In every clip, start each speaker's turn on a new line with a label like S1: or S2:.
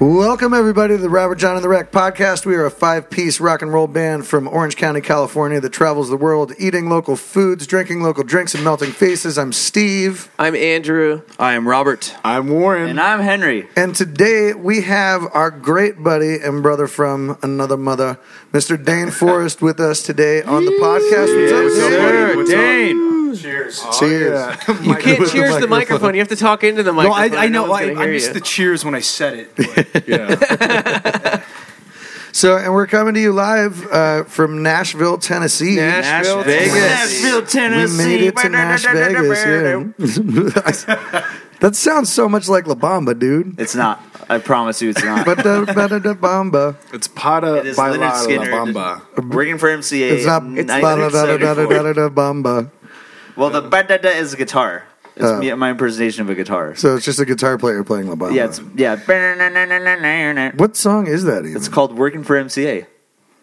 S1: Welcome, everybody, to the Robert John and the Wreck podcast. We are a five piece rock and roll band from Orange County, California that travels the world eating local foods, drinking local drinks, and melting faces. I'm Steve.
S2: I'm Andrew.
S3: I am Robert.
S4: I'm Warren.
S5: And I'm Henry.
S1: And today we have our great buddy and brother from another mother, Mr. Dane Forrest, with us today on the podcast. What's up, Oh, Dane?
S4: Sir, What's up?
S3: Dane.
S4: Cheers.
S1: Cheers.
S2: You can't cheers the microphone. You have to talk into the
S3: No,
S2: microphone.
S3: I, I
S2: or no
S3: know.
S2: one's
S3: I,
S2: gonna
S3: I
S2: hear
S3: missed
S2: you.
S3: the cheers when I said it. but-
S4: yeah.
S1: So, and we're coming to you live uh, from Nashville, Tennessee.
S2: Nash- Nashville,
S3: Vegas.
S5: Nashville,
S1: we
S5: Tennessee.
S1: made it to Nash Vegas. Yeah. that sounds so much like La Bamba, dude.
S5: It's not. I promise you, it's not.
S1: But the, but the Bamba.
S4: It's Pada
S5: it is
S4: by
S5: Leonard
S4: La La
S5: Skinner.
S4: Bamba.
S5: Working for MCA.
S1: It's not.
S5: in
S1: It's da da da da da da
S5: 1974.
S1: da da Bamba.
S5: Well, the ba da da is a guitar. It's me- my impersonation of a guitar.
S1: Oh. So it's just a guitar player playing La Bamba.
S5: yeah, it's yeah. Ba-da-da-da-da-da-da-da.
S1: what song is that? Even?
S5: It's called "Working for MCA."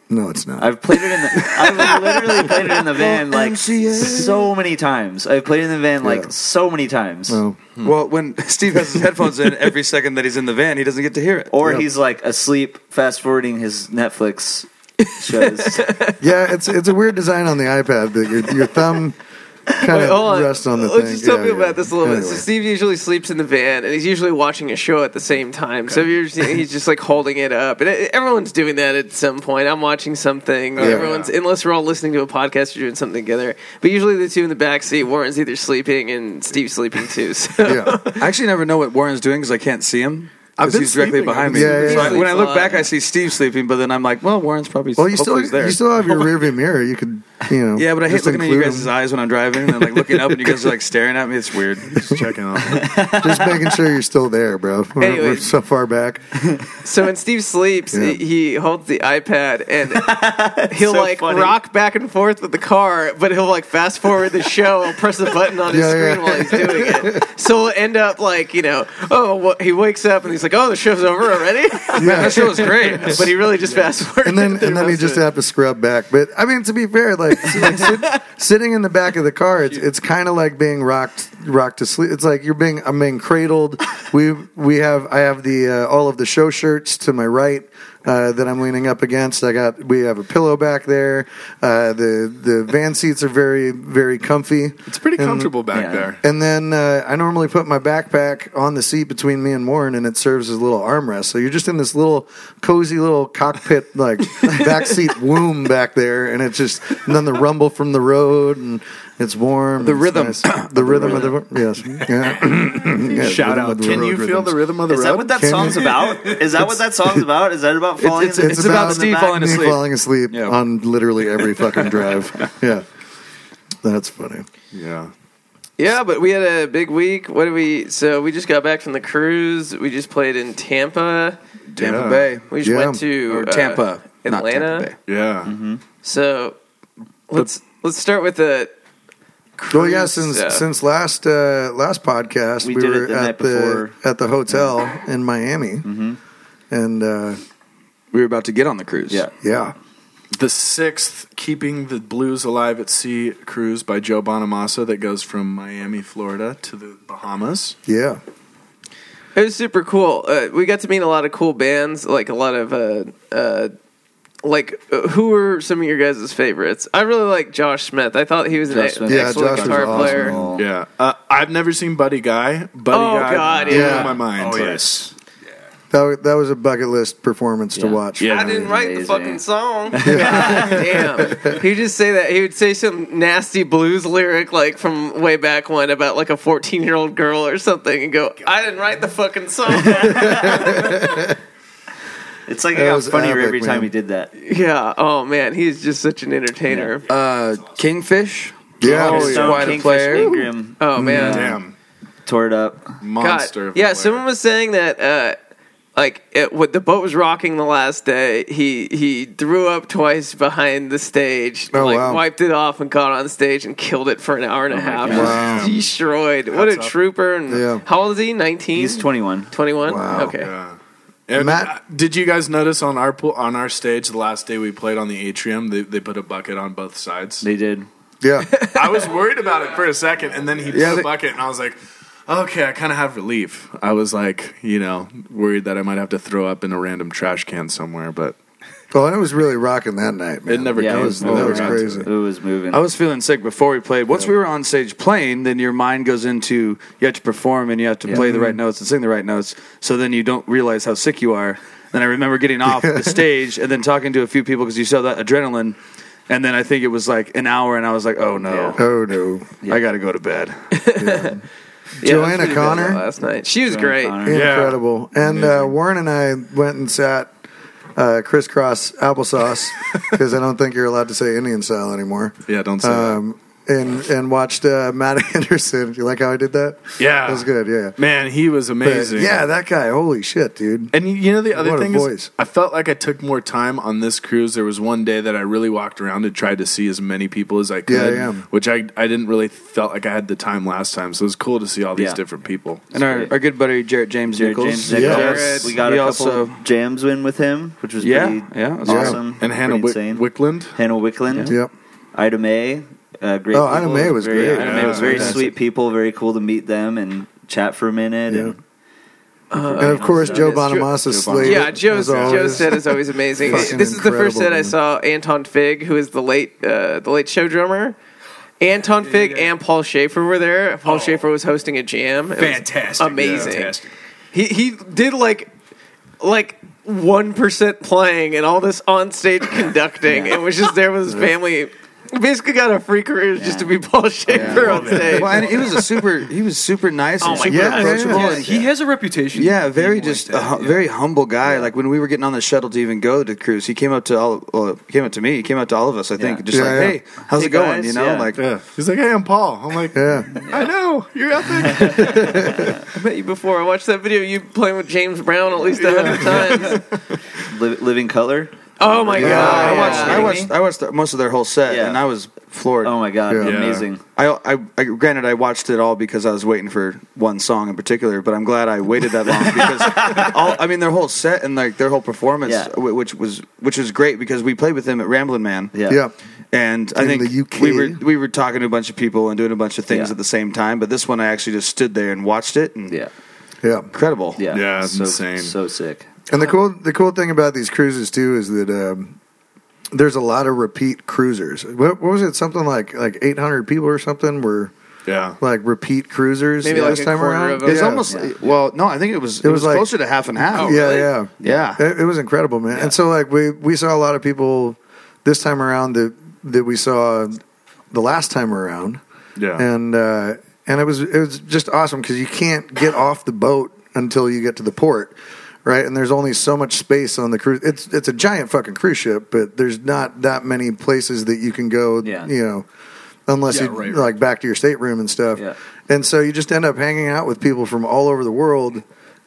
S1: no, it's not.
S5: I've played it in the. I've literally played it in the van like
S1: MCA.
S5: so many times. I've played it in the van like
S1: Yeah. Oh.
S5: so many times.
S1: no.
S6: Well, when Steve has his headphones in, every second that he's in the van, he doesn't get to hear it.
S5: Or
S1: Yep.
S5: he's like asleep, fast forwarding his Netflix shows.
S1: Yeah, it's it's a weird design on the iPad that your, your thumb kind
S2: Wait, hold
S1: of
S2: on.
S1: rests on the
S2: Let's
S1: thing.
S2: just tell
S1: Yeah,
S2: me
S1: yeah.
S2: about this a little bit. So
S1: Anyway.
S2: Steve usually sleeps in the van, and he's usually watching a show at the same time. So you're, he's just like holding it up, and it- everyone's doing that at some point. I'm watching something. Everyone's unless we're all listening to a podcast or doing something together. But usually the two in the back seat, Warren's either sleeping and Steve's sleeping too. So
S1: Yeah.
S6: I actually never know what Warren's doing because I can't see him.
S4: I've
S6: Because
S4: been
S6: he's directly
S4: sleeping.
S6: behind
S1: I've
S6: me.
S1: been
S6: so I,
S1: sleeping.
S6: when I
S2: Sleeps a
S6: look
S2: lot.
S6: back, I see Steve sleeping, but then I'm like, well, Warren's probably
S1: Well, you still
S6: hopefully he's there.
S1: you still have your rearview mirror. You could you know.
S6: yeah, but I hate
S1: just
S6: looking at you
S1: include
S6: guys'
S1: them.
S6: eyes when I'm driving and then like looking up and you guys are like staring at me. It's weird.
S4: Just checking off.
S1: Just making sure you're still there, bro. We're,
S2: Anyway.
S1: we're so far back.
S2: So when Steve sleeps,
S1: Yeah.
S2: he he holds the iPad and he'll
S5: so
S2: like
S5: funny.
S2: rock back and forth with the car, but he'll like fast forward the show and press the button on his
S1: Yeah, yeah.
S2: screen while he's doing it. So we'll end up like you know, oh, wha- he wakes up and he's like, oh, the show's over already,
S1: Yeah.
S6: That show was great.
S2: but he really just fast forwarded.
S1: and then
S2: through
S1: and then you
S2: most of
S1: just
S2: it.
S1: have to scrub back. But I mean, to be fair, like, s- like sit, sitting in the back of the car, it's it's kind of like being rocked rocked to sleep. It's like you're being I'm being cradled. We we have I have the uh, all of the show shirts to my right. Uh, that I'm leaning up against. I got we have a pillow back there. Uh, the the van seats are very very comfy.
S4: It's pretty comfortable back
S5: yeah.
S4: there.
S1: And then uh, I normally put my backpack on the seat between me and Warren, and it serves as a little armrest. So you're just in this little cozy little cockpit, like backseat womb back there, and it's just and then the rumble from the road, and it's warm.
S6: The
S1: and it's
S6: rhythm.
S1: nice. the, rhythm, of the yes, yeah. Yeah,
S4: Shout
S1: rhythm
S4: out.
S1: of the
S4: Can
S1: road
S4: you feel
S1: rhythms.
S4: the rhythm of the
S5: Is
S4: road?
S5: that what that
S1: Can
S5: song's
S1: you-
S5: about? Is that what that song's about? Is that about falling?
S1: It's,
S5: in the-
S1: it's
S6: It's about Steve
S1: me
S6: falling asleep.
S1: falling asleep
S6: Yeah.
S1: on literally every fucking drive. yeah, that's funny.
S4: yeah.
S2: Yeah, but we had a big week. What did we? So we just got back from the cruise. We just played in Tampa.
S6: Tampa
S4: Yeah.
S6: Bay.
S2: We just
S1: Yeah.
S2: went to
S6: Or
S2: uh,
S6: Tampa. not
S2: Atlanta.
S6: Tampa Bay.
S4: Yeah.
S2: So let's let's start with the.
S1: Well, yeah,
S2: cruise
S1: since
S2: stuff.
S1: since last uh, last podcast, we,
S5: We did it
S1: were
S5: the
S1: at
S5: night Mm-hmm.
S1: the at the hotel in Miami, and uh,
S6: We were about to get on the cruise.
S5: Yeah.
S1: yeah,
S4: The sixth Keeping the Blues Alive at Sea cruise by Joe Bonamassa that goes from Miami, Florida to the Bahamas.
S1: yeah,
S2: It was super cool. Uh, we got to meet a lot of cool bands, like a lot of, uh, uh, like uh, who were some of your guys' favorites? I really like Josh Smith. I thought he was an
S5: Josh Smith.
S2: excellent
S1: Yeah, Josh was
S2: guitar
S1: awesome.
S2: player.
S5: Oh.
S4: Yeah. Uh, I've never seen Buddy Guy. Buddy
S2: Oh,
S4: Guy
S2: God,
S4: blew
S1: yeah.
S4: my mind.
S3: Oh, yes.
S1: that wa- that was a bucket list performance to
S5: Yeah.
S1: watch.
S4: Yeah.
S2: I didn't write the
S5: Amazing.
S2: fucking song. God damn. He would just say that. He would say some nasty blues lyric, like from way back when, about like a 14 year old girl or something, and go, I didn't write the fucking song.
S5: It's like
S1: That
S5: it got
S1: was
S5: funnier
S1: epic,
S5: every time
S1: man.
S5: he did that.
S2: yeah. Oh, man. He's just such an entertainer.
S6: Uh, Kingfish.
S1: Yeah.
S6: Oh,
S1: Stone
S6: yeah. Quite a
S5: Kingfish
S6: player.
S5: Ingram
S2: Oh, man.
S4: Damn.
S5: tore it up.
S2: God.
S4: Monster. of a
S2: Yeah,
S4: player.
S2: someone was saying that uh like it, what the boat was rocking the last day, he he threw up twice behind the stage,
S1: Oh,
S2: like
S1: wow.
S2: wiped it off and got on stage and killed it for an hour and a half.
S5: God.
S1: Wow.
S2: Destroyed. what a
S4: That's up.
S2: trooper! And
S1: Yeah.
S2: how old is he? Nineteen.
S1: Um,
S5: He's 21.
S2: 21?
S1: Wow.
S2: Okay.
S4: Yeah. And
S1: Matt-
S4: uh, did you guys notice on our pool, on our stage the last day we played on the atrium they, they put a bucket on both sides?
S5: They did.
S1: yeah,
S4: I was worried about it for a second, and then he put
S6: Yeah,
S4: a
S6: they-
S4: bucket, and I was like, okay, I kind of have relief. I was like, you know, worried that I might have to throw up in a random trash can somewhere, but
S1: Well, it was really rocking that night, man.
S4: it never
S5: Yeah,
S4: came.
S5: it was,
S4: It never
S5: moving.
S1: was
S4: got to
S1: crazy. Oh,
S5: It was moving.
S6: I was feeling sick before we played. Once we were on stage playing, then your mind goes into you have to perform and you have to play the
S1: Mm-hmm.
S6: right notes and sing the right notes. So then you don't realize how sick you are. Then I remember getting off the stage and then talking to a few people because you saw that adrenaline. And then I think it was like an hour, and I was like, "Oh no,
S1: Oh no,
S6: I got to go to bed."
S2: Yeah, that was
S1: Joanna
S2: pretty good
S1: Connor?
S2: last night. She was great.
S5: Connor.
S1: incredible! And uh, Warren and I went and sat uh, crisscross applesauce because I don't think you're allowed to say Indian style anymore.
S4: Yeah, don't say that.
S1: Um, and and watched uh, Matt Anderson. You like how I did that?
S4: Yeah,
S1: that was good. Yeah,
S4: Man, he was
S1: But,
S4: amazing.
S1: yeah, that guy. Holy shit, dude!
S4: And you- you know the other
S1: What a
S4: thing
S1: voice.
S4: is, I felt like I took more time on this cruise. There was one day that I really walked around and tried to see as many people as I could,
S1: yeah.
S4: which I I didn't really felt like I had the time last time. So it was cool to see all these
S5: Yeah.
S4: different people.
S6: And our, our good buddy Jarrett James
S5: Jared
S6: Nichols,
S5: James
S1: Yeah.
S5: Nichols.
S1: Yes.
S5: We got
S6: He
S5: a couple
S6: also-
S5: jams in with him, which was
S6: Yeah,
S5: pretty
S6: yeah, it was
S5: awesome.
S4: And Hannah
S5: pretty
S4: Wick-
S5: insane.
S4: Wickland,
S5: Hannah Wickland.
S1: Yep.
S5: Ida May. Uh, great
S1: Oh, Ida
S5: people,
S1: May was
S5: very,
S1: great.
S5: Ida
S4: Yeah,
S5: May was very
S4: fantastic.
S5: sweet people. Very cool to meet them and chat for a minute.
S1: Yeah.
S5: And
S2: Uh,
S1: And of course,
S5: Yeah,
S1: Joe
S2: it's Joe-
S1: Bonamassa slayed.
S2: Yeah,
S1: it,
S2: Joe's,
S1: as
S2: Joe's
S1: always.
S2: set is always amazing. this
S1: Fucking
S2: is the first
S1: incredible,
S2: set I
S1: man.
S2: saw Anton Fig, who is the late uh, the late show drummer. Anton Fig and Paul Schaefer were there.
S1: Oh.
S2: Paul Schaefer was hosting a jam. It was
S3: Fantastic.
S2: amazing.
S3: Fantastic.
S2: He he did like like one percent playing and all this on stage conducting, and was just there with his family. Basically, got a free career just to be Paul Schaefer on stage.
S6: Well, and he was a super. He was super nice and
S2: my
S6: super
S1: God.
S6: approachable.
S1: Yeah,
S6: and
S3: He has a reputation.
S6: Yeah, very
S3: People like
S6: just
S3: that,
S6: a hu-
S3: yeah.
S6: very humble guy. Like when we were getting on the shuttle to even go to the cruise, he came up to all well, he came up to me. He came up to all of us. I think
S5: Yeah.
S6: just
S1: Yeah,
S6: like,
S1: yeah.
S6: hey, how's
S5: Hey,
S6: it going?
S5: guys,
S6: you know,
S5: yeah.
S6: like
S4: yeah, he's like, "Hey, I'm Paul." I'm like,
S1: Yeah,
S4: "I know you're out there."
S2: I met you before. I watched that video. of You playing with James Brown at least a hundred times.
S5: Li- Living Color.
S2: Oh my
S1: Yeah,
S2: god!
S6: I
S5: yeah.
S6: watched I
S5: Kidding
S6: watched I watched the, most of their whole set,
S5: Yeah.
S6: and I was floored.
S5: Oh my god,
S1: Yeah.
S5: amazing!
S6: I, I, I granted I watched it all because I was waiting for one song in particular, but I'm glad I waited that long because all I mean their whole set and like their whole performance,
S5: Yeah.
S6: whi- which was which was great because we played with them at Ramblin' Man.
S5: Yeah.
S1: yeah.
S6: And I
S1: In
S6: think
S1: the UK.
S6: we were we were talking to a bunch of people and doing a bunch of things
S5: Yeah.
S6: at the same time. But this one, I actually just stood there and watched it, and
S5: Yeah,
S1: yeah.
S6: incredible.
S5: yeah,
S4: Yeah, it's
S5: so,
S4: insane.
S5: so sick.
S1: And the cool the cool thing about these cruises too is that um, there's a lot of repeat cruisers. What, what was it? Something like like 800 people or something were
S4: yeah,
S1: like repeat cruisers
S2: Maybe like
S1: this
S2: a
S1: time
S2: quarter
S1: around.
S2: of them.
S6: It's
S1: yeah.
S6: almost
S5: Yeah.
S6: well, no, I think it was it,
S1: was
S6: was,
S1: like-
S6: closer to half and
S3: Oh,
S6: half.
S1: yeah,
S2: really?
S1: yeah,
S6: Yeah.
S1: It, it was incredible, man. And so like we we saw a lot of people this time around that that we saw the last time around.
S4: yeah.
S1: and uh, and it was it was just awesome because you can't get off the boat until you get to the port, right? And there's only so much space on the cruise. It's it's a giant fucking cruise ship, but there's not that many places that you can go.
S5: Yeah.
S1: you know. Unless
S3: Yeah,
S1: you
S3: right, right.
S1: like back to your stateroom and stuff,
S5: Yeah.
S1: and so you just end up hanging out with people from all over the world,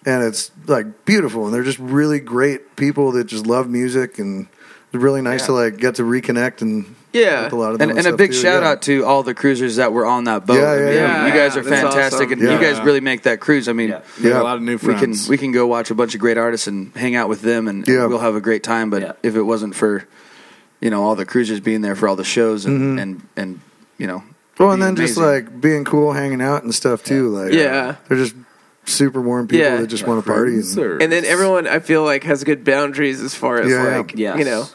S1: and it's like beautiful, and they're just really great people that just love music, and it's really nice to like get to reconnect and
S2: Yeah.
S1: with a lot of them
S6: And, and a
S1: stuff,
S6: big
S1: too,
S6: shout
S1: yeah.
S6: out to all the cruisers that were on that boat.
S1: Yeah,
S6: I mean,
S1: yeah, yeah.
S6: You guys
S2: Yeah,
S6: are
S2: that's
S6: fantastic,
S2: awesome.
S6: and
S1: Yeah.
S6: you guys really make that cruise. I mean,
S5: Yeah.
S4: Made
S1: yeah.
S4: a lot of new
S6: we
S4: friends.
S6: can we can go watch a bunch of great artists and hang out with them, and
S1: Yeah.
S6: we'll have a great time. But
S5: Yeah.
S6: if it wasn't for you know all the cruisers being there for all the shows and and, and you know,
S1: Well, and
S6: being
S1: then just
S6: amazing.
S1: like being cool, hanging out and stuff too. Like,
S2: Yeah.
S1: they're just super warm people
S2: Yeah.
S1: that just want to party. And,
S2: and then everyone I feel like has good boundaries as far as
S1: Yeah, yeah.
S2: like
S5: Yes.
S2: you know,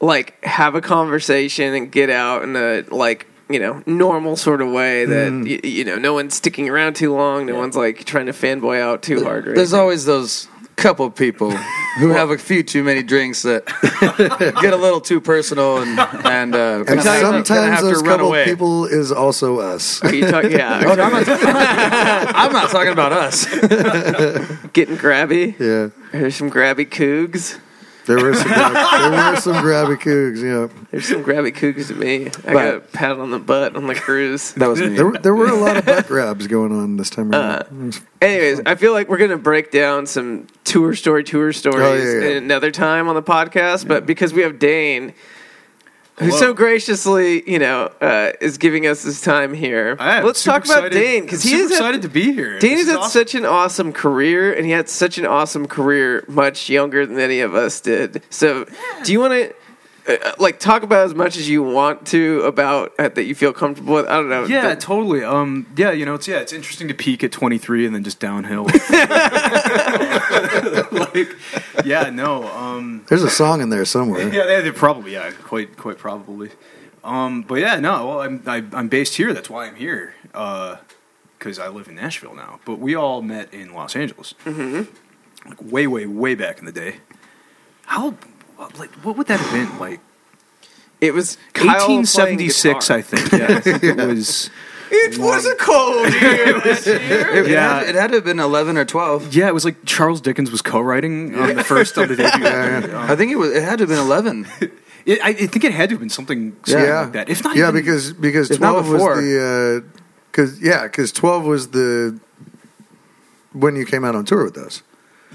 S2: like have a conversation and get out in a like you know normal sort of way that
S1: Mm.
S2: y- you know no one's sticking around too long, no one's like trying to fanboy out too hard. Or
S6: There's
S2: anything.
S6: always those couple people who have a few too many drinks that get a little too personal and and, uh,
S1: and
S6: kinda- kinda
S1: sometimes
S6: have
S1: those
S6: to run
S1: couple
S6: away.
S1: people is also us.
S2: Are you talking? Yeah,
S6: Oh, no, I'm, not, I'm not talking about us.
S2: getting grabby.
S1: yeah,
S2: There's some grabby cougs.
S1: there were some grab- there were some grabby cougs. Yeah,
S2: There's some grabby cougs to me. I got a
S6: But-
S2: pat on the butt on the cruise.
S6: That was me.
S1: there were, there were a lot of butt grabs going on this time
S6: Uh,
S1: around.
S2: Anyways, I feel like we're gonna break down some tour story, tour stories
S1: Oh, yeah, yeah.
S2: in another time on the podcast, but because we have Dane, who so graciously, you know, uh, is giving us his time here,
S3: I am
S2: let's
S3: super
S2: talk about
S3: excited-
S2: Dane because
S3: I'm
S2: he
S3: super
S2: is
S3: excited
S2: at,
S3: to be here.
S2: Dane
S3: This
S2: is
S3: is
S2: had
S3: awesome.
S2: such an awesome career, and he had such an awesome career much younger than any of us did. So, do you want to? uh, like talk about as much as you want to about uh, that you feel comfortable with. I don't know.
S3: Yeah,
S2: The-
S3: totally. Um, yeah, you know, it's yeah, it's interesting to peak at 23 and then just downhill. like, yeah, no. Um,
S1: There's a song in there somewhere.
S3: yeah, they, they probably, yeah, quite, quite probably. Um, but yeah, no. Well, I'm, I, I'm based here. That's why I'm here. Because I live in Nashville now. But we all met in Los Angeles, mm-hmm. like way, way, way back in the day. How, like, what would that have been like?
S2: it was Kyle playing
S3: 1876,
S2: guitar.
S3: I think. Yeah, it was.
S2: It was a cold year this year.
S6: It,
S3: Yeah.
S6: had, it had to have been eleven or twelve.
S3: Yeah, it was like Charles Dickens was co-writing on the first of the debut.
S6: I think it was. It had to have been eleven.
S3: It, I, I think it had to have been something, something like that. If not,
S1: yeah,
S3: even-
S1: because because
S6: If not
S1: twelve was
S6: before.
S1: the because yeah, because twelve was the when you came out on tour with us.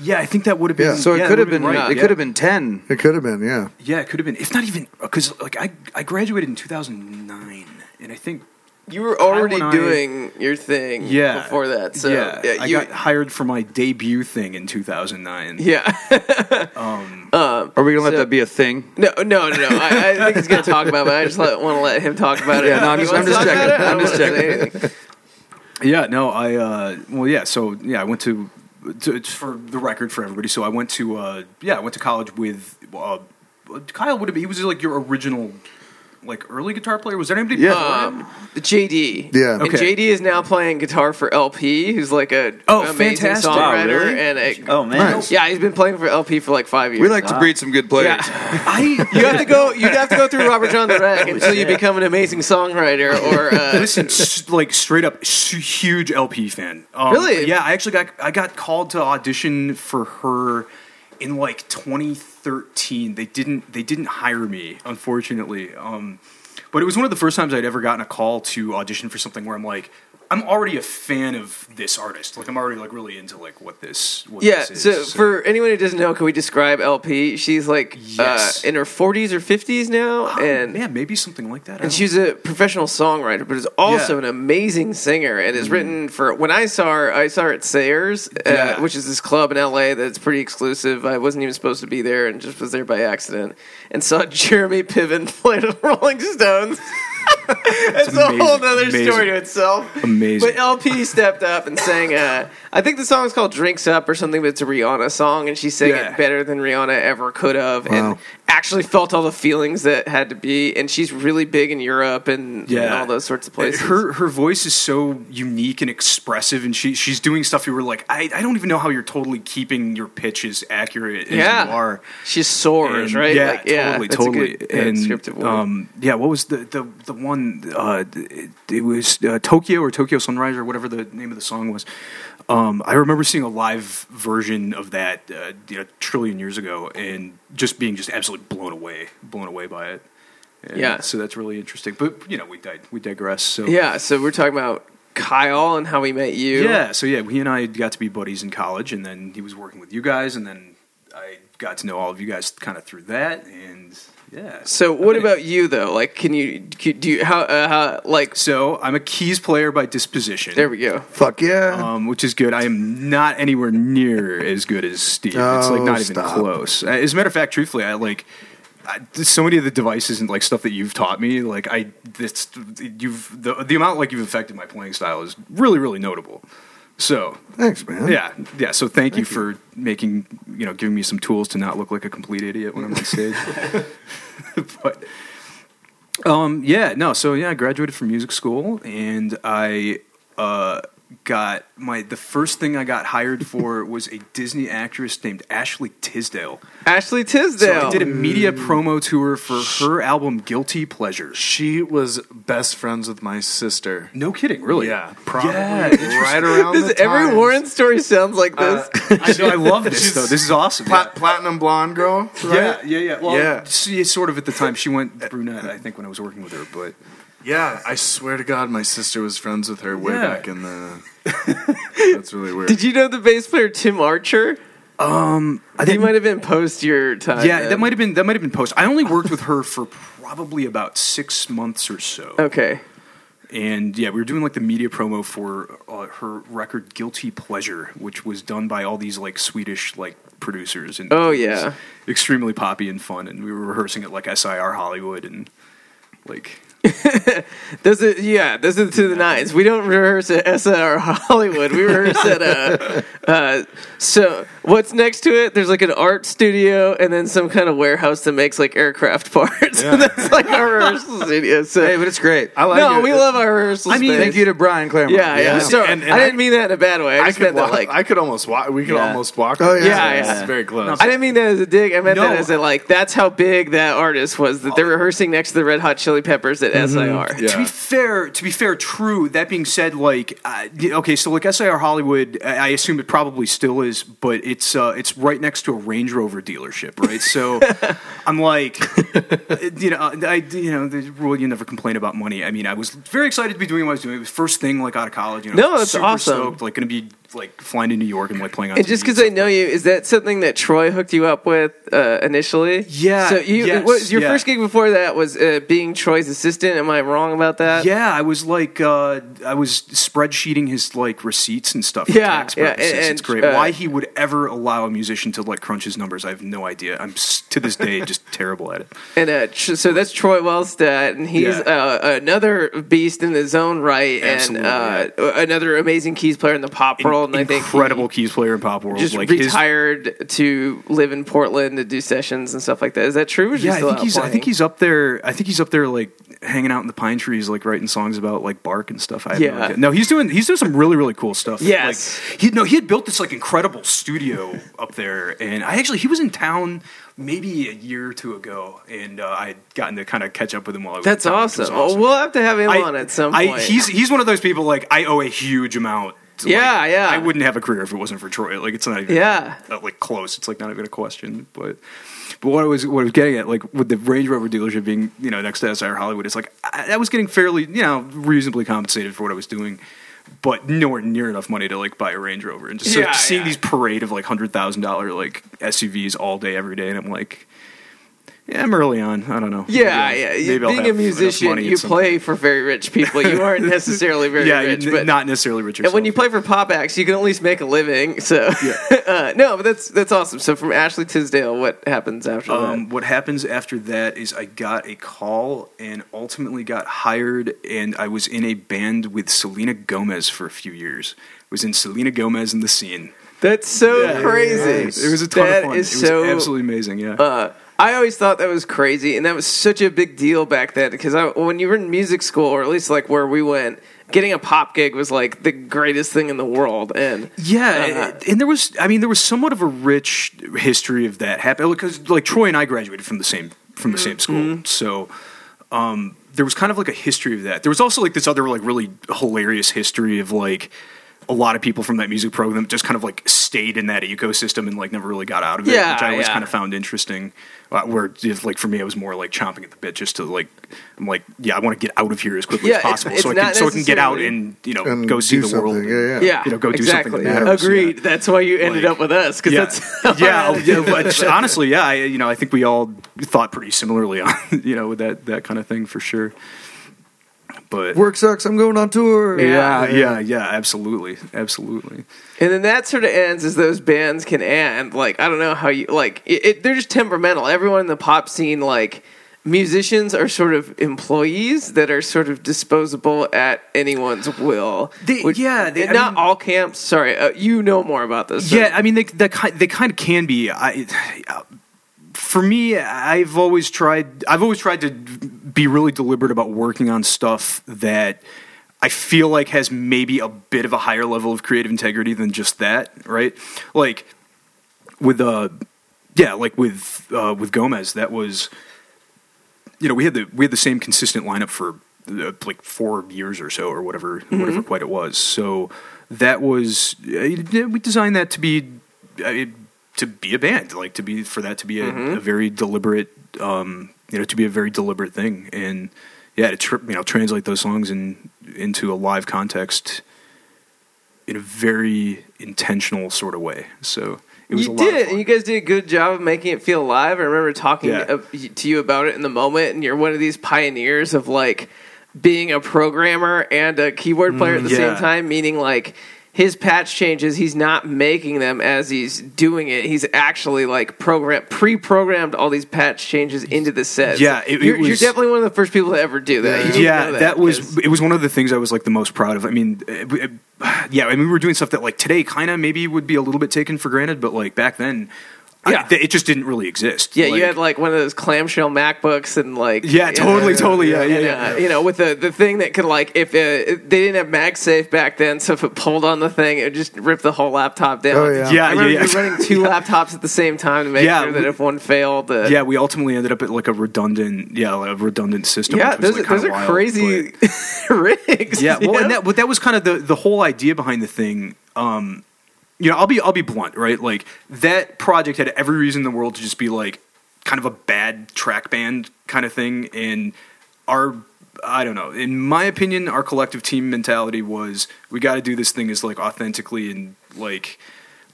S3: yeah, I think that would have been.
S1: Yeah.
S6: So it
S3: yeah,
S6: could have
S3: that
S6: been.
S3: would've
S2: right,
S6: it
S2: yeah.
S6: could have been ten.
S1: It could have been, yeah.
S3: Yeah, it could have been. If not even because like I I graduated in 2009, and I think
S2: You were already
S3: and I-
S2: doing your thing
S3: yeah
S2: Mm. before that. So
S3: yeah, I
S2: you,
S3: got hired for my debut thing in 2009.
S2: yeah.
S6: Are we gonna let
S2: So-
S6: that be a thing?
S2: No, no, no, no. I, I think he's going to talk about it. but I just let, want to let him talk about it.
S6: Yeah, no, I'm just-
S2: You wanna
S6: I'm just
S2: talk about
S6: checking.
S2: it? I
S6: I'm
S2: don't
S6: just
S2: wanna say
S6: checking.
S2: anything.
S3: Yeah, no, I uh, well, yeah, so yeah, I went to, to just for the record for everybody. So I went to uh, yeah, I went to college with uh, Kyle. Would have been, he was like your original like early guitar player? Was there anybody?
S6: Yeah.
S3: before him?
S2: Um, JD.
S1: Yeah.
S2: And
S3: Okay.
S2: JD is now playing guitar for LP, who's like a
S3: Oh,
S2: amazing
S3: fantastic.
S2: songwriter
S3: Wow,
S5: really?
S2: and a,
S5: Oh man,
S2: yeah, he's been playing for LP for like five years.
S6: We like to
S5: Wow.
S6: breed some good
S2: yeah.
S6: players.
S3: I
S2: You have to go. You'd have to go through Robert John the Rag until you become an amazing songwriter or uh,
S3: Listen, s- like straight up, s- huge LP fan. Um,
S2: Really?
S3: Yeah, I actually got I got called to audition for her in like 2013. They didn't they didn't hire me, unfortunately. Um, but it was one of the first times I'd ever gotten a call to audition for something where I'm like, I'm already a fan of this artist. Like I'm already like really into like what this what
S2: Yeah,
S3: This is,
S2: so, for anyone who doesn't know, can we describe LP? She's like
S3: Yes. Oh,
S2: uh, in her 40s or 50s now, and
S3: Um, yeah, maybe something like that. I
S2: and
S3: don't-
S2: she's a professional songwriter, but is also
S3: Yeah. Mm-hmm.
S2: an amazing singer and has written for. When I saw her, I saw her at Sayers,
S3: Yeah.
S2: uh, which is this club in LA that's pretty exclusive. I wasn't even supposed to be there and just was there by accident, and saw Jeremy Piven play the Rolling Stones. That's
S3: amazing,
S2: a whole other
S3: amazing.
S2: story to itself.
S3: Amazing.
S2: But LP stepped up and sang. Uh, I think the song's called "Drinks Up" or something, but it's a Rihanna song, and she sang
S3: Yeah.
S2: it better than Rihanna ever could have,
S1: Wow.
S2: and actually felt all the feelings that had to be. And she's really big in Europe and, and all those sorts of places.
S3: Her her voice is so unique and expressive, and she she's doing stuff you were like, I, I don't even know how you're totally keeping your pitch as accurate as
S2: Yeah.
S3: you are.
S2: she soars,
S3: And-
S2: right?
S3: Yeah,
S2: Like, yeah,
S3: totally,
S2: that's a
S3: totally.
S2: good, uh,
S3: and
S2: descriptive word.
S3: um, yeah, what was the the the one? Uh, it, it was uh, Tokyo or Tokyo Sunrise or whatever the name of the song was. Um, I remember seeing a live version of that uh, you know, a trillion years ago, and just being just absolutely blown away, blown away by it. And
S2: Yeah.
S3: so that's really interesting. But you know, we dig- we digress. So
S2: yeah. So we're talking about Kyle and how we met you.
S3: yeah, so yeah, he and I got to be buddies in college, and then he was working with you guys, and then I got to know all of you guys kind of through that, and yeah.
S2: So what
S3: Okay.
S2: about you though? Like, can you do you how uh, how like?
S3: So I'm a keys player by disposition.
S2: There we go.
S1: Fuck yeah.
S3: Um, which is good. I am not anywhere near as good as Steve. it's like
S1: Oh,
S3: not even
S1: stop.
S3: close. Uh, As a matter of fact, truthfully, I like I, so many of the devices and like stuff that you've taught me. Like I, this you've the the amount like you've affected my playing style is really really notable. So
S1: Thanks, man.
S3: Yeah, yeah. So thank, you for making you know giving me some tools to not look like a complete idiot when I'm on stage. but um, yeah, no. So yeah, I graduated from music school, and I uh, got my the first thing I got hired for was a Disney actress named Ashley Tisdale.
S2: Ashley Tisdale.
S3: So I did a media promo tour for her album Guilty Pleasure.
S4: She was best friends with my sister.
S3: No kidding, really.
S4: Yeah, probably
S3: Yeah,
S4: right around
S2: Does
S4: the
S2: every
S4: times.
S2: Warren story sounds like this?
S3: I, I love this though. This is awesome.
S4: Pla- platinum blonde girl. Right?
S3: Yeah, yeah, yeah. Well,
S4: Yeah.
S3: she sort of at the time she went brunette, I think, when I was working with her. But
S4: Yeah, I swear to God, my sister was friends with her way
S3: Yeah.
S4: back in the. That's really weird.
S2: Did you know the bass player Tim Archer?
S3: I
S2: He might have been post your time.
S3: yeah,
S2: then.
S3: that might have been that
S2: Oh.
S3: might have been post. I only worked with her for probably about six months or so,
S2: Okay.
S3: and yeah, we were doing like the media promo for uh, her record "Guilty Pleasure," which was done by all these like Swedish like producers. And
S2: Oh,
S3: it was
S2: yeah.
S3: extremely poppy and fun. And we were rehearsing at like SIR Hollywood and like
S2: This is yeah. This is to the nines. We don't rehearse at SR Hollywood. We rehearse at uh, uh. So what's next to it? There's like an art studio and then some kind of warehouse that makes like aircraft parts. That's like our rehearsal studio. So
S6: Hey, but it's great. I
S2: no, we love our rehearsal.
S3: I mean,
S2: space.
S6: Thank you to Brian Claremont.
S2: Yeah, yeah. So
S4: And- and
S2: I
S4: I-
S2: didn't mean that in a bad way. I,
S4: I
S2: just
S4: could,
S2: meant
S4: walk,
S2: that like
S4: I could almost walk. We could
S5: Yeah.
S4: almost walk.
S1: Oh, yeah.
S2: Yeah,
S4: It's
S2: yeah.
S4: very close.
S2: I didn't mean that as a dig. I meant
S3: No.
S2: that as a like. That's how big that artist was. That they're rehearsing next to the Red Hot Chili Peppers at
S3: Mm-hmm.
S2: SIR.
S4: Yeah.
S3: to be fair, to be fair, true. That being said, like uh, y- okay, so like SIR Hollywood, I I assume it probably still is, but it's uh, it's right next to a Range Rover dealership, right? So I'm like, you know, uh, I you know the rule you never complain about money. I mean, I was very excited to be doing what I was doing. It was first thing like out of college. You know,
S2: No, that's
S3: super
S2: awesome.
S3: Stoked, like going to be like flying to New York and like playing on.
S2: And just
S3: TV
S2: because I know you, is that something that Troy hooked you up with uh, initially?
S3: Yeah,
S2: So you,
S3: yes,
S2: what, your
S3: yeah.
S2: first gig before that was uh, being Troy's assistant. Am I wrong about that?
S3: Yeah, I was like, uh, I was spreadsheeting his like receipts and stuff. For
S2: Yeah,
S3: tax
S2: yeah,
S3: purposes.
S2: and-
S3: it's great.
S2: and, uh,
S3: Why he would ever allow a musician to like crunch his numbers, I have no idea. I'm s- to this day just terrible at it.
S2: And uh, tr- so that's Troy Wellstead, and he's
S3: Yeah.
S2: uh, another beast in his own right,
S3: Absolutely,
S2: and uh, another amazing keys player in the pop world. And I think he-
S3: Incredible keys player in pop world.
S2: just
S3: like his-
S2: retired to live in Portland to do sessions and stuff like that. Is that true? Or is he
S3: yeah, I
S2: still
S3: think
S2: out
S3: he's. I
S2: playing?
S3: think he's up there. I think he's up there, like hanging out in the pine trees, like writing songs about like bark and stuff. I have
S2: Yeah.
S3: no, idea. no, he's doing. He's doing some really really cool stuff.
S2: Yes.
S3: like, he no, he had built this like incredible studio up there, and I actually he was in town maybe a year or two ago, and uh, I had gotten to kind of catch up with him while I was.
S2: That's
S3: in town, which
S2: awesome.
S3: was
S2: Oh, we'll have to have him
S3: I-
S2: on at some
S3: I-
S2: point.
S3: he's he's one of those people like I owe a huge amount. to, like,
S2: Yeah, yeah.
S3: I wouldn't have a career if it wasn't for Troy. Like it's not even
S2: Yeah.
S3: uh, like close. It's like not even a question. But but what I was what I was getting at like with the Range Rover dealership being you know next to SIR Hollywood, it's like I, I was getting fairly you know reasonably compensated for what I was doing. But nowhere near enough money to like buy a Range Rover, and just like,
S2: Yeah,
S3: seeing
S2: yeah.
S3: these parade of like hundred thousand dollar like SUVs all day every day, and I'm like, yeah, I'm early on. I don't know.
S2: yeah,
S3: Maybe I'll-
S2: yeah.
S3: maybe I'll
S2: Being
S3: have
S2: a
S3: enough
S2: musician,
S3: money at
S2: you
S3: some
S2: play for very rich people. You aren't necessarily very
S3: yeah,
S2: rich,
S3: n-
S2: but
S3: not necessarily rich.
S2: and when
S3: yourself.
S2: you play for pop acts, you can at least make a living. So uh, no, but that's that's awesome. So from Ashley Tisdale, what happens after
S3: um, what happens after that is I got a call and ultimately got hired, and I was in a band with Selena Gomez for a few years. I was in Selena Gomez in the scene.
S2: that? That's so crazy.
S3: It was a ton
S2: That
S3: of fun.
S2: is
S3: it was
S2: so
S3: absolutely amazing. Yeah.
S2: uh, I always thought that was crazy, and that was such a big deal back then. Because I, when you were in music school, or at least like where we went, getting a pop gig was like the greatest thing in the world. And
S3: Yeah,
S2: Uh-huh.
S3: and there was I mean there was somewhat of a rich history of that happening because like Troy and I graduated from the same from the same school,
S2: Mm-hmm.
S3: so um, there was kind of like a history of that. There was also like this other like really hilarious history of like a lot of people from that music program just kind of like stayed in that ecosystem and like never really got out of it,
S2: Yeah,
S3: which I always
S2: yeah.
S3: kind of found interesting. Uh, where if, like for me, I was more like chomping at the bit just to like I'm like yeah, I want to get out of here as quickly
S2: Yeah,
S3: as
S2: it's-
S3: possible
S2: it's
S3: so I
S2: not
S3: can so I can get out
S2: necessarily-
S3: and you know
S1: And
S3: go see
S1: do
S3: the world.
S1: something, yeah, yeah.
S2: yeah,
S3: you know, go do
S2: exactly.
S3: something that matters.
S2: Agreed.
S3: Yeah.
S2: That's why you ended
S3: Like-
S2: up with us because that's
S3: yeah, yeah, but honestly, yeah, I, you know, I think we all thought pretty similarly on, you know, with that that kind of thing for sure. But
S1: Work sucks. I'm going on tour.
S3: yeah, yeah, yeah, absolutely, absolutely.
S2: And then that sort of ends as those bands can end. Like I don't know how you like it, it, they're just temperamental. Everyone in the pop scene like musicians are sort of employees that are sort of disposable at anyone's will.
S3: They- yeah, they-
S2: and
S3: I
S2: not
S3: mean-
S2: all camps. Sorry, uh, you know more about this.
S3: Yeah, I mean, they that kind they kind of can be. I, for me, I've always tried. I've always tried to be really deliberate about working on stuff that I feel like has maybe a bit of a higher level of creative integrity than just that, right? Like with uh, yeah, like with uh, with Gomez, that was you know, we had the we had the same consistent lineup for uh, like four years or so, or whatever,
S2: Mm-hmm.
S3: whatever quite it was. So that was uh, we designed that to be uh, to be a band, like to be for that to be a,
S2: Mm-hmm.
S3: a very deliberate, um, you know, to be a very deliberate thing, and yeah, to tr- you know translate those songs in into a live context in a very intentional sort of way. So it was
S2: you
S3: a lot of
S2: did.
S3: fun.
S2: and You guys did a good job of making it feel live. I remember talking
S3: Yeah.
S2: uh, to you about it in the moment, and you're one of these pioneers of like being a programmer and a
S3: Mm,
S2: keyboard player at the same time, meaning like his patch changes, he's not making them as he's doing it. He's actually like program pre-programmed all these patch changes into the set.
S3: Yeah, it- it
S2: you're, you're
S3: was-
S2: definitely one of the first people to ever do that. You didn't
S3: yeah,
S2: know
S3: that,
S2: that,
S3: was
S2: 'cause-
S3: it. Was one of the things I was like the most proud of. I mean, eh, we- eh, yeah, I mean, we were doing stuff that like today kind of maybe would be a little bit taken for granted, but like back then,
S2: Yeah.
S3: I, th- it just didn't really exist.
S2: Yeah,
S3: Like-
S2: you had like one of those clamshell MacBooks and like
S3: Yeah,
S2: you
S3: totally, totally, yeah, yeah,
S2: and,
S3: yeah.
S2: uh, you know with the the thing that could like if, uh, if they didn't have MagSafe back then, so if it pulled on the thing, it would just rip the whole laptop down.
S1: Oh, yeah.
S3: Yeah,
S2: I remember
S3: yeah, yeah.
S2: you running two laptops at the same time to make
S3: Yeah,
S2: sure that
S3: we-
S2: if one failed, uh,
S3: yeah, we ultimately ended up at like a redundant, yeah, like, a redundant system.
S2: yeah,
S3: which was,
S2: those,
S3: like,
S2: are- those
S3: kinda
S2: are
S3: wild,
S2: crazy
S3: but-
S2: rigs.
S3: Yeah, well,
S2: you
S3: and
S2: know?
S3: that, but that was kind of the the whole idea behind the thing. Um, you know, I'll be I'll be blunt, right? Like that project had every reason in the world to just be like kind of a bad track band kind of thing, and our I don't know. In my opinion, our collective team mentality was we got to do this thing as like authentically and like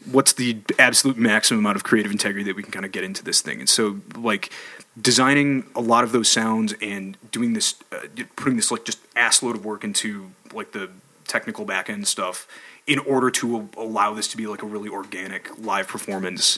S3: what's the absolute maximum amount of creative integrity that we can kind of get into this thing. And so like designing a lot of those sounds and doing this, uh, putting this like just ass load of work into like the technical back end stuff in order to a- allow this to be like a really organic live performance.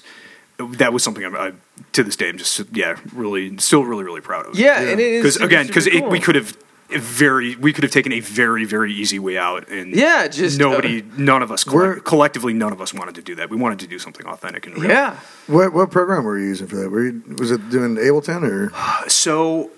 S3: That was something I, I to this day, I'm just, yeah, really, still really, really proud of.
S2: yeah, and it is
S3: Because
S2: super,
S3: again, because
S2: super cool.
S3: we could have very, we could have taken a very, very easy way out, and
S2: Yeah, just, uh,
S3: nobody, none of us, collect-
S1: We're-
S3: collectively, none of us wanted to do that. We wanted to do something authentic and real.
S2: yeah.
S1: What what program were you using for that? Were you, was it doing Ableton or
S3: So,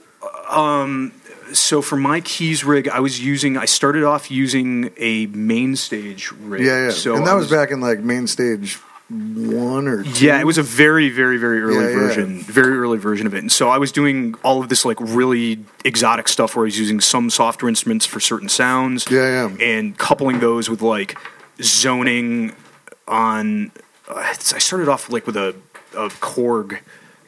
S3: um, so for my keys rig, I was using. I started off using a main stage rig.
S1: yeah, yeah.
S3: So
S1: and that
S3: I
S1: was, back in like main stage one or two.
S3: Yeah, it was a very, very, very early
S1: Yeah, yeah.
S3: version, very early version of it. And so I was doing all of this like really exotic stuff where I was using some software instruments for certain sounds.
S1: Yeah, yeah.
S3: And coupling those with like zoning on. Uh, I started off like with a, a Korg.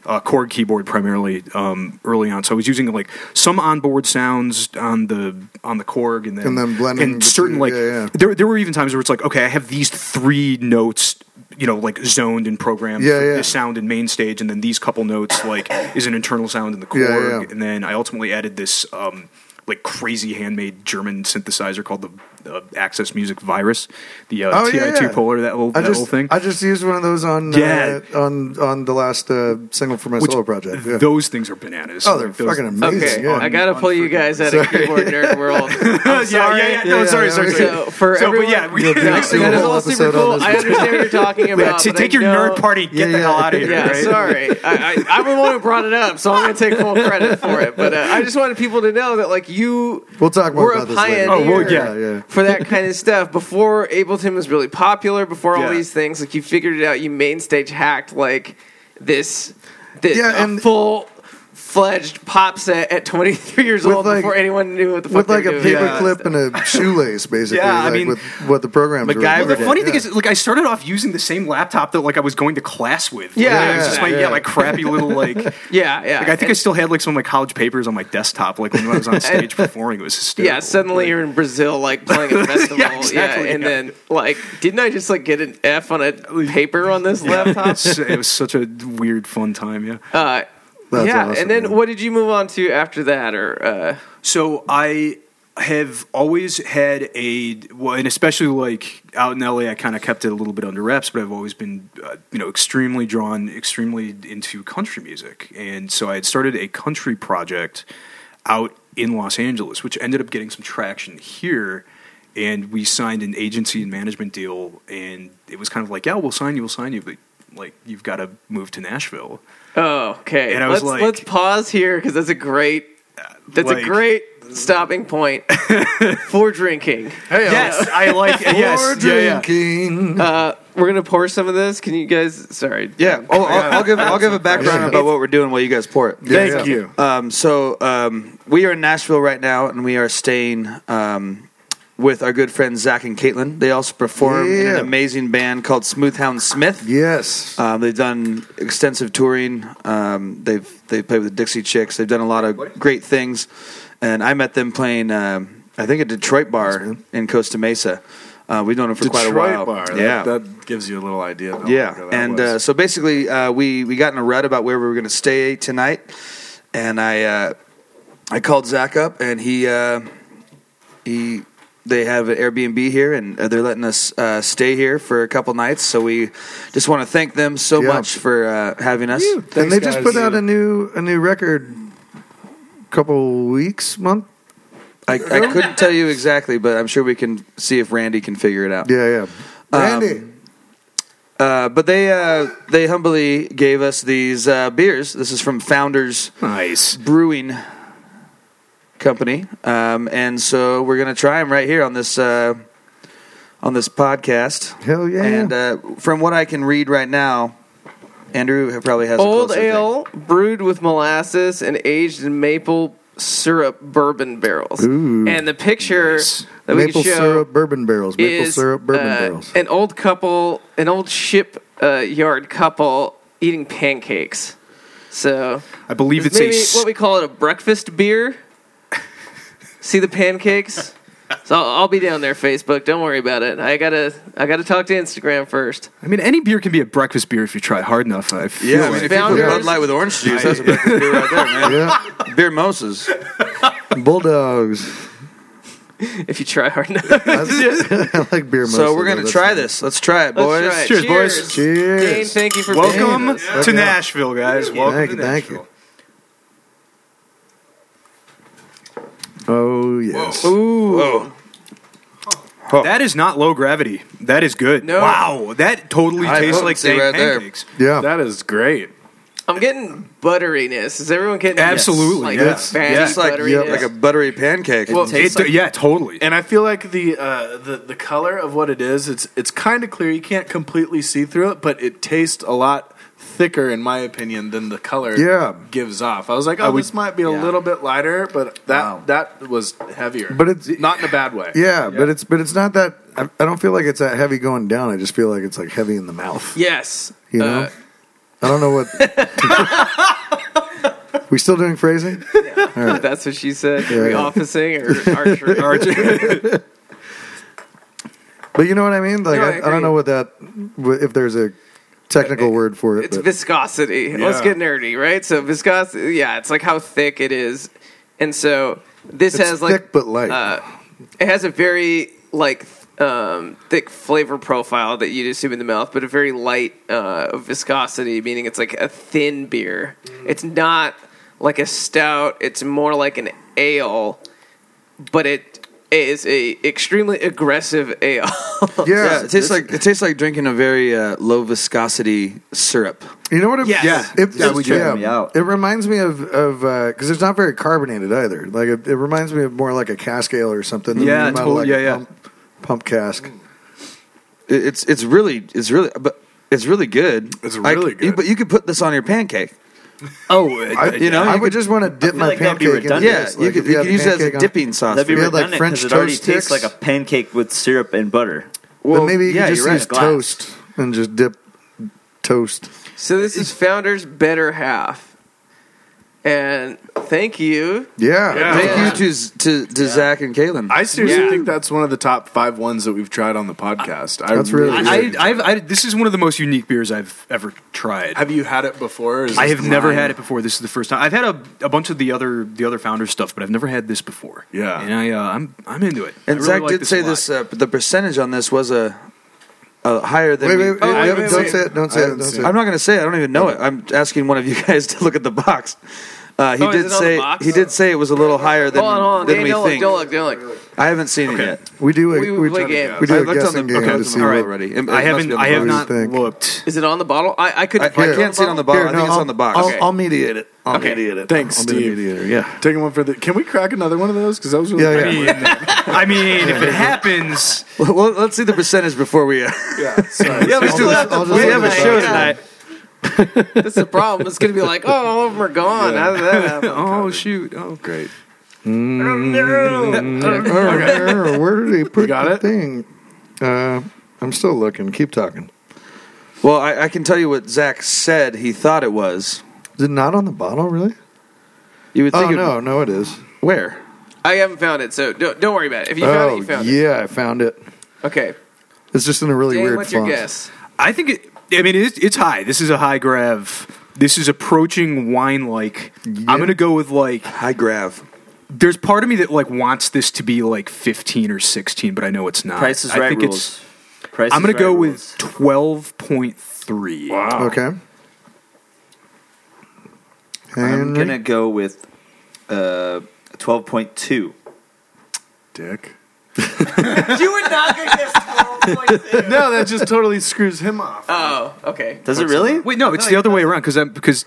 S3: Uh, Korg keyboard primarily um, early on, so I was using like some onboard sounds on the on the Korg, and then
S1: And then blending
S3: and certain
S1: between-
S3: like
S1: yeah, yeah.
S3: there there were even times where it's like okay, I have these three notes, you know, like zoned and programmed
S1: Yeah,
S3: for
S1: yeah.
S3: this sound in main stage, and then these couple notes like is an internal sound in the Korg,
S1: Yeah, yeah.
S3: and then I ultimately added this um, like crazy handmade German synthesizer called the uh, Access Music Virus, the uh,
S1: Oh,
S3: TI2
S1: yeah, yeah.
S3: Polar, that little
S1: I
S3: that
S1: just
S3: little thing.
S1: I just used one of those on
S3: Yeah.
S1: uh, on on the last uh, single for my
S3: Which-
S1: solo project. Yeah.
S3: Those things are bananas.
S1: Oh, they're
S3: Like, those- Oh,
S1: fucking amazing.
S2: Okay,
S1: yeah.
S2: I gotta pull you guys out of keyboard nerd world. I'm
S3: Yeah,
S2: sorry.
S3: yeah, yeah. No,
S1: Yeah,
S3: sorry,
S1: yeah,
S3: sorry.
S1: yeah.
S3: sorry.
S2: So for
S3: So, but
S2: everyone,
S3: yeah, we,
S1: You'll do
S2: No,
S1: We'll
S2: that
S1: do
S2: is
S1: a whole
S2: all
S1: episode
S2: super
S1: on
S2: cool.
S1: this.
S2: I understand what you're talking about.
S3: yeah, to
S2: but
S3: take
S2: I
S3: your
S2: know-
S3: nerd party, and get the
S1: Yeah,
S3: hell
S1: yeah.
S3: out of here.
S2: Yeah,
S3: right?
S2: sorry. I, I, I'm the one who brought it up, so I'm going to take full credit for it. But uh, I just wanted people to know that, like, you
S1: We'll talk more
S2: were
S1: about
S2: a
S1: this
S2: pioneer
S1: later.
S3: Oh, well, yeah.
S1: yeah.
S2: for that kind of stuff before Ableton was really popular. Before all
S3: Yeah.
S2: these things, like, you figured it out. You main stage hacked like this, this
S1: Yeah,
S2: a
S1: and-
S2: full fledged pop set at 23 years
S1: With,
S2: old
S1: like-
S2: before anyone knew what the fuck
S1: With
S2: they
S1: like a
S2: were doing.
S1: paper clip and a shoelace, basically.
S3: Yeah, I
S1: like
S3: mean-
S1: with what the programs
S6: MacGyver
S1: were.
S3: Well, the
S6: did.
S3: funny thing
S1: Yeah.
S3: is, like, I started off using the same laptop that like I was going to class with.
S2: Yeah,
S3: Like, it was just my,
S2: exactly.
S3: yeah, my crappy little like. like
S2: Yeah, yeah.
S3: I think I still had like some of my college papers on my desktop, like when I was on stage performing. It was hysterical.
S2: Yeah, suddenly you're in Brazil, like playing a festival. yeah,
S3: exactly,
S2: and
S3: yeah.
S2: then like, didn't I just like get an F on a paper on this laptop?
S3: It's- it was such a weird, fun time. Yeah.
S2: Uh,
S1: That's
S2: yeah,
S1: awesome,
S2: and then
S1: man.
S2: what did you move on to after that? Or uh,
S3: So I have always had a well, and especially like out in LA, I kind of kept it a little bit under wraps, but I've always been, uh, you know, extremely drawn, extremely into country music, and so I had started a country project out in Los Angeles, which ended up getting some traction here. And we signed an agency and management deal, and it was kind of like, yeah, we'll sign you, we'll sign you, but like you've got to move to Nashville.
S2: oh, okay,
S3: And I was
S2: let's
S3: like-
S2: let's pause here because that's a great that's a
S3: like-
S2: great stopping point for drinking.
S1: Oh.
S3: yes, I like yes,
S1: Or
S3: yeah, yeah.
S1: drinking.
S2: Uh, we're gonna pour some of this. Can you guys? Sorry,
S6: Yeah. Oh, I'll, I'll give I'll give a background
S1: Yeah.
S6: about what we're doing while you guys pour it.
S1: Yeah, yeah.
S4: you.
S6: Um, so um, we are in Nashville right now, and we are staying um, with our good friends Zach and Caitlin. They also perform in an
S1: Yeah.
S6: amazing band called Smoothhound Smith.
S1: Yes.
S6: Um, they've done extensive touring. Um, they've they've played with the Dixie Chicks. They've done a lot of great things, and I met them playing. Um, I think a Detroit bar in Costa Mesa. Uh, we've known them for quite a while.
S4: Detroit bar. that-
S6: yeah,
S4: That, gives you a little idea. of how long
S6: yeah,
S4: ago that
S6: and uh,
S4: was.
S6: so basically, uh, we we got in a rut about where we were going to stay tonight, and I uh, I called Zach up, and he uh, he they have an Airbnb here, and uh, they're letting us uh, stay here for a couple nights. So we just want to thank them so
S1: Yeah.
S6: much for uh, having us.
S1: and they
S4: Thanks,
S1: just
S4: guys.
S1: put out a new a new record. Couple weeks, month.
S6: I, I couldn't tell you exactly, but I'm sure we can see if Randy can figure it out.
S1: Yeah, yeah. Randy,
S6: Uh, but they uh, they humbly gave us these uh, beers. This is from Founders
S3: Nice.
S6: Brewing Company, um, and so we're gonna try them right here on this uh, on this podcast.
S1: hell yeah!
S6: And uh, from what I can read right now, Andrew probably has
S2: Old
S6: a closer thing.
S2: ale brewed with molasses and aged in maple syrup bourbon barrels.
S1: Ooh.
S2: And the picture
S3: Nice.
S2: that we
S1: maple
S2: can show
S1: syrup bourbon barrels. Maple
S2: is,
S1: syrup bourbon
S2: uh,
S1: barrels.
S2: An old couple, an old ship uh, yard couple eating pancakes. So
S3: I believe it's a.
S2: maybe
S3: s-
S2: what we call it a breakfast beer. See the pancakes. So I'll, I'll be down there, Facebook. Don't worry about it. I gotta, I gotta talk to Instagram first.
S3: I mean, any beer can be a breakfast beer if you try hard enough. I feel
S6: Yeah, I
S3: like.
S6: mean, if you put
S2: Founders-
S6: Bud Light with orange juice, that's a breakfast beer right there, man.
S1: yeah,
S6: Beer Moses.
S1: bulldogs.
S2: If you try hard enough.
S1: I like beer.
S6: So
S1: mostly,
S6: we're
S1: though.
S6: gonna
S1: That's
S6: try
S1: good.
S6: this. Let's try it, boys.
S2: Let's try it.
S3: Cheers, boys.
S1: Cheers.
S2: Dane, thank you for being
S3: Welcome
S2: here.
S3: to
S1: Yeah.
S3: Nashville, guys. Welcome
S1: Thank
S3: to
S1: you, thank
S3: Nashville.
S1: Oh yes.
S2: Ooh,
S3: That is not low gravity. That is good.
S2: No.
S3: Wow, that totally
S6: High
S3: tastes like
S6: potency
S3: dank
S6: right there.
S3: pancakes.
S1: Yeah.
S4: That is great.
S2: I'm getting butteriness. Is everyone getting
S3: Absolutely,
S2: like
S3: yes.
S2: fatty
S3: Yeah.
S6: It's like,
S2: butteriness?
S6: like a buttery pancake.
S2: Well,
S3: It,
S2: Tastes like-
S3: yeah, totally.
S4: And I feel like the uh, the the color of what it is, it's it's kind of clear. You can't completely see through it, but it tastes a lot thicker, in my opinion, than the color
S1: Yeah.
S4: gives off. I was like, oh, this might be a little bit lighter, but that that was heavier.
S1: But it's-
S4: not in a bad way.
S1: Yeah, but it's but it's not that. I, I don't feel like it's that heavy going down. I just feel like it's like heavy in the mouth.
S2: yes.
S1: You know.
S2: Uh,
S1: I don't know what. we still doing phrasing?
S2: That's what she said.
S1: Yeah.
S2: Are we officing or archery?
S1: But you know what I mean. Like
S2: No, I
S1: I, I,
S2: agree.
S1: don't know what that. wh- If there's a technical word for it,
S2: It's
S1: but
S2: viscosity. Let's get nerdy, right? So viscosity, yeah, it's like how thick it is, and so this
S1: it's
S2: has
S1: thick
S2: like
S1: but light.
S2: uh, it has a very like um, thick flavor profile that you'd assume in the mouth, but a very light uh, viscosity, meaning it's like a thin beer. It's not like a stout. It's more like an ale, but it is a extremely aggressive ale.
S6: yeah,
S1: yeah,
S6: it tastes like it tastes like drinking a very uh, low viscosity syrup.
S1: you know what? It,
S2: Yes. Yeah.
S1: it,
S5: That would
S1: yeah,
S5: jam me out.
S1: It reminds me of of because it's not very carbonated either. Like it, it reminds me of more like a cask ale or something. than
S3: Yeah,
S1: the amount of,
S3: totally,
S1: like
S3: yeah,
S1: a
S3: yeah.
S1: Pump, pump
S6: Mm.
S1: cask.
S6: It- It's it's really it's really but it's really good.
S4: It's
S6: Like,
S4: really
S6: you-
S4: good.
S6: But you could put this on your pancake.
S3: oh, it-
S1: I,
S6: Uh, You know,
S1: I
S6: you
S1: would
S6: could-
S1: just want to dip my
S5: like that'd be
S1: pancake. in
S5: redundant.
S6: Yeah,
S1: this.
S6: you
S1: Like,
S6: could
S1: if
S6: you
S1: had
S6: could use that as a
S1: pancake on-
S6: dipping sauce.
S5: That'd be
S1: We had, like,
S5: redundant
S1: French
S5: because it already
S1: toast
S5: tastes
S1: sticks.
S5: like a pancake with syrup and butter.
S1: then maybe you
S6: yeah,
S1: can just
S6: you're
S1: use
S5: right.
S1: toast and just dip toast.
S2: So this is Founders Better Half. And thank you.
S1: Yeah.
S4: Yeah.
S6: Thank you to Z- to, to Zach and Caitlin.
S4: I seriously
S2: Yeah.
S4: think that's one of the top five ones that we've tried on the podcast. I
S1: That's really good.
S3: I, I, I've, I, this is one of the most unique beers I've ever tried.
S4: Have you had it before? Or is
S3: I
S4: this
S3: have
S4: the-
S3: never had it before. This is the first time. I've had a, a bunch of the other the other founder stuff, but I've never had this before.
S4: Yeah.
S3: and I uh, I'm I'm into it. I
S6: and
S3: really
S6: Zach
S3: like
S6: did
S3: this a
S6: say
S3: lot.
S6: this. Uh, the percentage on this was a, a higher than.
S1: Wait,
S6: we-
S1: wait, wait,
S2: Oh,
S1: wait,
S2: wait, wait,
S1: don't
S2: wait.
S1: say it. Don't say it.
S4: I haven't
S1: Don't
S4: seen
S1: say
S4: it.
S1: it.
S6: I'm not going to say. it. I don't even know it. I'm asking one of you guys to look at the box. Uh, he
S2: Oh, is
S6: did
S2: it on the
S6: say
S2: box?
S6: he did say it was a little higher than,
S2: Hold on, hold on.
S6: than
S2: Hey,
S6: we
S2: don't
S6: think.
S2: look, don't look, don't look.
S6: I haven't seen it yet.
S1: We do a,
S2: We-
S1: we,
S2: we play
S1: try to-
S2: games.
S1: we do
S6: I
S1: a
S6: looked on the-
S1: guessing game
S6: okay,
S1: to see
S6: all
S1: what-
S6: right. already. It- it
S3: I
S6: must be
S3: haven't.
S6: on the
S3: I have
S1: box.
S3: not
S1: What do you think?
S3: looked.
S2: Is it on the bottle? I, I couldn't
S6: I, I
S2: find
S6: can't see it on the
S2: bottle.
S6: box.
S1: Here,
S6: I think
S1: no,
S6: it's on the box.
S1: I'll,
S2: Okay.
S1: I'll mediate it. I'll
S2: Okay.
S1: mediate it.
S4: Thanks,
S1: I'll be the
S4: Steve.
S1: mediator, Yeah.
S4: Taking one for the. Can we crack another one of those? Because that was really
S1: Yeah,
S4: good.
S1: yeah.
S3: I mean, if it happens,
S6: Well, let's see the percentage before we. Uh,
S2: Yeah, we still have to
S1: I'll just
S2: play
S1: leave it
S2: tonight. Yeah. That's the problem. It's going to be like, oh, all of them are gone. How did that happen?
S3: oh shoot, oh great.
S1: Oh, Where did he put
S4: got
S1: the
S4: it?
S1: thing? Uh, I'm still looking. Keep talking.
S6: well, I, I can tell you what Zach said. He thought it was.
S1: Is it not on the bottle, really?
S6: You would think.
S1: Oh,
S6: it-
S1: no. No, it is.
S6: Where?
S2: I haven't found it, so don't, don't worry about it. If you found it,
S1: Oh,
S2: you found it.
S1: yeah. I found it.
S2: Okay.
S1: It's just in a really
S2: Dan,
S1: weird
S2: what's your
S1: font.
S2: guess?
S3: I think it. I mean, it's, it's high. This is a high grav. This is approaching wine like. I'm gonna go with like
S6: High grav.
S3: there's part of me that like wants this to be like 15 or 16, but I know it's not.
S5: Price is
S3: Uh, I
S5: right
S3: think
S5: rules.
S3: it's.
S5: Price
S3: I'm
S5: is
S3: gonna
S5: Right
S3: go
S5: rules.
S3: with 12.3. Wow.
S1: Oh. Okay.
S5: I'm
S1: Henry?
S5: gonna go with uh, 12.2.
S4: Dick.
S2: you were not going to guess 12.6.
S4: No, that just totally screws him off.
S2: Oh, okay.
S5: Does it really?
S3: Wait, no, it's the other way around because because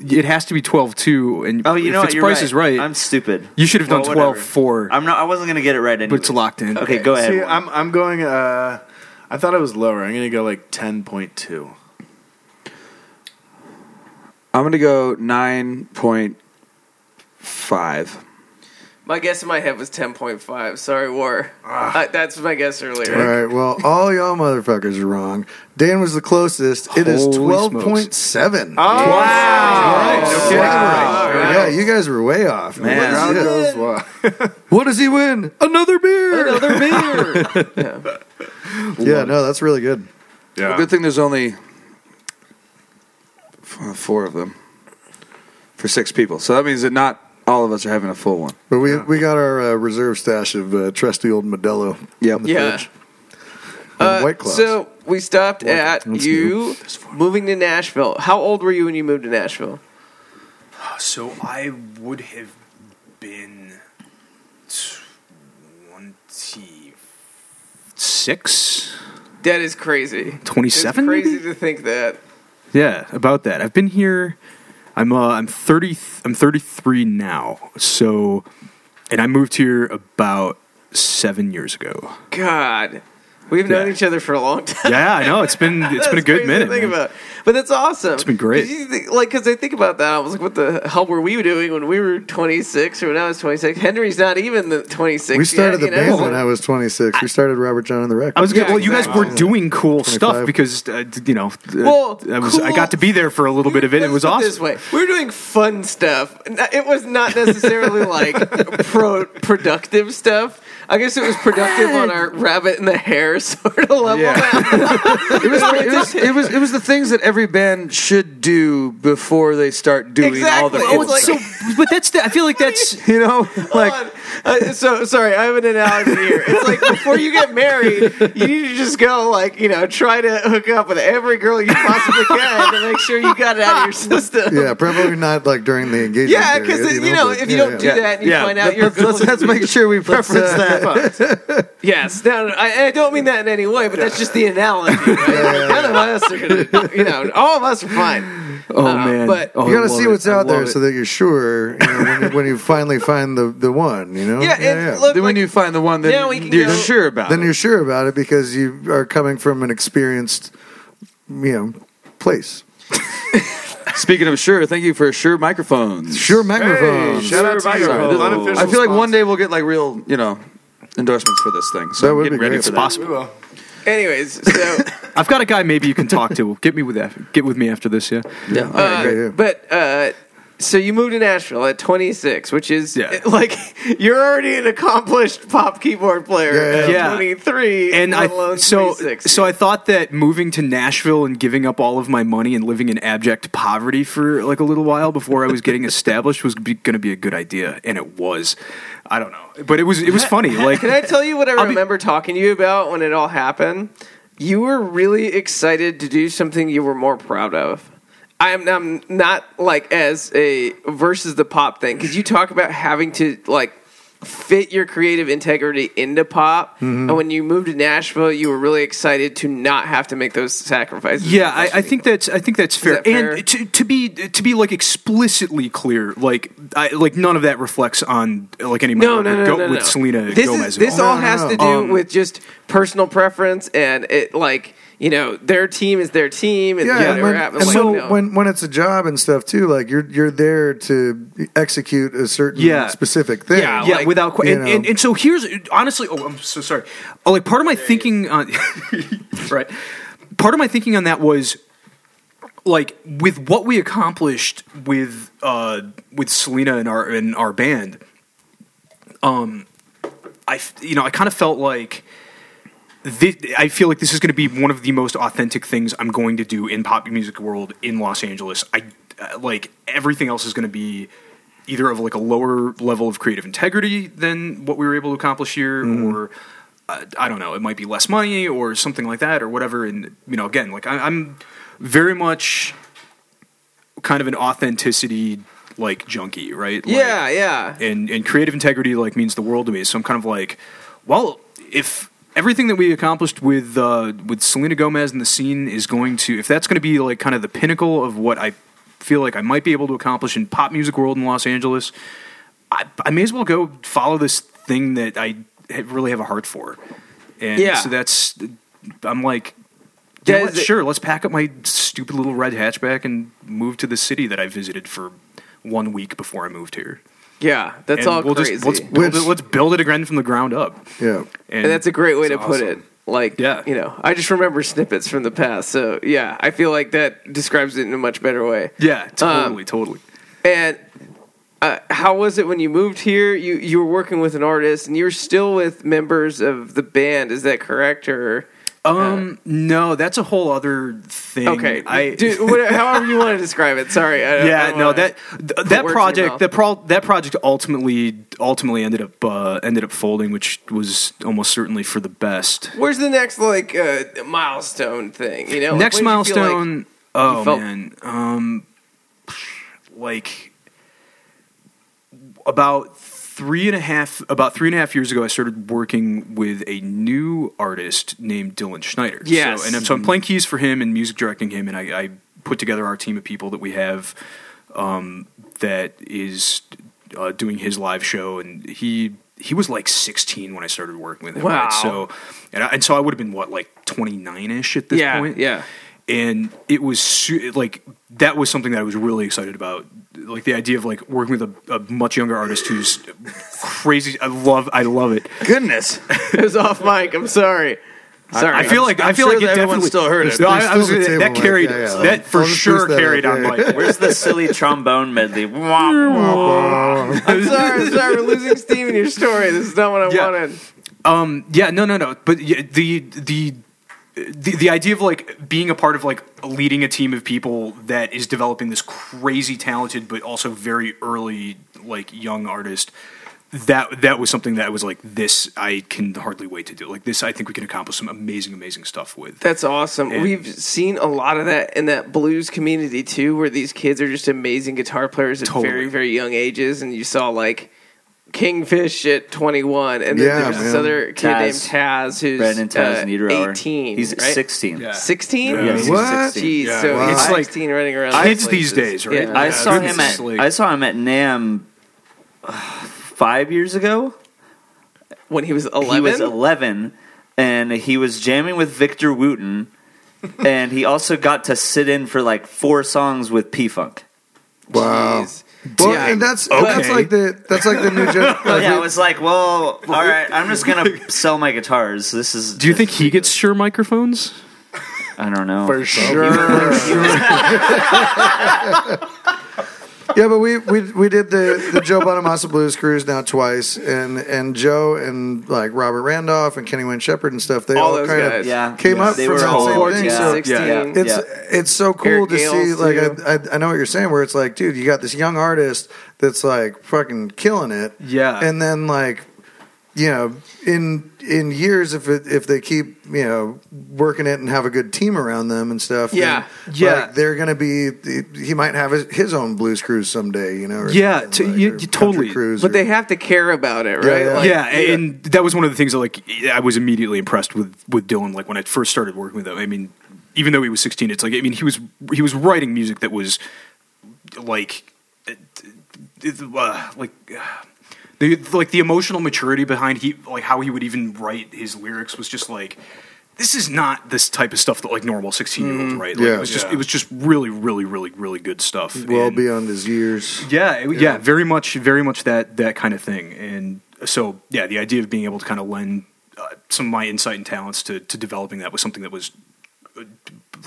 S3: it has to be 12.2, and
S5: Oh, you know
S3: if
S5: what?
S3: it's
S5: You're
S3: Price
S5: right.
S3: is right,
S5: I'm stupid.
S3: you should have done
S5: Well, whatever.
S3: 12.4,
S5: I'm not. I wasn't gonna get it right anyway.
S3: but it's locked in.
S5: Okay, go ahead.
S4: See,
S5: Warren.
S4: I'm I'm going. Uh, I thought I was lower. I'm going to go like 10.2.
S6: I'm gonna go nine point five.
S2: My guess in my head was 10.5. Sorry, War. I, that's my guess earlier.
S1: All right. Well, all y'all motherfuckers are wrong. Dan was the closest. It is
S3: Holy smokes.
S1: twelve point seven.
S2: Oh, Wow. Wow.
S1: Yeah, you guys were way off. man.
S5: Man.
S1: What is it?
S4: Goes well.
S1: What does he win? Another beer.
S2: Another beer. yeah.
S1: yeah, no, that's really good.
S4: Yeah.
S6: Good thing there's only f- uh, four of them for six people, so that means that not all of us are having a full one.
S1: But we we got our uh, reserve stash of uh, trusty old Modelo.
S6: Yep.
S1: in the
S2: Yeah.
S1: fridge. And
S2: Uh,
S1: White Claws.
S2: So we stopped at
S1: That's
S2: you moving to Nashville. How old were you when you moved to Nashville?
S7: So I would have been twenty.
S3: Six?
S2: That is crazy.
S3: 27?
S2: It's crazy
S3: maybe?
S2: to think that.
S3: Yeah, about that. I've been here. I'm uh, I'm thirty. I'm thirty three now. So, and I moved here about seven years ago.
S2: God, we've known
S3: Yeah.
S2: each other for a long time.
S3: Yeah, I know. It's been it's been a
S2: That's
S3: good
S2: crazy to
S3: minute.
S2: Think
S3: man.
S2: about, but that's awesome. It's
S3: been great.
S2: like, because I think about that, I was like, "What the hell were we doing when we were 26 or when I was 26?" Henry's not even the 26.
S1: we started
S2: yet,
S1: the
S2: you know?
S1: band when I was 26. we started Robert John and the Wreck.
S3: I was gonna,
S2: Yeah,
S3: well. You guys were
S2: exactly.
S3: doing cool
S1: 25.
S3: stuff because uh, you know. uh,
S2: Well,
S3: I was I
S2: cool-
S3: got to be there for a little bit of it. It
S2: Let's
S3: was
S2: put it This
S3: awesome.
S2: way, we were doing fun stuff. N- It was not necessarily like pro productive stuff. I guess it was productive on our rabbit and the hare sort of level.
S6: It was, it, was, it was it was the things that every band should do before they start doing all
S2: Exactly.
S6: their cool
S2: It's like-
S6: stuff.
S3: So, but that's the, I feel like that's
S6: You know, like
S2: Hold on. Uh, so sorry, I have an analogy here. It's like before you get married, you need to just go like you know try to hook up with every girl you possibly can to make sure you got it out of your system.
S1: yeah, probably not like during the engagement.
S2: Yeah,
S1: period,
S2: because you know,
S1: but-
S2: if you
S1: yeah,
S2: don't
S1: yeah.
S2: do that, and you
S6: Yeah.
S2: find out you're
S6: let's,
S2: good.
S6: let's,
S2: looking-
S6: let's make sure we preference that.
S2: Yes, no, no, I, I don't mean that in any way, but that's just the analogy. Right? None of us are gonna, you know, all of us are fine.
S3: oh
S2: Uh,
S3: man.
S2: but-
S3: Oh,
S1: You
S3: I
S1: got to
S3: love
S1: see
S3: it.
S1: what's
S3: I
S1: out there
S3: love it.
S1: so that you're sure you know, when, you, when you finally find the, the one, you know?
S2: Yeah, and look,
S6: Then when
S2: like-
S6: you find the one that
S2: Now we can
S6: you're
S2: go-
S6: sure about,
S1: then you're sure about it because you are coming from an experienced, you know, place.
S6: Speaking of sure, thank you for sure microphones.
S1: Sure microphone.
S4: Shout out to you.
S6: Sorry, this-
S4: Unofficial
S6: I feel like one
S4: sponsor.
S6: day we'll get like real, you know, endorsements for this thing. So
S1: That
S6: I'm
S1: would
S6: getting
S1: be
S6: ready
S1: great.
S6: for
S1: It's
S6: that.
S4: We will.
S2: anyways, so
S3: I've got a guy maybe you can talk to. Get me with that. Get with me after this. Yeah.
S6: Yeah. All right,
S2: Uh,
S6: great.
S1: yeah.
S2: but uh, so you moved to Nashville at 26, which is
S3: Yeah.
S2: like you're already an accomplished pop keyboard player
S1: Yeah,
S2: at
S3: yeah. Yeah.
S2: 23,
S3: and
S2: let
S3: I
S2: alone
S3: so
S2: 26.
S3: so I thought that moving to Nashville and giving up all of my money and living in abject poverty for like a little while before I was getting established was going to be a good idea, and it was. I don't know, but it was it was funny. Like
S2: Can I tell you what I
S3: I'll be-
S2: remember talking to you about when it all happened? You were really excited to do something you were more proud of. I'm, I'm not like as a versus the pop thing because you talk about having to like fit your creative integrity into pop,
S3: Mm-hmm.
S2: and when you moved to Nashville, you were really excited to not have to make those sacrifices.
S3: Yeah, I, I think that's I think that's fair.
S2: that fair?
S3: And to, to be to be like explicitly clear, like I, like none of that reflects on like any of my
S2: No, no,
S3: record
S2: no,
S3: go-
S2: no, no.
S3: with Selena
S2: This
S3: Gomez. Oh,
S2: is
S3: at
S2: this
S3: all.
S2: all
S1: No, no,
S2: has
S1: no.
S2: to do with just personal preference and it like you know their team is their team and
S1: Yeah,
S2: yeah,
S1: and when, and
S2: like,
S1: so
S2: no.
S1: when when it's a job and stuff too, like you're you're there to execute a certain
S3: Yeah.
S1: specific thing.
S2: Yeah,
S3: yeah,
S2: like,
S3: without
S1: you
S3: question. And,
S1: know.
S3: and, and so here's honestly. Oh, I'm so sorry. Oh, like part of my thinking on right. Part of my thinking on that was like with what we accomplished with uh with Selena and our and our band. Um, I f- you know I kind of felt like. This, I feel like this is going to be one of the most authentic things I'm going to do in pop music world in Los Angeles. I uh, like everything else is going to be either of like a lower level of creative integrity than what we were able to accomplish here, or uh, I don't know, it might be less money or something like that or whatever. And you know, again, like I, I'm very much kind of an authenticity like junkie, right? Like,
S2: Yeah, yeah.
S3: and and creative integrity like means the world to me. So I'm kind of like, well, if everything that we accomplished with uh, with Selena Gomez and the scene is going to, if that's going to be like kind of the pinnacle of what I feel like I might be able to accomplish in pop music world in Los Angeles, I, I may as well go follow this thing that I ha- really have a heart for. And
S2: Yeah.
S3: so that's I'm like. you know
S2: Yeah,
S3: what?
S2: is it-
S3: sure, let's pack up my stupid little red hatchback and move to the city that I visited for one week before I moved here.
S2: Yeah, that's
S3: And
S2: all
S3: we'll
S2: crazy.
S3: Just, let's,
S1: Which-
S3: build it, let's build it again from the ground up.
S1: Yeah.
S2: and that's a great way to
S3: it's
S2: put it.
S3: awesome.
S2: Like,
S3: Yeah.
S2: you know, I just remember snippets from the past. So, yeah, I feel like that describes it Um, in a much better way.
S3: Yeah, totally, totally.
S2: And uh, how was it when you moved here? You you were working with an artist, and you're still with members of the band. Is that correct? Or
S3: Um, no, that's a whole other thing.
S2: okay,
S3: I
S2: Do- what- however you want to describe it. Sorry, I, don't- I
S3: yeah,
S2: don't
S3: no
S2: wanna-
S3: that th- that
S2: words in your mouth.
S3: project that pro- that project ultimately ultimately ended up uh, ended up folding, which was almost certainly for the best.
S2: Where's the next like uh, milestone thing? You know, Like,
S3: Next
S2: when did you feel like-
S3: milestone. oh
S2: you felt-
S3: man, um, like about three and a half about three and a half years ago, I started working with a new artist named Dylan Schneider.
S2: Yes. Mm-hmm.
S3: so, and I'm, so I'm playing keys for him and music directing him, and I, I put together our team of people that we have um, that is uh, doing his live show, and he. He was like 16 when I started working with him.
S2: Wow.
S3: right? So, and, I, and so I would have been what, like 29 ish at this
S2: yeah,
S3: point
S2: yeah,
S3: and it was su- like that was something that I was really excited about, like the idea of like working with a, a much younger artist who's crazy. I love, I love it.
S6: Goodness.
S2: it was off mic. I'm sorry. Sorry,
S3: I feel like i feel
S6: sure
S3: like it
S6: that everyone
S3: definitely
S6: still heard it.
S3: No, I-
S1: There's
S3: I was
S1: still
S3: gonna
S1: the
S3: say,
S1: table
S3: that
S1: mic.
S3: carried
S1: Yeah, yeah.
S3: that for
S1: Let's
S3: sure
S1: boost that
S3: carried
S1: up.
S3: on
S1: Yeah,
S3: mic.
S5: Where's the silly trombone medley? Wah, wah.
S2: I'm sorry, I'm sorry. We're losing steam in your story. This is not what I
S3: Yeah.
S2: wanted.
S3: Um, yeah, no, no, no. But yeah, the the. The, the idea of like being a part of like leading a team of people that is developing this crazy talented but also very early like young artist that that was something that was like this I can hardly wait to do like this I think we can accomplish some amazing amazing stuff with
S2: That's awesome.
S3: And-
S2: We've seen a lot of that in that blues community too, where these kids are just amazing guitar players at
S3: Totally.
S2: very, very young ages. And you saw like Kingfish at 21, and then
S1: Yeah,
S2: there's this
S1: man.
S2: other kid
S5: Taz.
S2: named Taz who's
S5: Brandon Taz
S2: uh,
S5: Niederauer.
S2: 18.
S5: He's
S2: right?
S5: 16.
S3: Yeah.
S2: 16?
S5: Yeah, he's
S1: What?
S5: 16.
S2: Jeez, so
S1: Wow.
S2: he's
S1: It's
S3: like
S2: 16 running around.
S3: kids
S2: places.
S3: these days, right?
S2: Yeah.
S5: I saw
S3: this
S5: him
S3: is
S5: at
S3: like-
S5: I saw him at Nam uh, five years ago.
S2: when he was
S5: He was
S2: 11.
S5: eleven, and he was jamming with Victor Wooten, and he also got to sit in for like four songs with P Funk.
S1: Wow.
S2: Jeez.
S1: Well,
S2: Yeah.
S1: and that's
S3: Okay.
S1: that's like the that's like the new gen- like
S5: Yeah, I was like, well, all right, I'm just gonna sell my guitars. This is.
S3: Do you think he gets sure microphones?
S5: I don't know.
S4: For sure.
S1: Yeah, but we, we we did the, the Joe Bonamassa Blues Cruise now twice, and and Joe and like Robert Randolph and Kenny Wayne Shepherd and stuff. They
S2: All
S1: all,
S2: those
S1: kind
S2: guys.
S1: of
S5: yeah,
S1: came up
S5: They
S1: from
S5: were
S1: that
S5: all
S1: same
S2: 14,
S1: thing.
S5: yeah,
S1: So
S2: 16.
S5: yeah.
S1: it's it's so cool
S2: Eric
S1: to see.
S2: Gales,
S1: Like
S2: too.
S1: I, I I know what you're saying, where it's like, dude, you got this young artist that's like fucking killing it,
S3: Yeah.
S1: and then like you know in in years if it, if they keep you know working it and have a good team around them and stuff
S2: Yeah.
S1: then,
S3: Yeah.
S1: like, they're gonna be he might have his, his own blues cruise someday you know or
S3: Yeah,
S1: something,
S3: to- you-
S1: or country
S3: you totally-
S1: cruise
S2: But
S1: or-
S2: they have to care about it, right?
S1: yeah.
S2: Like,
S3: yeah, and that was one of the things that like I was immediately impressed with with Dylan. Like when I first started working with him, I mean, even though he was 16, it's like I mean he was he was writing music that was like it- it- uh, like. Uh, the, like the emotional maturity behind he like how he would even write his lyrics was just like this is not this type of stuff that like normal 16 year olds write like,
S1: Yeah.
S3: it was just
S4: Yeah.
S3: it was just really really really really good stuff
S1: well
S3: And-
S1: beyond his years
S3: yeah, it- yeah, very much, very much that that kind of thing. And so, yeah, the idea of being able to kind of lend uh, some of my insight and talents to to developing that was something that was uh,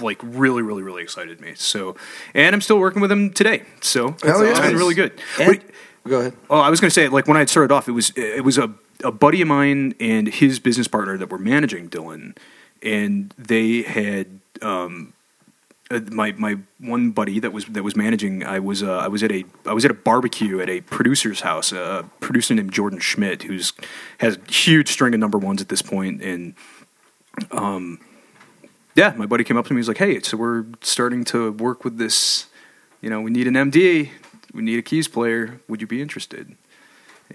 S3: like really, really, really excited me. So, and I'm still working with him today. So
S1: Hell
S3: it's
S1: yeah.
S3: been really good.
S5: And-
S3: But-
S1: go ahead
S3: Oh, I was going to say, like when I had started off, it was it was a a buddy of mine and his business partner that were managing Dylan, and they had um, uh, my my one buddy that was that was managing. I was uh, I was at a I was at a barbecue at a producer's house. A producer named Jordan Schmidt, who's has a huge string of number ones at this point, and um, yeah, my buddy came up to me. He's like, "Hey, so we're starting to work with this. You know, we need an MD. We need a keys player. Would you be interested?"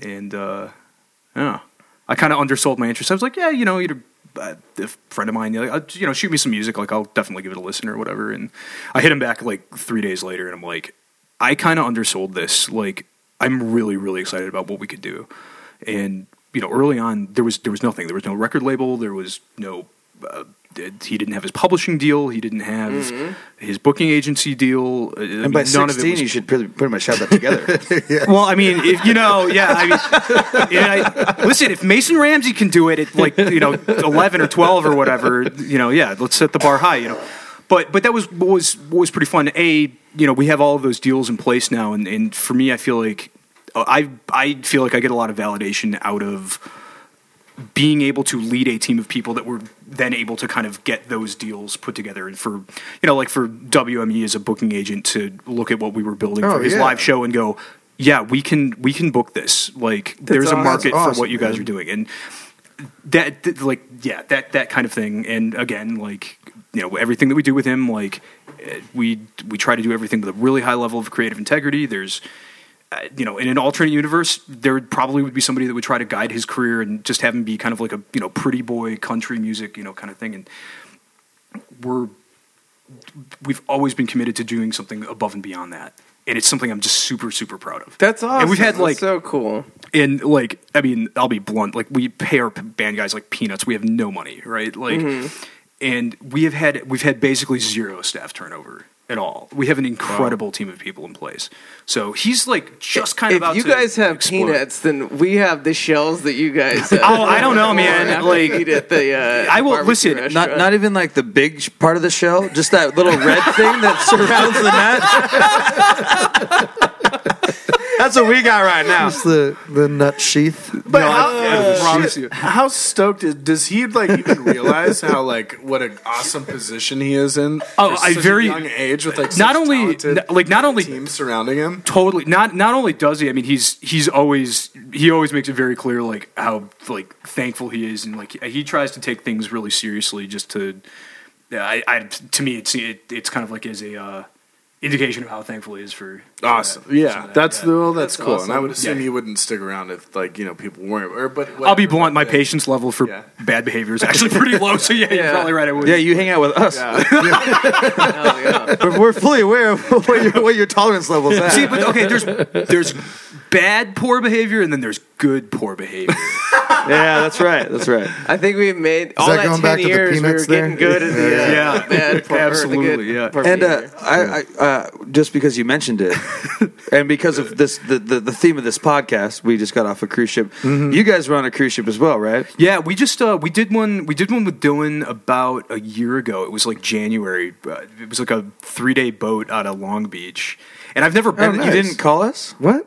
S3: And uh, yeah, I kind of undersold my interest. I was like, "Yeah, you know, either uh, a friend of mine, you know, uh, you know, shoot me some music. Like, I'll definitely give it a listen or whatever." And I hit him back like three days later, and I'm like, "I kind of undersold this. Like, I'm really, really excited about what we could do." And you know, early on, there was there was nothing. There was no record label. There was no uh, did- he didn't have his publishing deal. He didn't have his booking agency deal. uh, I mean,
S6: Mm-hmm. And by
S3: none of it
S6: sixteen,
S3: was-
S6: you should pretty, pretty much have that together.
S3: Well, I mean, if you know, yeah. I mean, yeah, I- listen, if Mason Ramsey can do it at like you know eleven or twelve or whatever, you know, yeah, let's set the bar high, you know. But but that was what was what was pretty fun. A, you know, we have all of those deals in place now, and, and for me, I feel like uh, I I feel like I get a lot of validation out of being able to lead a team of people that were then able to kind of get those deals put together and for you know like for WME as a booking agent to look at what we were building
S1: Oh,
S3: for his
S1: yeah.
S3: live show and go yeah we can we can book this like there's
S1: awesome.
S3: a market
S1: That's
S3: for
S1: awesome,
S3: what you guys
S1: man.
S3: are doing and that th- like yeah that that kind of thing and again like you know everything that we do with him like eh, we we try to do everything with a really high level of creative integrity there's uh, you know, in an alternate universe, there probably would be somebody that would try to guide his career and just have him be kind of like a you know pretty boy country music you know kind of thing. And we're we've always been committed to doing something above and beyond that, and it's something I'm just super super proud of.
S2: That's awesome.
S3: And we've had
S2: That's
S3: like
S2: so cool.
S3: and like I mean, I'll be blunt. Like we pay our p- band guys like peanuts. We have no money, right? Like,
S6: Mm-hmm.
S3: and we have had we've had basically zero staff turnover at all. We have an incredible team of people in place. So he's like just kind of.
S2: if
S3: out
S2: you
S3: to
S2: guys have
S3: explode.
S2: peanuts, then we have the shells that you guys. Uh,
S3: Oh, I don't know, man.
S2: have to
S3: Like,
S2: eat at the. Uh,
S3: I will-
S2: barbecue
S3: listen, not-
S6: not
S2: restaurant.
S6: not even like the big sh- part of the shell, just that little red thing that surrounds the nut. That's what we got right now.
S1: Just the the nut sheath.
S4: But how,
S3: I promise
S4: shit,
S3: you.
S4: how stoked is, does he like even realize how like what an awesome position he is in?
S3: Oh,
S4: for
S3: I
S4: such
S3: very-
S4: a young age with like
S3: Not
S4: such
S3: only-
S4: talented
S3: n- like, not only-
S4: team surrounding him.
S3: totally not not only does he i mean he's he's always he always makes it very clear like how like thankful he is and like he tries to take things really seriously just to i, I to me it's it, it's kind of like as a uh, indication of how thankful he is for for
S4: Awesome.
S3: that-
S4: Yeah,
S3: for that,
S4: that's
S3: yeah.
S4: the well, that's, cool. And I
S2: awesome.
S4: would assume
S3: Yeah.
S4: you wouldn't stick around if like you know people weren't. Or, but
S3: I'll be blunt. My
S4: Yeah.
S3: patience level for
S4: Yeah.
S3: bad behavior is actually pretty low. So yeah, you're
S2: Yeah.
S3: probably right. I would.
S6: Yeah, you hang out with us.
S2: Oh, yeah.
S6: We're, we're fully aware of what your, what your tolerance level is at.
S3: See, but okay, there's there's bad poor behavior and then there's good poor behavior.
S6: yeah, that's right. That's right.
S2: I think we've made all
S1: that
S2: that,
S1: going
S2: ten
S1: back to the
S2: years. we were
S1: peanuts there?
S2: getting good at the uh, bad
S3: Yeah.
S2: part, or the good
S3: Absolutely, yeah.
S2: part
S6: And uh,
S2: behavior.
S6: I, I uh, just because you mentioned it, and because of this, the, the the theme of this podcast, we just got off a cruise ship. You guys were on a cruise ship as well, right?
S3: Yeah, we just uh, we did one we did one with Dylan about a year ago. It was like January. Uh, it was like a three day boat out of Long Beach, and I've
S1: Oh,
S3: never been.
S6: You didn't call us.
S1: What?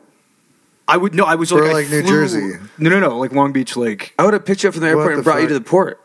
S3: I would no. I was
S1: Or
S3: like, I
S1: like New
S3: flew-
S1: Jersey.
S3: No, no, no. Like Long Beach. Like
S6: I would have picked you up from the
S1: What
S6: airport
S1: the
S6: and brought you
S1: fuck?
S6: to the port.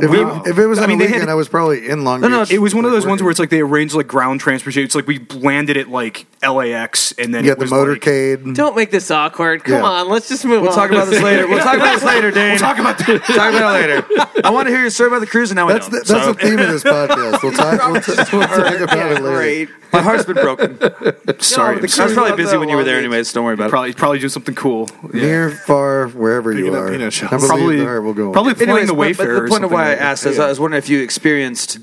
S1: If,
S3: We-
S1: it- if it was
S3: I
S1: on
S3: mean,
S1: the
S3: they had-
S1: weekend, I was probably in Long
S3: no, no.
S1: Beach,
S3: It was one of
S1: like,
S3: those ones
S1: working.
S3: where it's like they arranged like ground transportation. It's like we landed at like LAX, and then
S1: you got
S3: it
S1: the
S3: was like-
S1: motorcade.
S2: Don't make this awkward. Come
S1: Yeah.
S2: on, let's just move
S6: We'll
S2: on.
S6: talk about this later. We'll talk about this later, Dane. We'll talk about talk about it later. I want to hear your story about the cruise, and now
S1: that's
S6: I
S1: the,
S6: don't.
S1: that's the theme of this podcast. We'll talk, we'll t- we'll talk about it later.
S2: Great.
S6: My heart's been broken. I
S2: No,
S3: Sorry, I'm
S2: the
S3: sorry.
S6: was probably
S2: Love
S6: busy
S2: that
S6: when you were there,
S2: luggage.
S6: anyways. Don't worry about it.
S3: Probably probably do something cool. Yeah.
S1: Near, far, wherever
S4: Picking
S1: you
S4: up
S1: are.
S4: peanut shells.
S1: I believe
S3: Probably
S1: the heart will go on.
S3: probably flying
S6: Anyways,
S3: the
S6: but- but
S3: Wayfarer.
S6: the
S3: or
S6: point of
S3: something
S6: why I
S3: like that.
S6: asked is I was wondering if you experienced.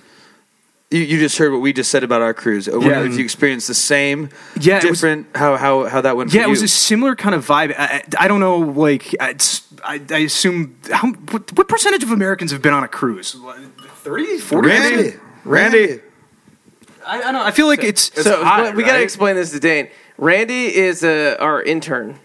S6: You, you just heard what we just said about our cruise. I wonder
S3: Yeah.
S6: if you experienced the same,
S3: Yeah, it was-
S6: different how how how that went.
S3: Yeah,
S6: for
S3: it was
S6: you.
S3: a similar kind of vibe. I, I I don't know, like I, it's- I, I assume how, what, what percentage of Americans have been on a cruise? 30, 40?
S6: Randy. Randy.
S3: I, I don't. know. I feel like it's,
S2: So
S3: high,
S2: we got to
S3: right?
S2: explain this to Dane. Randy is uh, our intern.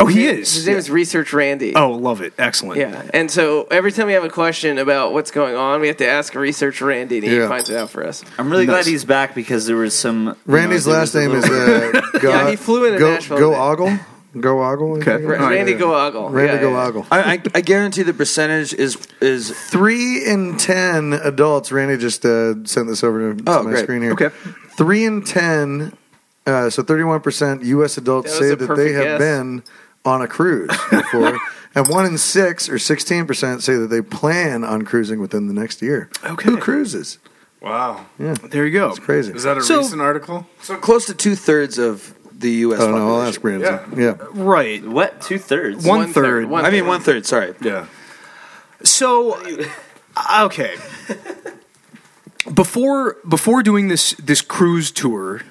S3: Oh, he is.
S2: His name is Research Randy.
S3: oh, love it! Excellent.
S2: Yeah, and so every time we have a question about what's going on, we have to ask Research Randy, and he
S1: Yeah.
S2: finds it out for us.
S5: I'm really glad he's back because there was some. you
S1: Randy's
S5: know, there
S1: last
S5: was a
S1: name is
S5: little-
S1: uh, Go.
S2: Yeah, he flew into
S1: Go,
S2: Nashville
S1: Go
S2: today.
S1: Ogle. Googol. I think it is.
S2: Ra- Randy
S1: Yeah.
S2: Goagle.
S1: Randy
S2: Yeah, yeah.
S1: Goagle.
S6: I, I, I guarantee the percentage is is
S1: Three in ten adults. Randy just uh, sent this over to, to
S6: Oh,
S1: my
S6: great.
S1: screen here.
S3: Okay.
S1: Three in ten. Uh, so thirty-one percent U.S. adults
S2: That was
S1: say
S2: a
S1: that they
S2: perfect
S1: have
S2: guess.
S1: been on a cruise before, and one in six or sixteen percent say that they plan on cruising within the next year.
S3: Okay. Oh,
S1: Who cruises?
S4: Wow.
S1: Yeah,
S3: There you go.
S1: it's crazy.
S4: Is that a
S3: So-
S4: recent article?
S6: so close to two thirds of the U.S.
S1: oh no, I'll
S6: population.
S1: ask Ramsey. Yeah.
S3: Right.
S1: uh,
S5: What? Two thirds?
S3: One
S2: One-third,
S3: third.
S6: I mean one third. Sorry.
S4: Yeah.
S3: So, okay. Before before doing this this cruise tour,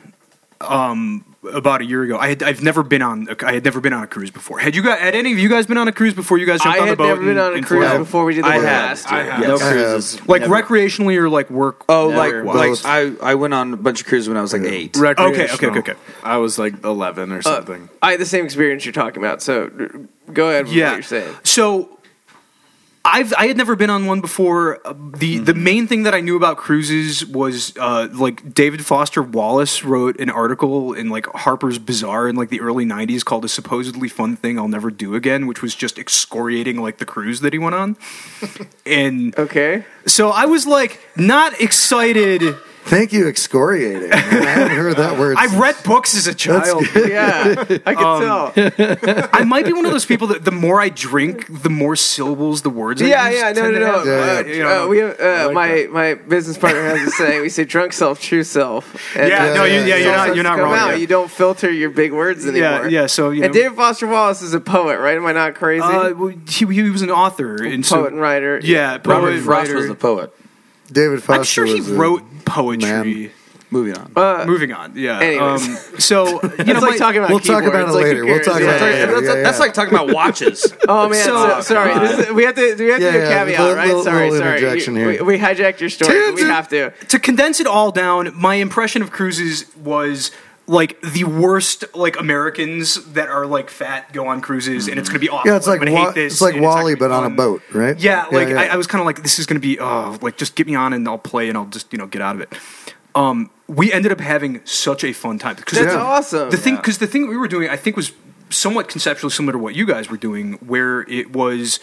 S3: um, about a year ago, I had I've never been on a, I had never been on a cruise before. Had you got had any of you guys been on a cruise before? You guys
S2: I
S3: jumped on the
S2: had
S3: boat.
S2: never been
S3: and-
S2: on a
S3: and
S2: cruise
S3: flew out?
S2: before we did the
S6: I
S2: one
S6: have.
S2: last
S4: I
S2: year.
S4: have.
S5: No
S1: I have.
S5: cruises.
S3: like
S5: Never.
S3: recreationally or like work.
S6: Oh,
S5: Never.
S6: like, like I, I went on a bunch of cruises when I was like eight.
S3: okay, okay, okay, okay.
S4: I was like 11 or
S2: Uh,
S4: something.
S2: I had the same experience you're talking about. So r- go ahead with what
S3: Yeah.
S2: you're saying.
S3: So I've I had never been on one before. Uh, The
S2: Mm-hmm.
S3: the main thing that I knew about cruises was uh, like David Foster Wallace wrote an article in like Harper's Bazaar in like the early '90s called "A Supposedly Fun Thing I'll Never Do Again," which was just excoriating like the cruise that he went on. and
S2: Okay.
S3: so I was like not excited.
S1: Thank you, excoriating. I haven't heard that word.
S3: I read books as a child.
S2: Yeah, I can tell.
S3: I might be one of those people that the more I drink, the more syllables the words.
S2: Yeah,
S3: I use
S2: yeah, no,
S3: tend
S2: no,
S3: to
S2: no.
S3: have.
S1: Yeah,
S2: Uh,
S3: yeah. Yeah.
S2: uh, we have, uh,
S4: like
S2: my my business partner has a saying. We say "drunk self, true self." And,
S3: Yeah,
S2: uh,
S3: no, you, yeah,
S1: yeah,
S3: you're
S1: yeah.
S3: not, you're not
S2: come
S3: wrong.
S2: out.
S3: yeah.
S2: You don't filter your big words anymore.
S3: Yeah, yeah. So you know,
S2: And David Foster Wallace is a poet, right? Am I not crazy?
S3: uh, well, he, he was an author, and so
S2: poet and writer.
S3: yeah,
S6: Robert
S3: poet
S6: Frost was
S3: writer.
S6: the poet.
S1: David Foster.
S3: I'm sure he
S1: was a-
S3: wrote poetry.
S1: man.
S6: Moving on.
S2: Uh,
S3: Moving on, yeah.
S2: Anyways.
S3: Um, so you know,
S2: it's like
S3: my-
S2: talking about
S1: We'll talk
S2: keyboards,
S1: about it
S2: like
S1: later. We'll
S2: computers.
S1: talk about
S2: Yeah,
S1: it later.
S2: yeah,
S6: that's,
S1: yeah, yeah.
S6: that's like talking about watches.
S2: Oh man,
S3: So- uh,
S2: so, sorry. This is- we have to. We have
S1: Yeah,
S2: to do a
S1: yeah,
S2: caveat,
S1: little-
S2: right?
S1: little-
S2: sorry,
S1: little
S2: sorry.
S1: interjection
S2: You-
S1: here.
S2: We, we hijacked your story. but We
S1: Tangent.
S2: have to.
S3: to condense it all down, my impression of cruises was like the worst like Americans that are like fat go on cruises, and it's gonna be awful.
S1: Yeah, it's
S3: I'm
S1: like
S3: gonna
S1: Wa-
S3: hate this,
S1: it's like
S3: and not
S1: Wally,
S3: gonna be
S1: but on a
S3: fun.
S1: boat, right?
S3: Yeah, like I, I
S1: yeah.
S3: was kind of like, this is going to be, oh, like just get me on and I'll play and I'll just you know get out of it. Um, we ended up having such a fun time because
S2: That's awesome.
S3: The thing because the thing we were doing, I think, was somewhat conceptually similar to what you guys were doing, where it was,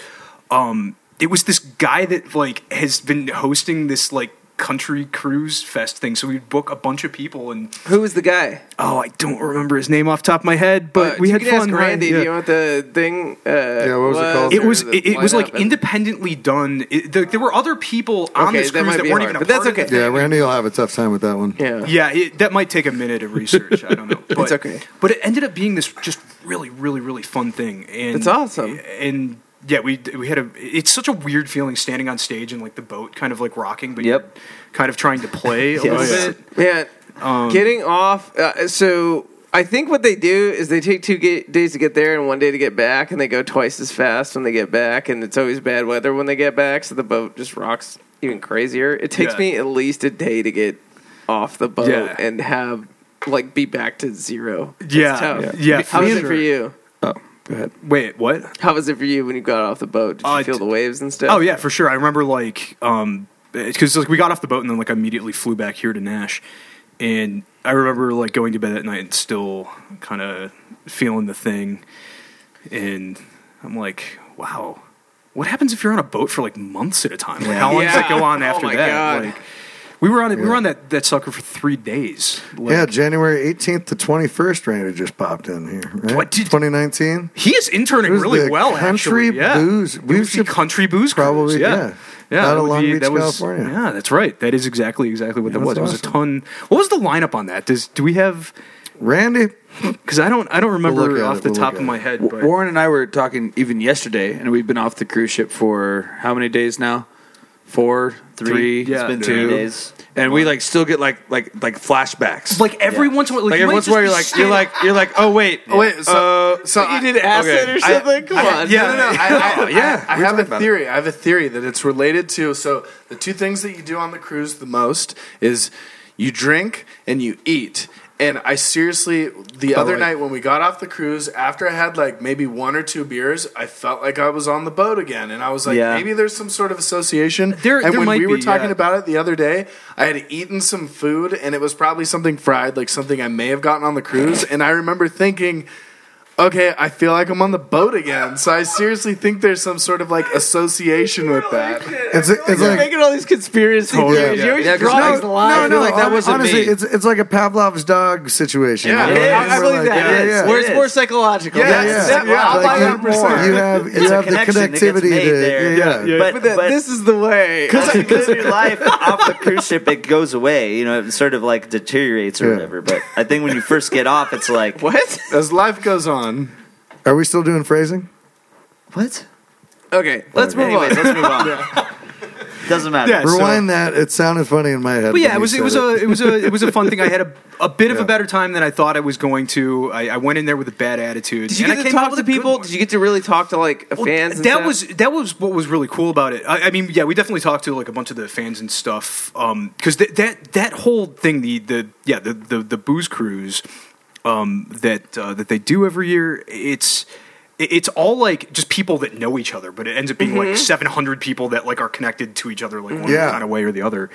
S3: um, it was this guy that like has been hosting this like country cruise fest thing. So we'd book a bunch of people and
S2: Who was the guy?
S3: oh, I don't remember his name off the top of my head, but
S2: Uh,
S3: we
S2: you
S3: had
S2: can Ask
S3: fun. right?
S2: Randy,
S3: Yeah.
S2: do you want the thing? Uh,
S1: Yeah, what was it called?
S3: It
S2: or
S3: was
S2: the
S3: it, it was like
S2: lineup? And-
S3: independently done. It, there, there were other people on
S2: Okay,
S3: this
S2: that
S3: cruise
S2: might
S3: that,
S2: be
S3: weren't
S2: hard,
S3: even. A
S2: but that's
S3: part of the
S2: okay.
S1: yeah,
S3: thing.
S1: Randy will have a tough time with that one.
S2: Yeah.
S3: Yeah, it, that might take a minute of research. I don't know. But,
S2: It's okay.
S3: But it ended up being this just really, really, really fun thing. And
S2: That's awesome.
S3: And yeah, we we had a. It's such a weird feeling standing on stage and like the boat kind of like rocking, but
S5: Yep.
S3: you're kind of trying to play a
S5: Yes.
S3: little bit.
S2: Man,
S3: Um,
S2: getting off. Uh, so I think what they do is they take two ga- days to get there and one day to get back, and they go twice as fast when they get back, and it's always bad weather when they get back, so the boat just rocks even crazier. It takes
S3: Yeah.
S2: me at least a day to get off the boat
S3: Yeah.
S2: and have like be back to zero. It's
S3: Yeah.
S2: tough.
S3: Yeah. Yeah,
S2: How
S3: for
S2: was it
S3: sure.
S2: for you?
S3: Wait, what?
S2: How was it for you when you got off the boat? Did you
S3: Uh,
S2: feel
S3: d-
S2: the waves and stuff?
S3: Oh yeah, for sure. I remember like um because like we got off the boat and then like I immediately flew back here to Nash, and I remember like going to bed that night and still kind of feeling the thing, and I'm like, wow. What happens if you're on a boat for like months at a time? Like, how long does it
S2: Yeah.
S3: go on
S2: Oh,
S3: after
S2: my
S3: that?
S2: God.
S3: Like, we were on it. We were on that, that sucker for three days. Like,
S1: yeah, January 18th to 21st, Randy just popped in here. Right?
S3: What did-
S1: 2019?
S3: he is interning
S1: It was
S3: really
S1: the
S3: well.
S1: Country
S3: actually, yeah.
S1: Booze.
S3: It
S1: We
S3: was the
S1: should
S3: country booze cruise,
S1: probably- yeah.
S3: Yeah,
S1: Out
S3: that
S1: of
S3: would
S1: Long
S3: be-
S1: Beach,
S3: that was-
S1: California.
S3: Yeah, that's right. That is exactly exactly what that was.
S1: that's
S3: It was a
S1: awesome.
S3: ton. What was the lineup on that? Does do we have?
S1: Randy.
S3: Because I don't I don't remember
S1: look at
S3: off
S1: it.
S3: the
S1: We'll
S3: top
S1: look at
S3: of my
S1: it.
S3: head. But
S6: W- Warren and I were talking even yesterday, and we've been off the cruise ship for how many days now? Four, three,
S3: It's
S6: yeah,
S3: been
S6: two
S5: three days.
S6: and we like still get like like like flashbacks.
S3: like every once in a while,
S6: like
S3: you
S6: every
S3: might
S6: once in a while,
S3: just be
S6: you're like you're
S3: standing-
S6: like you're like oh wait Uh,
S4: Oh, wait. So, so
S2: you
S4: I,
S2: did acid
S6: okay.
S2: or something. Come on.
S4: No, no, no. I, I,
S6: yeah.
S4: I, I
S6: We
S4: have
S6: talked
S4: a
S6: about it.
S4: theory. I have a theory that it's related to. So the two things that you do on the cruise the most is you drink and you eat. And I seriously, the other night when we got off the cruise, after I had like maybe one or two beers, I felt like I was on the boat again. And I was like,
S5: Yeah.
S4: maybe there's some sort of association.
S3: There-
S4: and
S3: there
S4: when
S3: might
S4: we were
S3: be,
S4: talking
S3: yeah.
S4: about it the other day, I had eaten some food and it was probably something fried, like something I may have gotten on the cruise. And I remember thinking, okay, I feel like I'm on the boat again. So I seriously think there's some sort of like association with that.
S1: It's, it's
S2: You're
S1: like
S2: making all these conspiracy
S1: Totally.
S2: theories. You always
S6: Yeah, 'cause
S2: draw
S6: no-
S2: these lines.
S6: I feel like that
S1: hon-
S6: wasn't
S1: honestly,
S6: me.
S1: it's it's like a Pavlov's dog situation.
S4: Yeah.
S1: You know?
S4: It
S1: We're
S4: is.
S2: I believe
S1: like,
S2: that.
S1: yeah,
S2: It is.
S1: yeah.
S2: Where it's more psychological.
S4: Yeah,
S2: That's-
S1: yeah.
S2: that-
S4: Yeah,
S2: I'll
S1: Like,
S2: buy
S4: you-
S2: that
S1: you,
S2: more.
S1: you have you
S5: There's a
S1: have the
S5: connection that gets
S1: connectivity
S5: made
S1: to
S5: there.
S1: yeah. yeah.
S5: But,
S2: But, that-
S5: but
S2: this is the way.
S5: as you go through life off the cruise ship, it goes away. You know, it sort of like deteriorates or
S1: Yeah.
S5: whatever. But I think when you first get off, it's like what?
S2: What?
S4: As life goes on,
S1: Are we still doing phrasing?
S2: Okay, let's move
S5: Anyways,
S2: on.
S5: let's move on. Doesn't matter.
S4: Yeah, So-
S1: Rewind that. It sounded funny in my head.
S3: But yeah,
S1: when
S3: it
S1: you
S3: was it
S1: said
S3: was a it was a it was a fun thing. I had a, a bit of
S1: Yeah.
S3: a better time than I thought I was going to. I, I went in there with a bad attitude.
S2: Did you
S3: and
S2: get
S3: I
S2: to
S3: came out
S2: talk
S3: with
S2: to
S3: a good
S2: people?
S3: one.
S2: Did you get to really talk to like
S3: Well,
S2: fans? and
S3: that
S2: stuff?
S3: was that was what was really cool about it. I, I mean, yeah, we definitely talked to like a bunch of the fans and stuff because that that that whole thing, the the yeah the the, the booze cruise um, that uh, that they do every year, it's. It's all like just people that know each other, but it ends up being
S2: Mm-hmm.
S3: like 700 people that like are connected to each other, like one
S1: Yeah.
S3: kind of way or the other.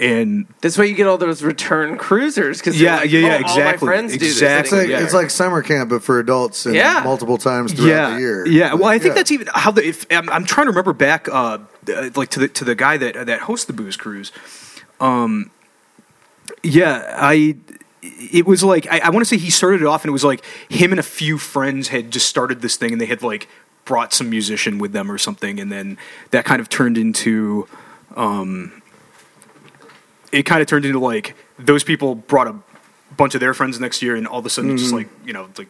S3: And
S2: That's why you get all those return cruisers because
S3: Yeah, yeah, yeah,
S2: "Oh, All
S3: exactly,
S2: my friends do this
S1: It's
S3: exactly.
S1: like
S2: thing.
S1: it's like summer camp, but for adults, and
S2: Yeah.
S1: multiple times throughout
S3: yeah,
S1: the year.
S3: Yeah, well, I think
S1: Yeah.
S3: that's even how the. If I'm, I'm trying to remember back, uh, uh, like to the to the guy that that hosts the booze cruise. Um, yeah, I. It was like I, I want to say he started it off, and it was like him and a few friends had just started this thing, and they had like brought some musician with them or something, and then that kind of turned into. Um, it kind of turned into like those people brought a bunch of their friends next year, and all of a sudden, just like you know, like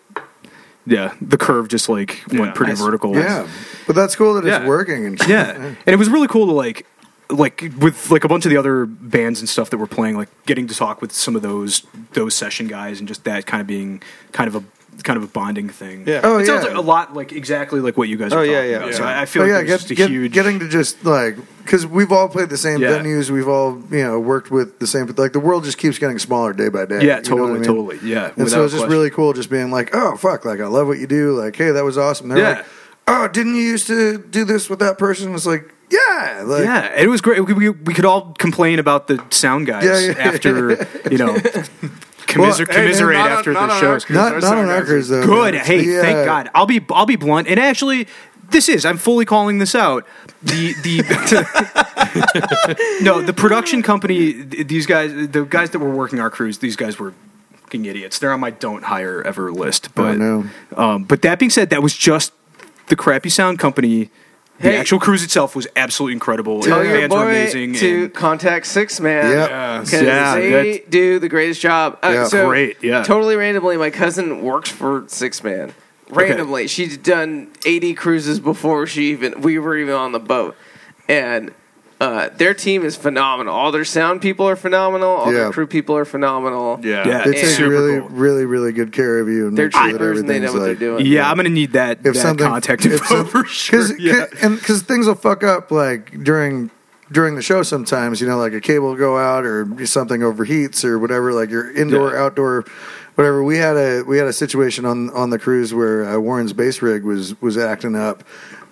S3: yeah, the curve just like went pretty vertical.
S1: yeah. But that's cool that it's
S3: Yeah.
S1: working and shit.
S3: yeah, and it was really cool to like like with like a bunch of the other bands and stuff that were playing, like getting to talk with some of those those session guys, and just that kind of being kind of a kind of a bonding thing.
S6: Yeah.
S1: Oh,
S3: it sounds
S1: yeah.
S3: like a lot like exactly like what you guys. Are
S6: Oh, yeah,
S3: talking
S6: yeah.
S3: about.
S6: Yeah.
S3: So I I feel
S1: Oh,
S3: like
S1: yeah,
S3: there's
S1: get-
S3: just a
S1: get-
S3: huge
S1: getting to just like because we've all played the same
S3: Yeah.
S1: venues, we've all you know worked with the same. Like the world just keeps getting smaller day by day. you know
S3: yeah,
S1: what
S3: totally,
S1: I mean?
S3: totally, yeah.
S1: And so
S3: without
S1: it's just
S3: question.
S1: really cool, just being like, oh fuck, like I love what you do. Like, hey, that was awesome. They're
S3: Yeah.
S1: like, oh, didn't you used to do this with that person? It's like, yeah, like
S3: yeah, it was great. We, we, we could all complain about the sound guys
S1: Yeah, yeah.
S3: after you know commiser-
S1: Well, hey,
S3: commiserate
S4: not on-
S3: after
S4: not
S3: the
S4: on
S3: shows.
S4: our-
S1: not not
S4: sound
S1: on
S4: guys are
S1: records though.
S3: Good.
S1: It's
S3: Hey,
S1: the, uh,
S3: thank God. I'll be I'll be blunt. And actually, this is I'm fully calling this out. The the no the production company. th- These guys, the guys that were working our crews, these guys were fucking idiots. They're on my don't hire ever list. But
S1: no.
S3: um, but that being said, that was just the crappy sound company. The
S2: Hey.
S3: actual cruise itself was absolutely incredible.
S2: Tell
S3: and the
S2: your
S3: bands were
S2: boy
S3: amazing.
S2: to
S3: and-
S2: contact Six Man.
S1: Yep.
S2: Because
S3: Yeah,
S2: they
S3: that-
S2: do the greatest job. Uh,
S1: Yeah.
S2: so
S3: Great, yeah.
S2: Totally randomly, my cousin works for Six Man. Randomly, she'd done eighty cruises before she even we were even on the boat, and uh, their team is phenomenal. All their sound people are phenomenal. All
S1: Yeah.
S2: their crew people are phenomenal.
S7: Yeah.
S3: yeah,
S1: They
S2: it's
S1: take
S3: super
S1: really,
S3: cool.
S1: really, really good care of you and
S2: They're
S1: make sure that
S2: troopers and they know
S1: everything's
S2: what they're
S1: like.
S2: doing.
S3: yeah, I'm gonna need that,
S1: If
S3: that
S1: something-
S3: contact
S1: if
S3: info
S1: some-
S3: for
S1: Cause,
S3: sure. Yeah.
S1: 'cause- and because things will fuck up like during during the show sometimes you know like a cable will go out or something overheats or whatever like your indoor
S3: Yeah.
S1: outdoor whatever we had a we had a situation on on the cruise where uh, Warren's bass rig was was acting up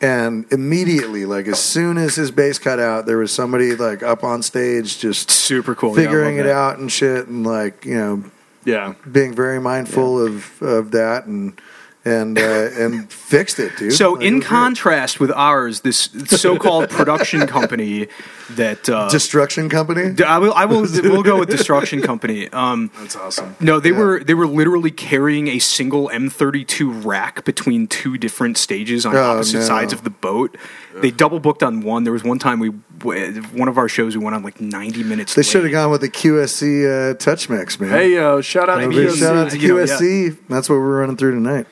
S1: and immediately like as soon as his bass cut out there was somebody like up on stage just
S3: super cool. Yeah, I love
S1: figuring it
S3: that.
S1: out and shit and like you know
S7: Yeah.
S1: being very mindful of of that and and uh, and fixed it dude
S3: So,
S1: Like, it
S3: in
S1: was great.
S3: contrast with ours, this so-called production company that uh,
S1: destruction company
S3: d- I will, I will, we'll go with destruction company. Um,
S4: that's awesome.
S3: no, they were they were literally carrying a single M32 rack between two different stages on
S1: Oh,
S3: opposite
S1: no.
S3: sides of the boat. They double booked on one. There was one time we w- one of our shows we went on like ninety minutes.
S1: They
S3: late.
S1: should have gone with the QSC uh, touch mix, man.
S4: Hey yo, shout out to
S1: Big
S3: mean,
S4: you.
S1: shout out to
S3: you know, yeah.
S1: QSC. That's what we're running through tonight.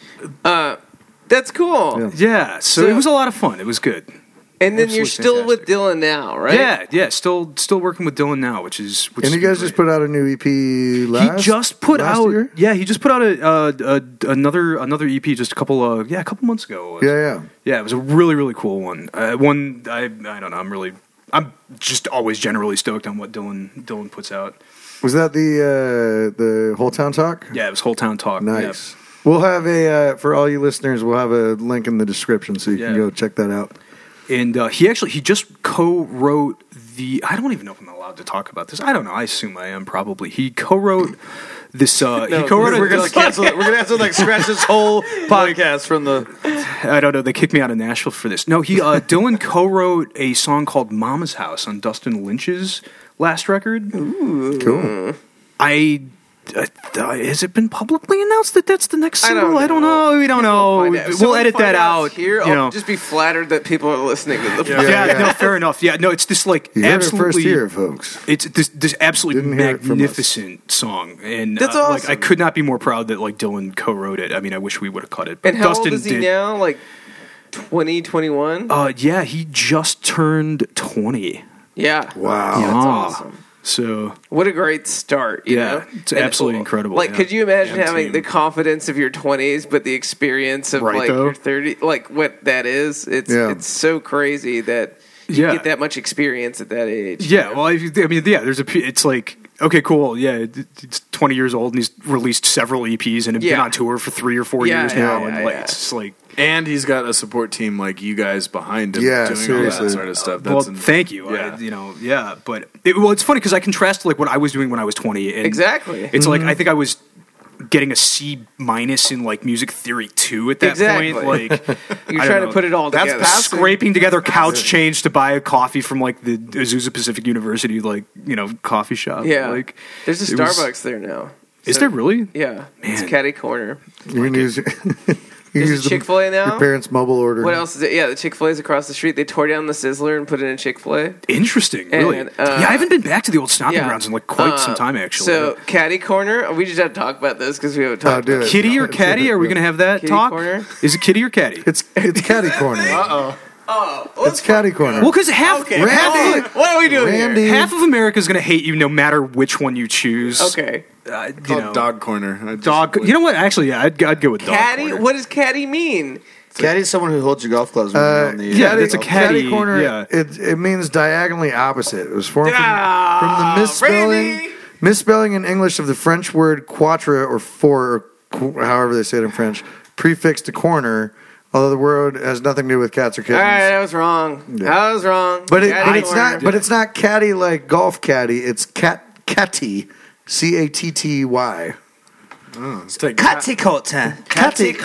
S2: that's cool.
S1: Yeah.
S3: Yeah, so,
S2: So-
S3: it was a lot of fun. It was good.
S2: And then
S3: Absolutely
S2: you're still with
S3: fantastic.
S2: Dylan now, right?
S3: Yeah, yeah. Still, still working with Dylan now, which is. Which
S1: And you
S3: has been
S1: guys just
S3: great.
S1: put out a new EP last.
S3: he just put
S1: last
S3: out
S1: year?
S3: yeah he just put out a, uh a another another ep just a couple of yeah a couple months ago
S1: Yeah, yeah.
S3: yeah it was a really really cool one uh, one i i don't know i'm really i'm just always generally stoked on what dylan dylan puts out
S1: Was that the uh, the whole town talk?
S3: yeah it was whole town talk
S1: Nice. We'll have a uh, for all you listeners. We'll have a link in the description so you can
S3: Yeah.
S1: go check that out.
S3: Yeah. and uh, he actually he just co-wrote the i don't even know if i'm allowed to talk about this i don't know i assume i am probably he co-wrote This uh, he co-wrote.
S6: We're
S3: a-
S6: gonna cancel. it. We're gonna have to like scratch this whole podcast from the.
S3: I don't know. They kicked me out of Nashville for this. No, he uh, Dylan co-wrote a song called "Mama's House" on Dustin Lynch's last record.
S1: Cool.
S3: I. Uh, has it been publicly announced that that's the next
S2: I don't
S3: single? I don't
S2: know.
S3: know. We
S2: Find
S3: don't know.
S2: out.
S3: Oh, We'll
S2: Someone
S3: edit
S2: find
S3: that out.
S2: here.
S3: you
S2: I'll
S3: know.
S2: just be flattered that people are listening to the
S3: yeah,
S2: podcast.
S1: Yeah, yeah.
S3: no, fair enough. Yeah, no, it's this like
S1: You heard it
S3: absolutely
S1: first here, folks.
S3: It's this this absolutely
S1: Didn't hear it from us.
S3: magnificent song, and
S2: That's
S3: uh, like I
S2: awesome.
S3: could not be more proud that like Dylan co-wrote it. I mean, I wish we would have cut it, but
S2: And how
S3: Dustin
S2: old is he
S3: did.
S2: now? Like 20, 21?
S3: Uh, yeah, he just turned twenty.
S2: yeah.
S1: Wow.
S3: yeah.
S2: awesome.
S3: So
S2: What a great start. You
S3: Ah. Yeah,
S2: know?
S3: it's
S2: And-
S3: absolutely incredible,
S2: Like,
S3: yeah.
S2: could you imagine
S3: Damn
S2: having
S3: team.
S2: the confidence of your 20s, but the experience of
S3: Right,
S2: like
S3: though.
S2: your 30, like what that is? It's,
S1: Yeah.
S2: it's so crazy that you
S3: Yeah.
S2: get that much experience at that age.
S3: yeah, well, if you- I mean, yeah, there's a. p- It's like okay, cool. Yeah, it- it's twenty years old, and he's released several EPs and been
S2: Yeah.
S3: on tour for three or four
S2: Yeah,
S3: years
S2: yeah,
S3: now,
S2: yeah,
S3: and like
S2: yeah.
S3: it's just like.
S4: And he's got a support team like you guys behind him
S1: Yeah,
S4: doing all
S1: seriously.
S4: that sort of stuff.
S3: well,
S4: That's in-
S3: thank you. I-
S4: yeah.
S3: you know, yeah, but it, well, it's funny because I contrast like what I was doing when I was twenty. And
S2: Exactly.
S3: It's like I think I was getting a C minus in like music theory two at that
S2: Exactly.
S3: point. Like
S2: You're
S3: I don't
S2: trying to
S3: know.
S2: put it all
S4: That's
S2: together.
S4: past-
S3: scraping together couch change to buy a coffee from like the Azusa Pacific University like you know coffee shop.
S2: Yeah.
S3: Like
S2: There's a
S3: it was-
S2: Starbucks there now.
S3: is there really?
S2: Yeah. It's
S3: Man.
S2: Caddy Corner.
S1: You can use, you can
S2: There's
S1: use
S2: a
S1: the-
S2: Chick fil A now.
S1: your parents' mobile order.
S2: What else is it? Yeah, the Chick Fil A's across the street. They tore down the Sizzler and put in a Chick Fil A.
S3: Interesting.
S2: And,
S3: Really.
S2: uh,
S3: yeah, I haven't been back to the old stomping
S2: yeah.
S3: grounds in like quite some
S2: Uh,
S3: time actually.
S2: So Caddy Corner. We just have to talk about this because we haven't
S1: Oh,
S2: talked.
S1: do
S2: about
S1: it.
S3: Kitty or
S1: It's-
S3: caddy? Are we going to have that
S2: Kitty
S3: talk?
S2: corner?
S3: Is it kitty or caddy?
S1: It's it's catty corner. Uh oh. It's catty corner.
S3: well, because half
S1: Randy,
S2: What are we doing
S1: Randy,
S2: here?
S3: half of America is going to hate you no matter which one you choose.
S2: Okay,
S3: Uh, you
S4: Called
S3: know,
S4: dog corner. I just-
S3: dog. You know what? Actually, yeah, I'd, I'd go with dog.
S2: caddy.
S3: corner.
S2: What does caddy mean?
S5: Caddy's someone who holds your golf clubs when
S1: Uh,
S5: you're on the.
S3: yeah, that's a caddy.
S1: catty corner.
S3: yeah.
S1: It it means diagonally opposite. It was formed from,
S2: Ah,
S1: from the misspelling
S2: Randy!
S1: misspelling in English of the French word quatre or four, or qu- however they say it in French, prefixed to corner. Although the word has nothing to do with cats or
S2: All
S1: kittens.
S2: right, I was wrong. I was wrong.
S1: But, it,
S2: Caddy
S1: but it's
S2: corner.
S1: not. But it's not caddy like golf caddy. It's cat catty, c a t t y.
S4: Let's take
S5: Catty Cotter. Catty
S2: You learned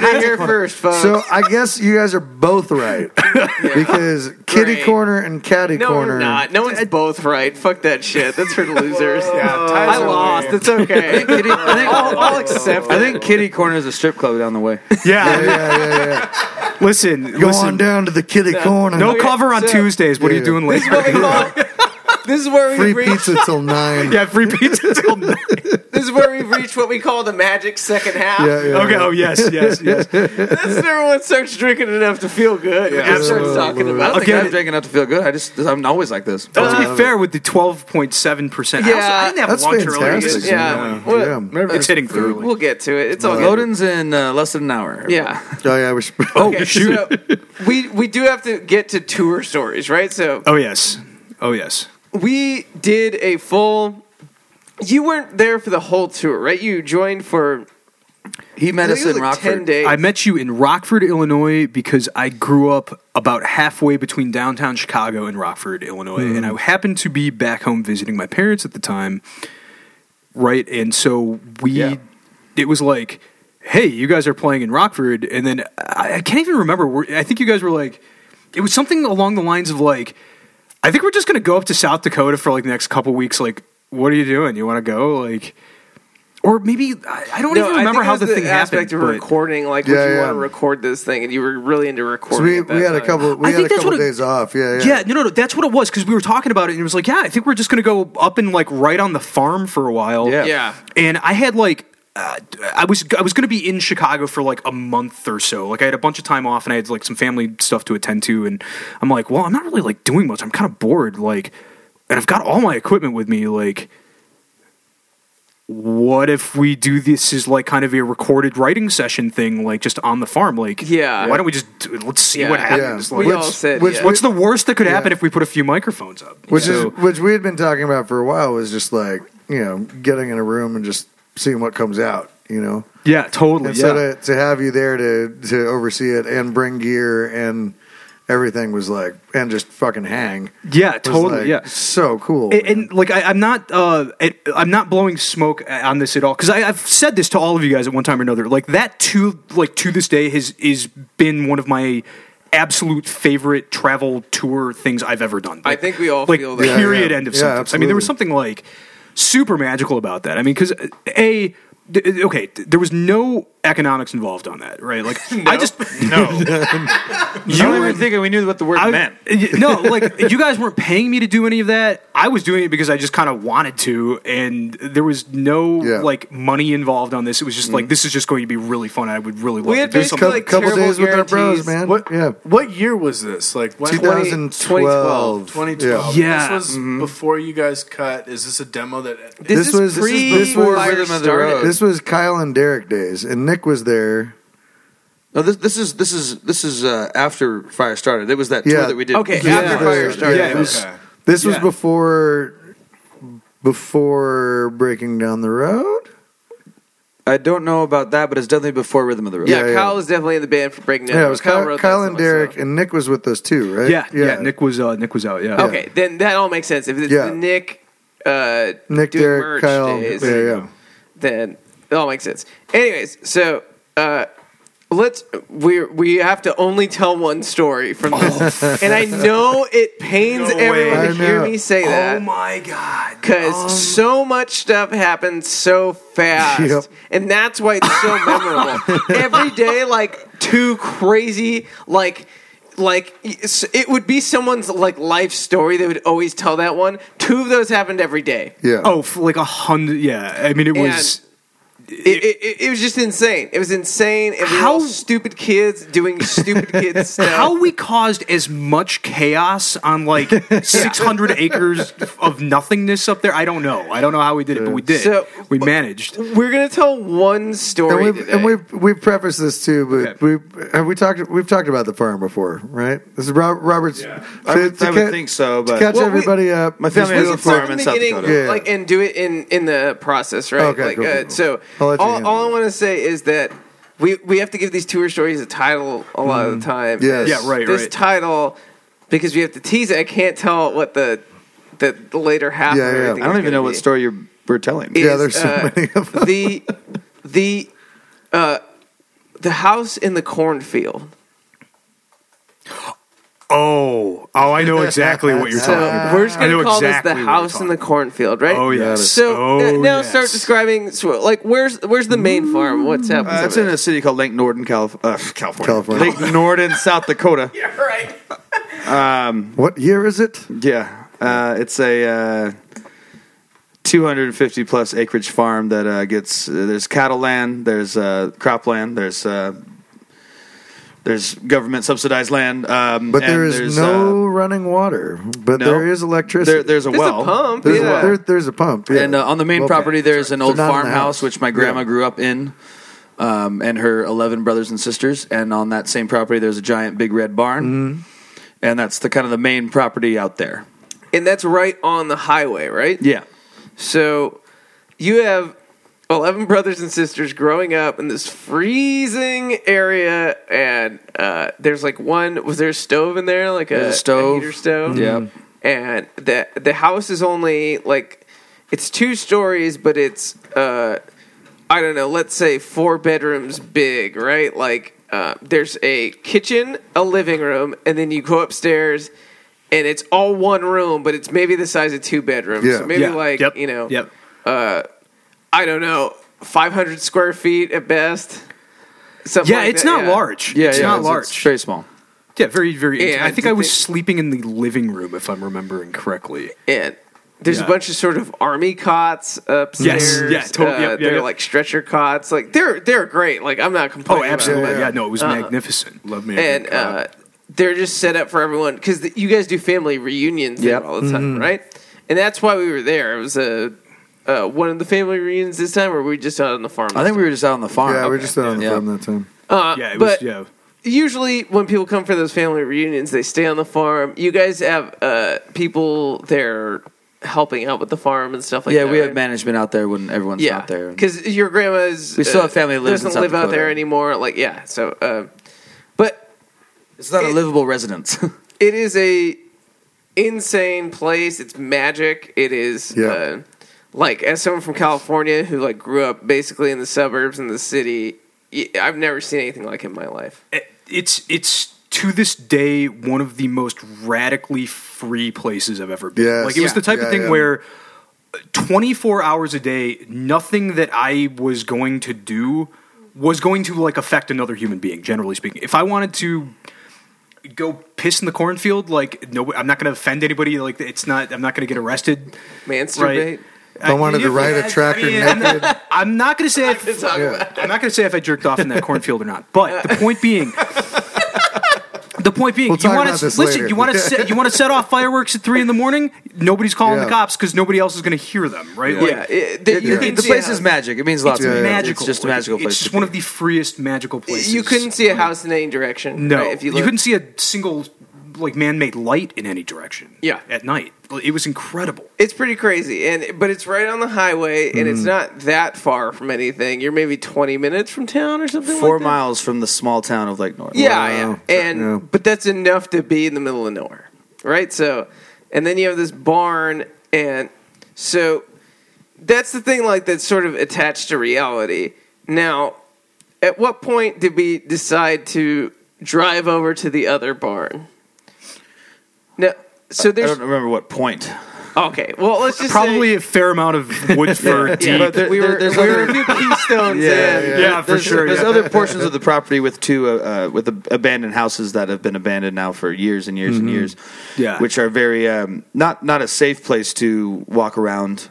S5: Cotter.
S2: it here first, folks.
S1: So I guess you guys are both right because kitty
S2: Great.
S1: corner and catty
S2: no,
S1: corner.
S2: we're not. No one's both right. Fuck that shit. That's for losers.
S4: Ty's
S2: I
S4: over
S2: lost. It's okay.
S6: I think,
S2: I'll, I'll accept.
S6: Oh. I think Kitty Corner is a strip club down the way.
S3: Yeah,
S1: Yeah, yeah, yeah, yeah.
S3: listen,
S1: Go
S3: listen.
S1: on down to the kitty corner.
S3: No
S2: Okay,
S3: cover on
S2: so-
S3: Tuesdays. What are you
S1: Yeah.
S3: doing later?
S2: What we call- this is where we
S1: free
S2: reach.
S1: pizza till nine.
S3: yeah, free pizza till nine.
S2: This is where we've reached what we call the magic second half.
S1: Yeah, yeah,
S3: Okay.
S1: yeah.
S3: Oh yes, yes, yes.
S2: That's when everyone starts drinking enough to feel good. Yeah, starts
S1: Absolutely.
S2: talking
S1: I
S2: about.
S3: don't think
S6: I'm
S3: Again-
S6: drinking enough to feel good. I just I'm always like this.
S3: Let's be fair with the twelve point seven percent.
S2: Yeah,
S3: I didn't have
S1: that's
S3: lunch earlier.
S1: fantastic.
S3: It's-
S2: Yeah, We'll,
S1: Yeah.
S3: It's hitting through.
S2: we'll get to it. It's all good.
S6: Loading's in uh, less than an hour.
S2: Yeah.
S1: Oh yeah, we should.
S2: Okay, So we we do have to get to tour stories, right? So
S3: Oh yes. Oh yes.
S2: we did a full. You weren't there for the whole tour, right? You joined for
S6: He met
S2: I think
S6: us
S2: it was
S6: in
S2: like ten
S6: Rockford.
S2: days.
S3: I met you in Rockford, Illinois, because I grew up about halfway between downtown Chicago and Rockford, Illinois, and
S2: Hmm.
S3: I happened to be back home visiting my parents at the time. Right, and so we, it was like, hey, you guys are playing in Rockford, and then I, I can't even remember. where- I think you guys were like, it was something along the lines of like, I think we're just gonna go up to South Dakota for like the next couple weeks. Like, what are you doing? You want to go? Like. Or maybe I I don't
S2: No,
S3: even
S2: I think
S3: remember
S2: it
S3: how
S2: was
S3: the thing happened.
S2: aspect of
S3: but-
S2: recording, like,
S1: Yeah,
S2: would you
S1: yeah.
S2: want to record this thing? And you were really into
S1: Oh, So
S2: recording.
S1: we
S2: at that
S1: we had a
S2: time.
S1: couple. We
S3: I
S1: had
S3: think
S1: a
S3: that's
S1: couple
S3: what it-
S1: days off. Yeah, yeah.
S3: Yeah, no, no, no. That's what it was because we were talking about it, and it was like, yeah, I think we're just gonna go up and like right on the farm for a while.
S6: Yeah.
S2: Yeah.
S3: And I had like, uh, I was I was gonna be in Chicago for like a month or so. Like I had a bunch of time off, and I had like some family stuff to attend to, and I'm like, well, I'm not really like doing much. I'm kind of bored. Like, and I've got all my equipment with me. Like, what if we do this as like kind of a recorded writing session thing, like just on the farm? Like,
S2: Yeah.
S3: why don't we just do it? let's see
S2: Yeah.
S3: what
S2: Yeah.
S3: happens?
S1: Yeah.
S3: Like,
S2: We all said,
S1: which-
S2: yeah.
S3: What's the worst that could happen
S1: Yeah.
S3: if we put a few microphones up?
S1: Which
S3: So-
S1: is which we had been talking about for a while was just like you know getting in a room and just seeing what comes out. You know,
S3: yeah, totally.
S1: and so
S3: yeah.
S1: to, to have you there to to oversee it and bring gear and everything was like, and just fucking hang.
S3: Yeah,
S1: Was,
S3: totally.
S1: like,
S3: yeah.
S1: so cool.
S3: And,
S1: man.
S3: and, like I, I'm not, uh, it, I'm not blowing smoke on this at all because I've said this to all of you guys at one time or another. Like that to like to this day has is been one of my absolute favorite travel tour things I've ever done.
S2: I think we all
S3: like,
S2: feel that. Yeah,
S3: Period.
S1: yeah.
S3: End of
S1: Yeah,
S3: sentence. I mean, there was
S1: absolutely.
S3: something like super magical about that. I mean, because a d- okay, th- there was no economics involved on that, right? Like I just
S7: No.
S6: You don't even think we knew what the word
S3: I,
S6: meant.
S3: y- no, like you guys weren't paying me to do any of that. I was doing it because I just kind of wanted to, and there was no
S1: Yeah.
S3: like money involved on this. It was just like this is just going to be really fun. and I would really love
S2: We
S3: to
S2: had
S3: do
S2: basically
S3: something.
S1: couple,
S2: like
S1: couple
S2: terrible
S1: days with our
S2: guarantees.
S1: bros, man.
S4: What-
S1: Yeah,
S4: What year was this? Like when?
S1: 2012.
S4: 2012.
S3: Yeah. Yeah.
S4: This was before you guys cut. Is this a demo that
S2: This,
S1: This
S2: is
S1: was- this
S2: pre
S1: is before
S2: Fire
S6: Rhythm of the
S2: started.
S6: Road.
S1: This was Kyle and Derek days, and Nick was there.
S6: No, this this is this is this is uh, after fire started. It was that
S1: Yeah.
S6: tour that we did.
S2: Okay,
S1: Yeah.
S2: after Fire started.
S3: Yeah, it was-
S4: Okay.
S1: This was
S3: Yeah.
S1: before before breaking down the road.
S6: I don't know about that, but it's definitely before Rhythm of the Road.
S2: yeah,
S1: Yeah, yeah.
S2: Kyle was definitely in the band for breaking down.
S1: Yeah, it was Kyle,
S2: wrote that
S1: Kyle
S2: song,
S1: and
S2: so-
S1: Derek, and Nick was with us too, right?
S3: yeah, yeah, Nick was uh, Nick was out. Yeah.
S2: Okay, then that all makes sense. If it's
S1: Yeah.
S2: the Nick, uh,
S1: Nick,
S2: doing
S1: Derek,
S2: merch
S1: Kyle.
S2: days,
S1: Yeah, yeah.
S2: then it all makes sense. Anyways, so uh, let's we we have to only tell one story from this, and I know it pains
S7: No way.
S2: everyone to
S1: Oh. I
S2: hear
S1: know.
S2: me say
S7: oh
S2: that
S7: my god.
S2: because
S3: Oh.
S2: so much stuff happens so fast,
S1: Yep.
S2: and that's why it's so memorable. Every day, like two crazy, like like it's- it would be someone's like life story. They would always tell that one. Two of those happened every day.
S1: yeah.
S3: Oh, f- like a hundred. Yeah, I mean, it was.
S2: It, it, it, it was just insane. It was insane. It was
S3: How-
S2: all stupid kids doing stupid kids stuff.
S3: How we caused as much chaos on like 600 acres of nothingness up there, I don't know. I don't know how we did it, but we did.
S2: So-
S3: we managed.
S2: We're gonna tell one story.
S1: and we've,
S2: today.
S1: and we've we've prefaced this too, but
S3: Okay.
S1: we have we talked we've talked about the farm before, right? This is Rob, Robert's.
S6: I would, I would think so,
S1: to
S6: but
S1: catch
S2: Well, we-
S1: everybody up.
S6: My family
S1: this was
S2: we
S6: is
S2: can
S6: a
S1: the
S2: start
S1: farm.
S6: farm
S2: from
S6: in
S2: the
S6: South
S2: beginning,
S6: Dakota.
S1: Yeah.
S2: like, and do it in in the process, right?
S1: Okay,
S2: like,
S1: cool,
S2: uh,
S1: cool, cool.
S2: so
S1: I'll
S2: all,
S1: let you handle
S2: all I
S1: it.
S2: want to say is that we we have to give these tour stories a title a lot of the time.
S1: Mm-hmm. Yes.
S3: Yeah, right,
S2: This
S3: right.
S2: title, because we have to tease it. I can't tell what the the, the later half.
S1: Yeah,
S2: of
S1: yeah.
S2: everything
S6: I don't
S2: is
S6: even
S2: gonna
S6: know what
S2: be
S6: story you're we're telling.
S1: Yeah,
S2: is,
S1: there's so
S2: uh,
S1: many of them.
S2: The the uh, the house in the cornfield.
S3: Oh, oh, I know exactly what you're
S2: So
S3: talking about.
S2: we're just
S3: I
S2: gonna
S3: know
S2: call
S3: exactly
S2: this the
S3: what you're
S2: house in the cornfield, right?
S3: Oh, yes.
S2: So
S3: Oh,
S2: uh, now start
S3: yes.
S2: describing. So, like, where's where's the main farm? What's happening?
S6: Uh, it's in a city called Lake Norden, Calif- uh, California.
S1: California.
S6: Lake Norden, South Dakota.
S2: You're right.
S1: What year is it?
S6: Yeah, uh, it's a uh, 250 plus acreage farm that uh, gets uh, there's cattle land, there's uh, cropland, there's uh, there's government subsidized land, um,
S1: But
S6: and
S1: there is
S6: there's,
S1: no
S6: uh,
S1: running water, but
S6: no.
S1: there is electricity.
S6: there, there's a
S2: There's
S6: well.
S2: a pump.
S1: there's,
S2: yeah.
S1: a, there, there's a pump. yeah.
S6: And uh, on the main
S1: Well,
S6: property, there's an old
S1: not in the
S6: farmhouse
S1: house.
S6: which my grandma
S1: Yeah.
S6: grew up in, um, and her eleven brothers and sisters. And on that same property, there's a giant big red barn,
S1: Mm-hmm.
S6: and that's the kind of the main property out there.
S2: and that's right on the highway, right?
S6: Yeah,
S2: So you have eleven brothers and sisters growing up in this freezing area, and uh, there's like one. Was there a stove in there? Like a,
S6: There's a stove.
S2: heater stove.
S6: Yep.
S2: And the the house is only like it's two stories, but it's uh, I don't know. Let's say four bedrooms big, right? Like uh, there's a kitchen, a living room, and then you go upstairs. And it's all one room, but it's maybe the size of two bedrooms.
S1: Yeah.
S2: So maybe
S3: Yeah.
S2: like
S3: Yep.
S2: you know,
S3: Yep.
S2: I don't know, 500 square feet at best. Something
S3: Yeah,
S2: like
S3: it's
S2: that,
S3: not large.
S6: yeah,
S3: it's
S6: yeah,
S3: not
S6: it's,
S3: large.
S6: It's very small.
S3: yeah, very, very.
S2: Yeah,
S3: intimate. I
S2: I
S3: think
S2: did
S3: I was
S2: think-
S3: sleeping in the living room, if I'm remembering correctly.
S2: And there's
S3: Yeah.
S2: a bunch of sort of army cots upstairs. Uh,
S3: Yes, yeah, totally, yep, yep,
S2: they're
S3: yep.
S2: like stretcher cots. Like they're they're great. Like I'm not
S3: Oh,
S2: complaining. about
S3: absolutely.
S1: yeah,
S3: Yeah,
S1: yeah.
S3: no, it was magnificent.
S4: Love me.
S2: it.
S4: a good
S2: Uh-uh. And
S4: cop.
S2: uh, they're just set up for everyone because you guys do family reunions there
S6: Yep.
S2: all the
S3: Mm-hmm.
S2: time, right? And that's why we were there. It was a uh, one of the family reunions this time, or were we just out on the farm?
S6: I think we were just out on the farm.
S1: yeah, we we're just out on the
S6: Yeah.
S1: farm that time.
S2: Uh,
S3: Yeah, it was.
S2: but
S3: yeah.
S2: usually when people come for those family reunions, they stay on the farm. You guys have uh, people there helping out with the farm and stuff like
S6: yeah,
S2: that.
S6: we have
S2: right?
S6: management out there when everyone's
S2: yeah,
S6: not there.
S2: because your grandma's uh,
S6: We still have family that lives in
S2: doesn't
S6: South
S2: live out
S6: Dakota.
S2: there anymore. Like yeah, so uh, but
S6: It's not a livable residence.
S2: it is a insane place. It's magic. It is
S1: Yeah.
S2: uh, like as someone from California who like grew up basically in the suburbs and the city. y- I've never seen anything like it in my life.
S3: It- it's it's to this day one of the most radically free places I've ever been.
S1: Yes.
S3: Like it was
S1: Yeah.
S3: the type
S1: Yeah,
S3: of thing
S1: yeah.
S3: where 24 hours a day, nothing that I was going to do was going to like affect another human being. Generally speaking, if I wanted to go piss in the cornfield, like no, I'm not going to offend anybody. Like it's not, I'm not going to get arrested.
S2: Masturbate.
S1: I wanted to ride a tractor
S3: I'm
S1: naked.
S3: not, I'm not going to say if-
S2: Talk about-
S3: I'm not going to say if I jerked off in that cornfield or not, but the point being, the point being,
S1: We'll
S3: you
S1: talk
S3: want
S1: about
S3: to
S1: this
S3: listen.
S1: later.
S3: You want to set, you want to set off fireworks at three in the morning. Nobody's calling
S1: Yeah.
S3: the cops because nobody else is going to hear them, right? Like,
S2: Yeah, it- the, you
S1: Yeah.
S2: couldn't
S6: the
S2: see
S6: place
S2: a
S6: is
S2: house-
S6: magic. It means lots
S3: it's
S6: of
S1: Yeah, yeah.
S3: magical.
S6: It's just a
S3: Like,
S6: magical place.
S3: It's just
S6: to
S3: one
S6: be.
S3: of the freest magical places.
S2: You couldn't see a house in any direction.
S3: no.
S2: right, if you,
S3: you
S2: looked.
S3: couldn't see a single like man-made light in any direction.
S2: Yeah.
S3: at night, Like, it was incredible.
S2: It's pretty crazy, and but it's right on the highway, and it's not that far from anything. You're maybe 20 minutes from town or something.
S6: four
S2: like that.
S6: miles from the small town of Lake North.
S2: Yeah,
S1: Wow.
S2: yeah. And
S1: Yeah.
S2: but that's enough to be in the middle of nowhere, right? So, and then you have this barn, and so that's the thing, like that's sort of attached to reality. Now, at what point did we decide to drive over to the other barn? No, so
S6: I
S2: there's
S6: don't remember what point.
S2: okay. Well, let's just
S3: Probably
S2: say-
S3: a fair amount of wood fir deep.
S2: Yeah,
S6: But there-
S2: we
S6: there-
S2: were,
S6: there's
S2: we were
S6: other-
S2: a few keystones in.
S3: yeah, for
S6: there's,
S3: sure.
S6: There's
S3: yeah.
S6: other portions of the property with two uh, uh, with ab- abandoned houses that have been abandoned now for years and years and years.
S3: Yeah.
S6: which are very um, not not a safe place to walk around.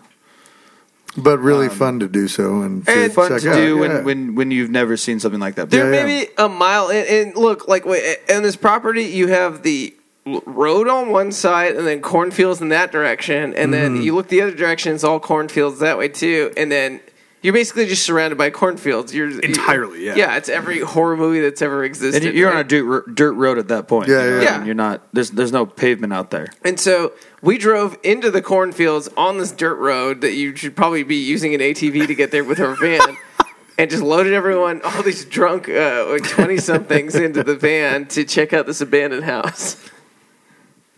S1: but really fun to do so and, to
S6: Um, fun
S1: check
S6: to
S1: out,
S6: do
S1: yeah.
S6: when, when when you've never seen something like that.
S2: There
S1: Yeah,
S2: may
S1: yeah.
S2: be a mile, and, and look, like wait, on this property, you have the l- road on one side, and then cornfields in that direction, and then you look the other direction, it's all cornfields that way too, and then you're basically just surrounded by cornfields. You're
S3: Entirely, yeah.
S2: yeah. It's every horror movie that's ever existed.
S6: and you- you're on
S2: right?
S6: a dirt, dirt road at that point.
S1: Yeah,
S6: you know,
S1: yeah.
S6: and you're not. There's there's no pavement out there.
S2: And so we drove into the cornfields on this dirt road that you should probably be using an ATV to get there with our van. And just loaded everyone, all these drunk twenty somethings, into the van to check out this abandoned house.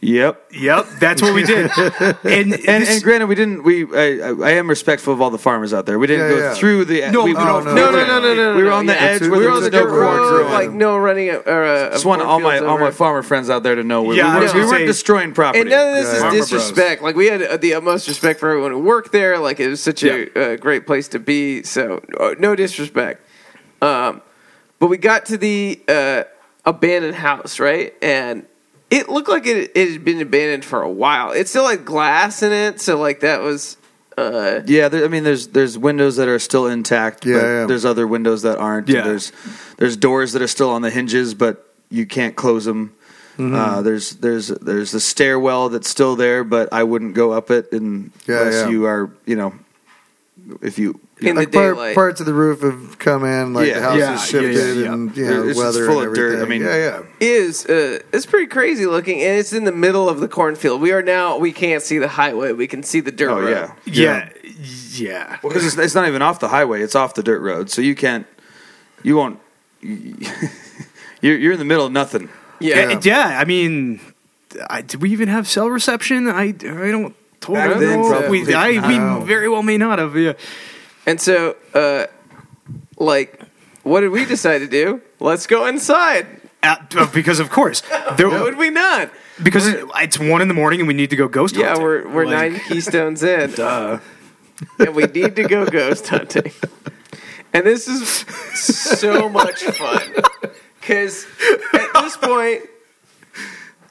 S6: Yep.
S3: Yep, that's what we did. And,
S6: And,
S3: this-
S6: and granted, we didn't. We I, I- I am respectful of all the farmers out there. We didn't
S1: Yeah,
S6: go
S1: yeah.
S6: through the.
S3: No,
S6: we,
S3: no,
S6: went off
S1: no,
S6: the
S2: No, no,
S6: way.
S2: no, no, no. no,
S6: We were
S2: no,
S6: on the
S2: yeah.
S6: edge.
S1: It's-
S6: where
S1: we
S6: there
S1: were on
S6: was
S1: the
S6: no
S1: dirt
S6: corn
S1: road,
S6: growing.
S2: like no running. Or, uh,
S6: Just want all my
S2: cornfields
S6: all
S2: over.
S6: my farmer friends out there to know we,
S3: Yeah, I
S6: we,
S3: was
S6: weren't, we
S3: gonna
S6: weren't
S3: say-
S6: destroying property.
S2: And none of this
S1: Yeah, yeah.
S2: is
S1: Farmer
S3: Bros.
S2: disrespect. Like we had uh, the utmost respect for everyone who worked there. Like it was such a uh, great place to be. So uh, no disrespect. Um, but we got to the uh, abandoned house, right? And it looked like it, it had been abandoned for a while. It still had glass in it, so like that was. Uh,
S6: Yeah, there, I mean, there's there's windows that are still intact.
S1: Yeah,
S6: but
S1: yeah.
S6: There's other windows that aren't.
S3: Yeah.
S6: There's there's doors that are still on the hinges, but you can't close them. Uh, there's there's there's the stairwell that's still there, but I wouldn't go up it in-
S1: Yeah,
S6: unless
S1: yeah.
S6: you are you know if you
S2: in
S1: like
S2: the
S1: part-
S2: daylight,
S1: parts of the roof have come in, like
S6: Yeah.
S1: the house
S3: Yeah,
S1: is
S3: yeah, yeah,
S1: shifted
S3: yeah.
S1: and you
S6: It's-
S1: know,
S6: it's
S1: weather
S6: full
S1: and
S6: of dirt. I
S1: everything.
S6: mean-
S1: yeah, yeah.
S2: is uh, it's pretty crazy looking, and it's in the middle of the cornfield. We are now we can't see the highway. We can see the dirt
S6: oh
S2: road.
S6: yeah
S3: yeah, yeah.
S6: because it's, it's not even off the highway; it's off the dirt road, so you can't you won't you're you're in the middle of nothing.
S2: yeah.
S3: Yeah. yeah, I mean, I, did we even have cell reception? I, I don't totally
S6: Back then,
S3: know. if
S6: probably
S3: we, I,
S1: not.
S3: we very well may not have. Yeah.
S2: And so, uh, like, what did we decide to do? Let's go inside.
S3: At- uh, because of course, there,
S2: Why would we not?
S3: because it- it's one in the morning and we need to go ghost
S2: Yeah,
S3: hunting.
S2: we're we're
S3: Like,
S2: nine keystones in, and we need to go ghost hunting. And this is so much fun because at this point.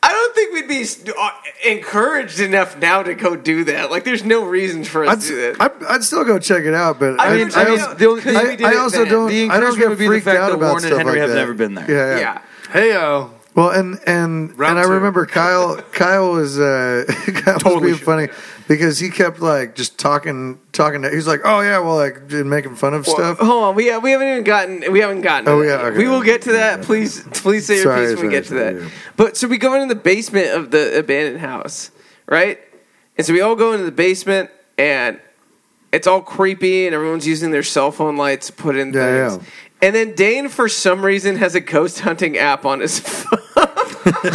S2: I don't think we'd be uh, encouraged enough now to go do that. Like, there's no reason for us
S1: I'd,
S2: to do that.
S1: I'd, I'd still go check it out, but I,
S2: mean,
S1: I,
S2: I mean,
S1: also,
S2: the only- 'cause
S1: I-
S2: we did
S1: I
S2: it
S1: also
S2: then.
S1: don't.
S6: The
S1: I don't
S6: encouragement
S1: get
S6: would be the
S1: freaked
S6: fact
S1: out
S6: that
S1: about
S6: Warren and
S1: stuff
S6: Henry
S1: like
S6: have
S1: that.
S6: never been there.
S1: Yeah, yeah.
S2: Yeah,
S4: Hey yo.
S1: Well, and and
S4: Round
S1: and I
S4: two.
S1: remember Kyle. Kyle was uh, Kyle was
S3: Totally
S1: being
S3: should.
S1: funny because he kept like just talking, talking. To, he was like, "Oh yeah, well, like just making fun of
S2: Well,
S1: stuff."
S2: Hold on, we, we haven't even gotten we haven't gotten. to
S1: Oh,
S2: that
S1: yeah,
S2: yet.
S1: okay.
S2: we will get to that. Please, please say your
S1: Sorry,
S2: piece
S1: sorry,
S2: when we get to that.
S1: sorry, yeah.
S2: But so we go into the basement of the abandoned house, right? And so we all go into the basement, and it's all creepy, and everyone's using their cell phone lights to put in
S1: Yeah,
S2: things. And then Dane, for some reason, has a ghost hunting app on his phone.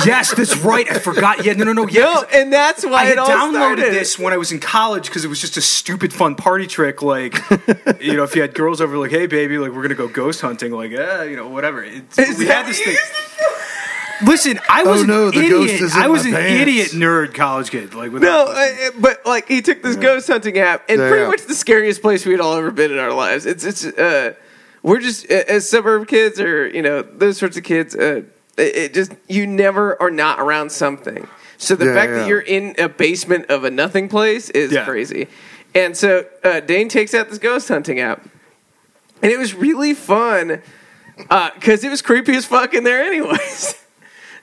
S3: yes, that's right. I forgot. Yeah, no, no, no. Yeah, 'cause
S2: and that's why
S3: I had
S2: it all
S3: downloaded
S2: started.
S3: this when I was in college because it was just a stupid fun party trick. Like, you know, if you had girls over, like, hey, baby, like, we're gonna go ghost hunting, like, eh, you know, whatever. It's,
S2: Is
S3: we
S2: that
S3: had this
S2: what
S3: thing. Listen, I was
S1: Oh, no,
S3: an
S1: the
S3: idiot.
S1: ghost is in
S3: I was
S1: my
S3: an
S1: pants.
S3: idiot nerd college kid. Like,
S2: No,
S3: without,
S2: I, but like he took this ghost hunting app, and
S1: Yeah,
S2: pretty
S1: yeah.
S2: much the scariest place we had all ever been in our lives. It's it's uh, we're just uh, as suburb kids or you know those sorts of kids. Uh, it, it just you never are not around something. So the
S1: Yeah,
S2: fact
S1: yeah.
S2: that you're in a basement of a nothing place is
S3: Yeah.
S2: crazy. And so uh, Dane takes out this ghost hunting app, and it was really fun because it was creepy as fuck in there, anyways.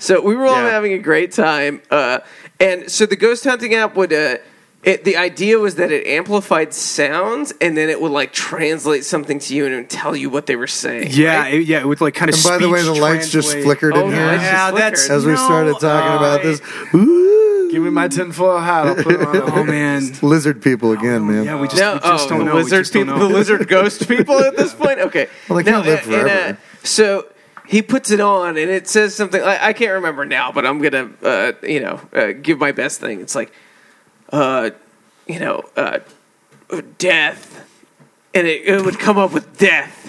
S2: So we were all
S6: Yeah.
S2: having a great time, uh, and so the ghost hunting app would. Uh, it, the idea was that it amplified sounds, and then it would like translate something to you and it would tell you what they were saying.
S3: yeah,
S2: right?
S3: it, yeah, it would like kind of.
S1: And by the way, the lights just flickered
S2: Oh,
S1: in
S2: the
S1: here
S2: lights just
S3: Yeah, that's
S2: flickered.
S1: as we
S3: No,
S1: started talking
S3: uh,
S1: about this. Ooh,
S4: Give me my tinfoil hat. I'll put it on.
S3: Oh man.
S1: lizard people again, man.
S3: Yeah, we just,
S2: No,
S3: we just
S2: oh,
S3: don't
S2: the
S3: know. We
S2: lizard
S3: just don't
S2: people,
S3: know.
S2: the lizard ghost people at this point. Okay,
S1: Well, they
S2: No,
S1: can't live
S2: and, uh,
S1: forever.
S2: so he puts it on, and it says something. I, I can't remember now, but I'm gonna, uh, you know, uh, give my best thing. It's like, uh, you know, uh, death, and it, it would come up with death.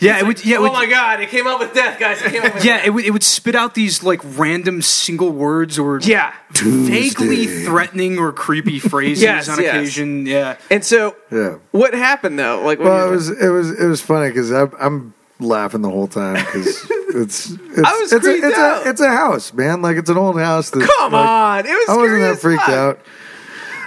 S3: Yeah, it would. Yeah, it
S2: oh
S3: would,
S2: my god, it came up with death, guys. It came up with
S3: yeah,
S2: death.
S3: it would, it would spit out these like random single words or
S2: yeah.
S3: vaguely threatening or creepy phrases
S2: Yes,
S3: on
S2: yes.
S3: occasion. Yeah.
S2: And so,
S1: Yeah.
S2: what happened though? Like, when
S1: Well, it
S2: you-
S1: was it was it was funny because I'm, I'm laughing the whole time because it's it's
S2: I was
S1: it's,
S2: creeped
S1: a, it's,
S2: out.
S1: a, it's a house, man. Like it's an old house. That's,
S2: come
S1: like,
S2: on, it was.
S1: I wasn't
S2: scary
S1: that
S2: as
S1: freaked
S2: fuck.
S1: out.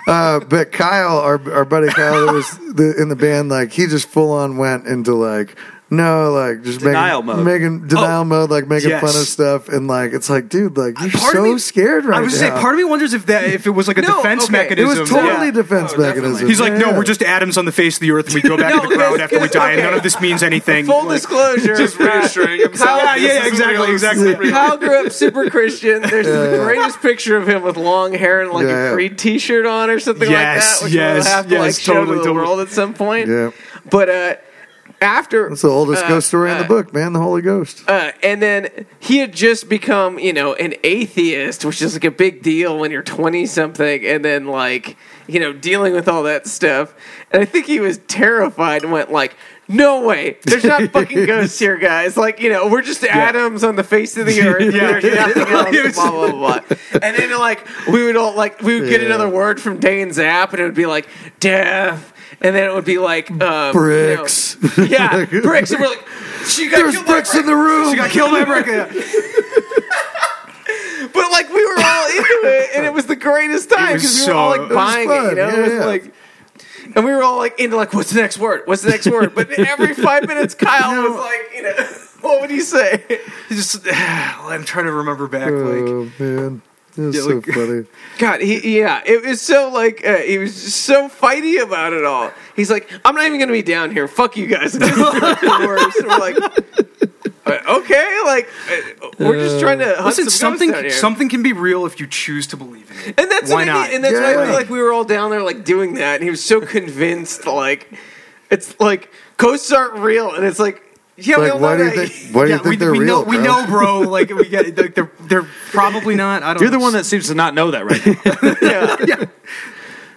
S1: Uh, but Kyle, our our buddy Kyle, that was the, in the band, like he just full on went into like no, like just
S6: Denial
S1: making,
S6: mode.
S1: making denial mode, like making
S3: Oh, yes.
S1: fun of stuff, and like it's like, dude, like you're
S3: Part
S1: so
S3: of me-
S1: scared right
S3: I was
S1: now.
S3: gonna say, part of me wonders if that if it was like a
S2: No,
S3: defense
S2: okay.
S1: it
S3: mechanism.
S1: was totally
S3: Yeah. Oh,
S1: defense mechanism.
S3: He's like,
S1: Yeah,
S3: no,
S1: yeah.
S3: we're just atoms on the face of the earth, and we go back
S2: No,
S3: to the ground
S2: it's-
S3: after we
S2: it's-
S3: die. and
S2: okay.
S3: None of this means anything.
S2: Full
S3: Like-
S2: disclosure, just reassuring
S3: yeah, yeah, exactly, exactly.
S2: Kyle grew up super Christian. There's the
S1: Yeah.
S2: greatest picture of him with long hair and like
S1: Yeah.
S2: a Creed T-shirt on or something
S3: Yes,
S2: like that, which
S3: yes,
S2: we'll have to
S3: yes,
S2: like show to
S3: totally,
S2: the
S3: totally.
S2: world at some point.
S1: Yeah.
S2: But uh, after
S1: That's the oldest
S2: uh,
S1: ghost story in
S2: uh,
S1: the book, man. The Holy Ghost.
S2: uh, and then he had just become, you know, an atheist, which is like a big deal when you're 20 something, and then like, you know, dealing with all that stuff. And I think he was terrified and went like, "No way, there's not fucking ghosts here, guys. Like, you know, we're just atoms on the face of the earth. yeah, there's nothing else. Blah blah blah." And then like we would all like we would get
S1: Yeah.
S2: another word from Dane's app, and it would be like death. And then it would be like um, you know-
S1: Bricks.
S2: yeah, bricks. And we're like, she got
S1: There's
S2: killed by
S1: bricks in the room.
S3: I killed my breath.
S2: But like we were all into it, and it was the greatest time
S3: was
S2: because we were all
S3: so-
S2: like
S3: it was
S2: buying it,
S1: fun,
S2: you know.
S1: yeah,
S2: it was
S1: yeah.
S2: like, and we were all like into like, what's the next word? What's the next word? But every five minutes, Kyle was like, you know, what would he say?
S3: Just, I'm trying to remember back. Like,
S1: Oh man, it was
S3: Yeah,
S1: so
S3: like-
S1: funny.
S2: God, he yeah, it was so like uh, he was just so fighty about it all. He's like, I'm not even gonna be down here. Fuck you guys. It's the worst. And we're like. uh, Okay, like uh, we're just trying to hunt
S3: listen,
S2: some ghosts out
S3: something
S2: here.
S3: something can be real if you choose to believe in it.
S2: And that's
S3: Why
S2: what I
S3: not?
S2: mean. And that's why I
S1: Yeah.
S2: feel like we were all down there like doing that. And he was so convinced, like it's like ghosts aren't real. And it's like, yeah, we
S1: Like,
S2: all
S1: why
S2: know
S1: do you
S2: that.
S1: think? Why do you
S3: yeah,
S1: think
S3: we,
S1: they're
S3: we
S1: real?
S3: know, we
S1: bro?
S3: know, bro. Like, we get like, they're they're probably not. I don't.
S6: You're the one that seems to not know that right now.
S2: yeah.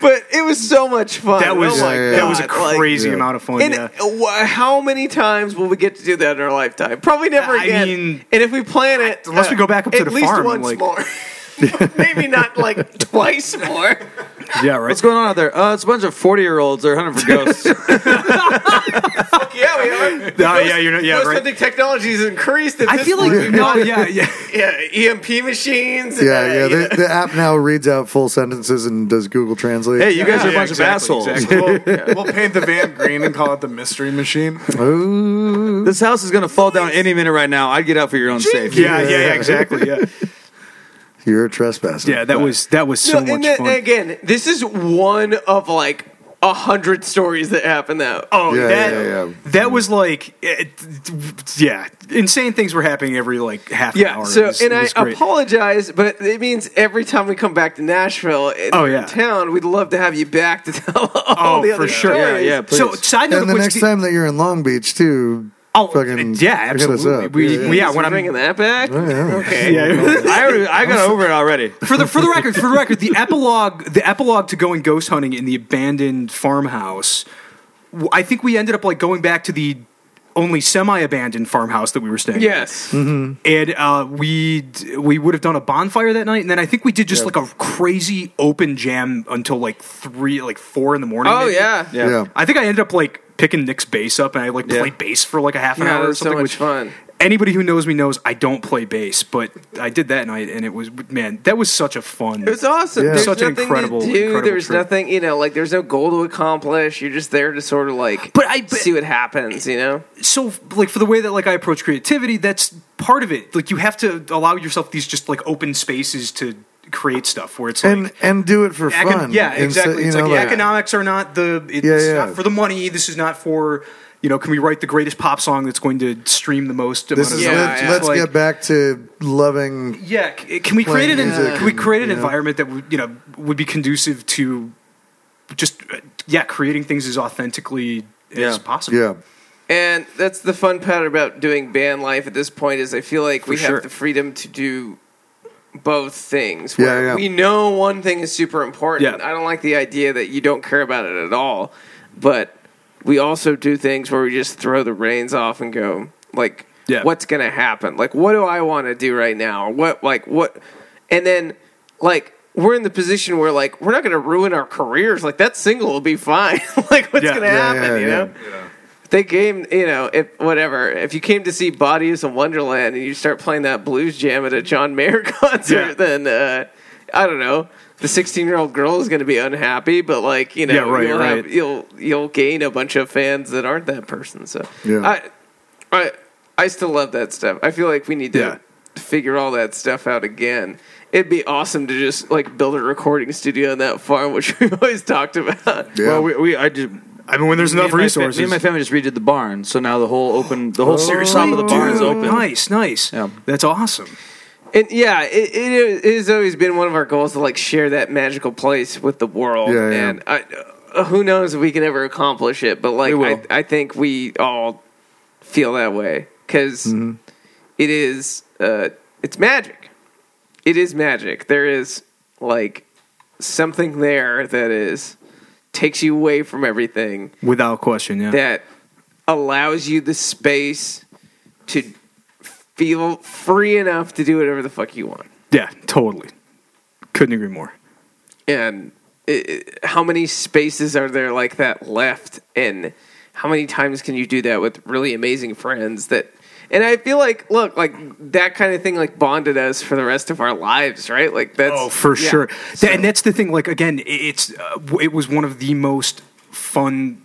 S2: But it was so much fun.
S3: that was
S2: Oh my
S1: Yeah, yeah.
S3: that was a
S2: God, like-
S3: crazy
S1: Yeah.
S3: amount of fun.
S2: and
S3: yeah.
S2: wh- how many times will we get to do that in our lifetime? Probably never
S3: I
S2: again.
S3: mean-
S2: and if we plan it,
S3: Unless we go back up to
S2: at
S3: the
S2: least
S3: farm,
S2: once
S3: like-
S2: more. Maybe not like twice more.
S3: yeah, right.
S6: What's going on out there? Uh, it's a bunch of 40 year olds. They're hunting for ghosts.
S2: Fuck yeah, we are.
S3: Oh, yeah, you're not- yeah,
S2: Ghost
S3: right.
S2: hunting technology has increased. At
S3: I
S2: this
S3: feel like
S2: point.
S3: you know. Yeah, yeah.
S2: yeah, EMP machines.
S1: Yeah,
S2: uh,
S1: yeah. The, the app now reads out full sentences and does Google Translate.
S6: hey, you guys are a
S3: Yeah,
S6: bunch
S3: exactly,
S6: of assholes.
S3: exactly.
S4: We'll, we'll paint the van green and call it the mystery machine.
S1: Ooh.
S6: This house is going to fall down any minute right now. I'd get out for your own safety.
S3: Yeah, yeah, yeah, exactly. Yeah,
S1: you're a trespasser.
S3: yeah. That was that was
S2: No,
S3: so much
S2: and then,
S3: fun.
S2: again, this is one of like a hundred stories that happen though.
S3: oh,
S1: Yeah,
S3: that
S1: yeah, yeah.
S3: that was like, it, yeah, insane things were happening every like half
S2: yeah.
S3: hour. It
S2: so,
S3: was-
S2: and
S3: it
S2: I
S3: was great.
S2: apologize, but it means every time we come back to Nashville, in
S3: Oh, yeah.
S2: town, we'd love to have you back to tell all
S3: Oh,
S2: the
S3: for
S2: other
S3: sure.
S2: stories.
S6: Yeah, yeah.
S3: So
S6: please.
S3: side note,
S1: And the
S3: which
S1: next
S3: the-
S1: time that you're in Long Beach, too,
S3: Oh,
S1: fucking
S3: yeah,
S1: hit us
S3: absolutely.
S1: up.
S3: We,
S1: Yeah,
S3: yeah,
S1: yeah.
S3: when I'm
S2: bringing that back.
S1: Oh, yeah.
S2: Okay.
S6: I, already, I got over it already.
S3: for the for the record, for the record, the epilogue, the epilogue to going ghost hunting in the abandoned farmhouse. w- I think we ended up like going back to the only semi-abandoned farmhouse that we were staying. at.
S2: Yes.
S3: and uh, we d- we would have done a bonfire that night, and then I think we did just like a crazy open jam until like three, like four in the morning.
S2: Oh
S3: maybe.
S2: yeah. Yeah.
S1: Yeah.
S3: I think I ended up like picking Nick's bass up, and I like played bass for like a half an
S2: No,
S3: hour
S2: that
S3: or
S2: was so
S3: something.
S2: much
S3: which
S2: fun.
S3: anybody who knows me knows I don't play bass, but I did that night, and it was man, that was such a fun.
S2: It was awesome.
S1: Yeah.
S2: There's
S3: Such an
S2: nothing
S3: incredible-
S2: to do.
S3: incredible
S2: there's
S3: trip.
S2: nothing, you know, like there's no goal to accomplish. You're just there to sort of like
S3: But I- but-
S2: see what happens, you know?
S3: so like for the way that like I approach creativity, that's part of it. Like you have to allow yourself these just like open spaces to create stuff where it's like.
S1: and and do it for
S3: Econ-
S1: fun.
S3: Yeah,
S1: Instead-
S3: exactly.
S1: you
S3: it's
S1: know,
S3: like, the economics are not the. It's
S1: Yeah, yeah.
S3: not for the money. This is not for. You know, can we write the greatest pop song that's going to stream the most?
S1: This
S3: amount
S1: is
S3: of
S2: Yeah,
S1: let's,
S2: yeah.
S1: let's
S3: Like-
S1: get back to loving.
S3: yeah, c- eh, can we
S1: Playing
S3: create an
S1: music
S3: can we
S1: and,
S3: create an
S1: you know.
S3: environment that would you know would be conducive to just uh, yeah creating things as authentically
S6: Yeah.
S3: as possible?
S1: Yeah,
S2: And that's the fun part about doing band life at this point is I feel like we
S3: sure.
S2: have the freedom to do both things.
S1: Yeah,
S2: where
S1: yeah.
S2: We know one thing is super important.
S3: Yeah.
S2: I don't like the idea that you don't care about it at all. But we also do things where we just throw the reins off and go like
S3: Yeah.
S2: what's going to happen? Like what do I want to do right now? Or what like what and then like we're in the position where like we're not going to ruin our careers. Like that single will be fine. like what's
S3: Yeah.
S2: going to
S3: Yeah,
S2: happen,
S1: yeah,
S2: you
S1: yeah.
S2: know? they came, you know, if whatever. If you came to see Bodies in Wonderland and you start playing that blues jam at a John Mayer concert,
S3: Yeah.
S2: then uh, I don't know. The sixteen-year-old girl is going to be unhappy, but like you know,
S3: Yeah, right,
S2: you'll,
S3: right.
S2: you'll you'll gain a bunch of fans that aren't that person. So
S1: Yeah.
S2: I, I I still love that stuff. I feel like we need to figure all that stuff out again. It'd be awesome to just like build a recording studio on that farm, which we always talked about.
S1: yeah.
S6: Well, we, we I did.
S3: I mean, when there's
S6: me and
S3: enough
S6: my fa-
S3: resources,
S6: me and my family just redid the barn, so now the whole open, the whole top of the barn is
S3: Dude,
S6: open.
S3: Nice, nice.
S6: Yeah.
S3: That's awesome.
S2: And yeah, it, it, it has always been one of our goals to like share that magical place with the world.
S1: Yeah, yeah.
S2: And I, uh, who knows if we can ever accomplish it, but like
S6: We will.
S2: I, I think we all feel that way because it is uh, it's magic. It is magic. There is like something there that is takes you away from everything
S3: Without question, yeah.
S2: that allows you the space to feel free enough to do whatever the fuck you want.
S3: yeah, totally. Couldn't agree more.
S2: and it, it- how many spaces are there like that left and how many times can you do that with really amazing friends that and i feel like look like that kind of thing like bonded us for the rest of our lives right like that's
S3: Oh, for
S2: yeah.
S3: sure. Th- and that's the thing. Like again, i- it's uh, w- it was one of the most fun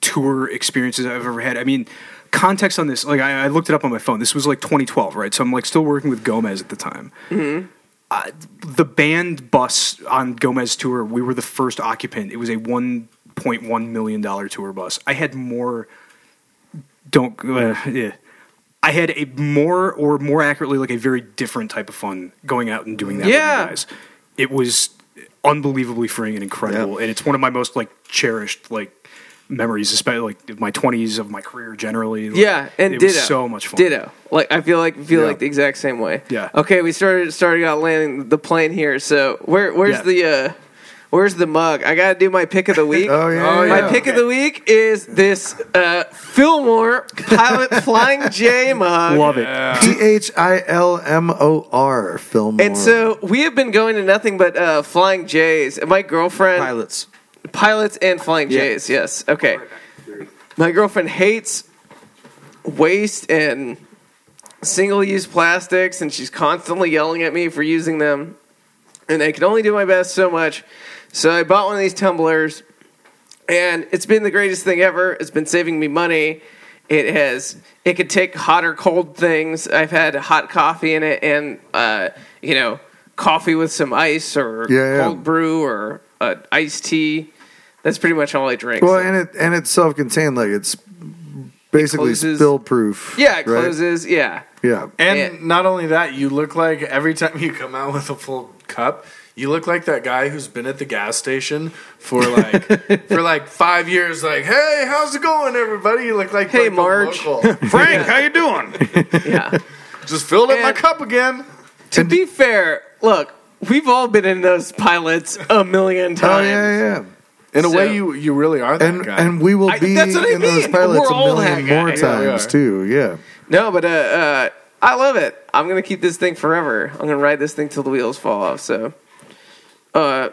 S3: tour experiences I've ever had. I mean, context on this. Like I, I looked it up on my phone. This was like 2012, right? So I'm like still working with Gomez at the time. Uh, the band bus on Gomez tour, we were the first occupant. It was a 1.1 million dollar tour bus. I had more. Don't uh, yeah. I had a more, or more accurately, like a very different type of fun going out and doing that. with
S2: Yeah.
S3: you guys. it was unbelievably freeing and incredible, and it's one of my most like cherished like memories, especially like of my twenties of my career generally. Like,
S2: yeah and
S3: it
S2: ditto
S3: was so much fun.
S2: ditto like i feel like feel like the exact same way
S3: Yeah.
S2: okay we started started out landing the plane here so where where's
S3: Yeah.
S2: the uh Where's the mug? I gotta do my pick of the week.
S1: Oh, yeah, Oh, yeah.
S2: My pick of the week is this uh, Fillmore Pilot Flying J mug.
S3: Love it.
S1: T H I L M O R film.
S2: And so we have been going to nothing but uh, Flying J's. And My girlfriend,
S6: Pilots.
S2: pilots and Flying J's. Yes. Okay. My girlfriend hates waste and single-use plastics, and she's constantly yelling at me for using them. And I can only do my best so much. So I bought one of these tumblers, and it's been the greatest thing ever. It's been saving me money. It has. It could take hot or cold things. I've had hot coffee in it, and uh, you know, coffee with some ice or
S1: Yeah, yeah.
S2: cold brew or uh, iced tea. That's pretty much all I drink.
S1: well,
S2: so-
S1: and it and it's self contained. Like it's basically
S2: closes-
S1: spill proof.
S2: Yeah, it
S1: right?
S2: closes. Yeah.
S1: Yeah.
S4: And
S2: Yeah.
S4: not only that, you look like every time you come out with a full cup, you look like that guy who's been at the gas station for like for like five years. Like, hey, how's it going, everybody? You look like
S2: Hey,
S4: like the
S2: Marge."
S4: local.
S6: Frank, how you doing?
S2: Yeah.
S4: Just filled up my
S2: And-
S4: cup again.
S2: to be fair, look, we've all been in those pilots a million
S1: Oh
S2: times.
S1: yeah, yeah.
S4: In a
S2: So-
S4: way, you you really are that
S1: And
S4: guy.
S1: and we will
S2: I-
S1: be
S2: that's what I
S1: in those
S2: mean.
S1: pilots
S2: We're
S1: a
S2: all that
S1: million more
S2: guy.
S4: Oh, Yeah, we
S1: times
S4: are.
S1: too. Yeah.
S2: No, but uh, uh, I love it. I'm gonna keep this thing forever. I'm gonna ride this thing till the wheels fall off. So, uh,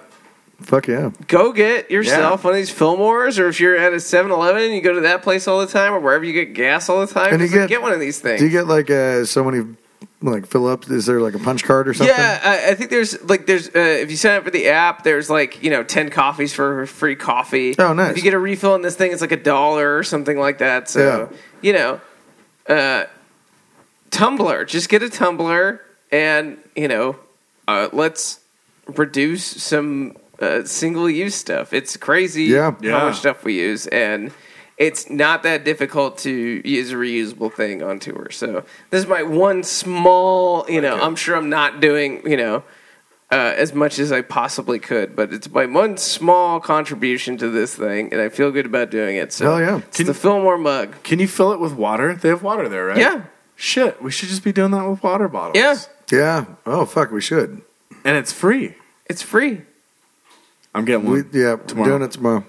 S1: Fuck yeah.
S2: go get yourself one of these Fillmores, or if you're at a 7-Eleven and you go to that place all the time, or wherever you get gas all the time,
S1: And you
S2: just, like,
S1: get-
S2: get one of these things.
S1: Do you get like uh, so many like fill up? Is there like a punch card or something?
S2: Yeah, I, I think there's like there's uh, if you sign up for the app, there's like you know ten coffees for free coffee.
S1: Oh, nice.
S2: If you get a refill on this thing, it's like a dollar or something like that. So
S1: Yeah.
S2: you know, uh, Tumblr, just get a Tumblr, and you know, uh, let's reduce some uh, single use stuff. It's crazy
S1: Yeah.
S4: Yeah.
S2: how much stuff we use and. It's not that difficult to use a reusable thing on tour. So this is my one small, you know, I'm sure I'm not doing, you know, uh, as much as I possibly could, but it's my one small contribution to this thing, and I feel good about doing it. So
S1: Hell yeah.
S2: it's the Fillmore mug.
S4: Can you fill it with water? They have water there, right?
S2: Yeah,
S4: Shit, we should just be doing that with water bottles.
S2: Yeah.
S1: Yeah. Oh fuck, we should.
S4: And it's free.
S2: it's free.
S4: I'm getting
S1: We
S4: one.
S1: yeah, we're
S4: Tomorrow.
S1: doing it tomorrow.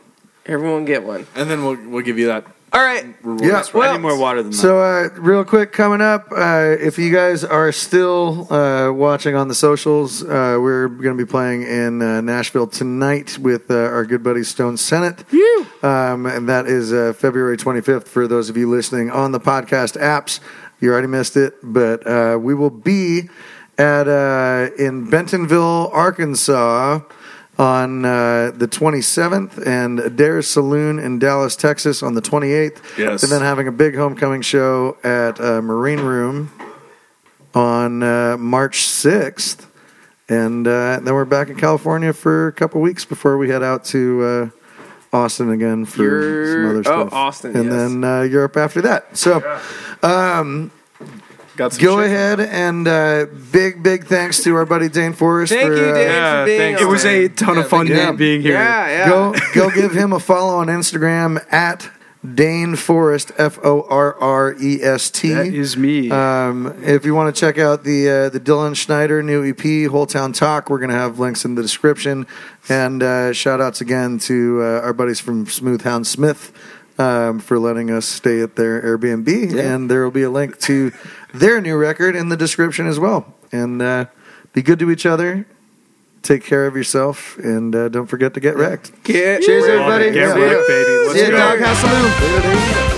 S2: Everyone get one.
S4: and then we'll we'll give you that
S2: All right.
S4: reward.
S1: Yeah.
S2: Well,
S6: I need more water than that.
S1: So, uh, real quick, coming up, uh, if you guys are still uh, watching on the socials, uh, we're going to be playing in uh, Nashville tonight with uh, our good buddy Stone Senate. Um, and that is uh, February 25th for those of you listening on the podcast apps. You already missed it, but uh, we will be at uh, in Bentonville, Arkansas on uh, the 27th and Adair's Saloon in Dallas, Texas on the 28th.
S4: Yes.
S1: And then having a big homecoming show at uh, Marine Room on uh, March 6th. And uh, then we're back in California for a couple weeks before we head out to uh, Austin again for
S2: You're-
S1: some other
S2: oh,
S1: stuff.
S2: Austin,
S1: And
S2: yes.
S1: then uh, Europe after that. So.
S4: Got some
S1: Go
S4: shit.
S1: ahead and uh, big, big thanks to our buddy Dane Forrest.
S2: Thank
S1: for,
S2: you,
S1: uh,
S2: Dave,
S3: yeah,
S2: for being
S3: thanks,
S2: on.
S7: It was a ton of fun
S1: yeah.
S7: being here.
S2: yeah, yeah.
S1: Go go give him a follow on Instagram at Dane Forrest F O R R E S T.
S7: That is me.
S1: Um, if you want to check out the uh, the Dylan Schneider new EP, Whole Town Talk, we're going to have links in the description. And uh, shout outs again to uh, our buddies from Smooth Hound Smith um, for letting us stay at their Airbnb. And there will be a link to their new record in the description as well. And uh, be good to each other. Take care of yourself and uh, don't forget to get wrecked.
S2: Get
S1: Cheers, everybody.
S7: Get
S1: Yeah.
S7: wrecked, baby. Let's
S1: See ya,
S7: go.
S1: dog. Have some room.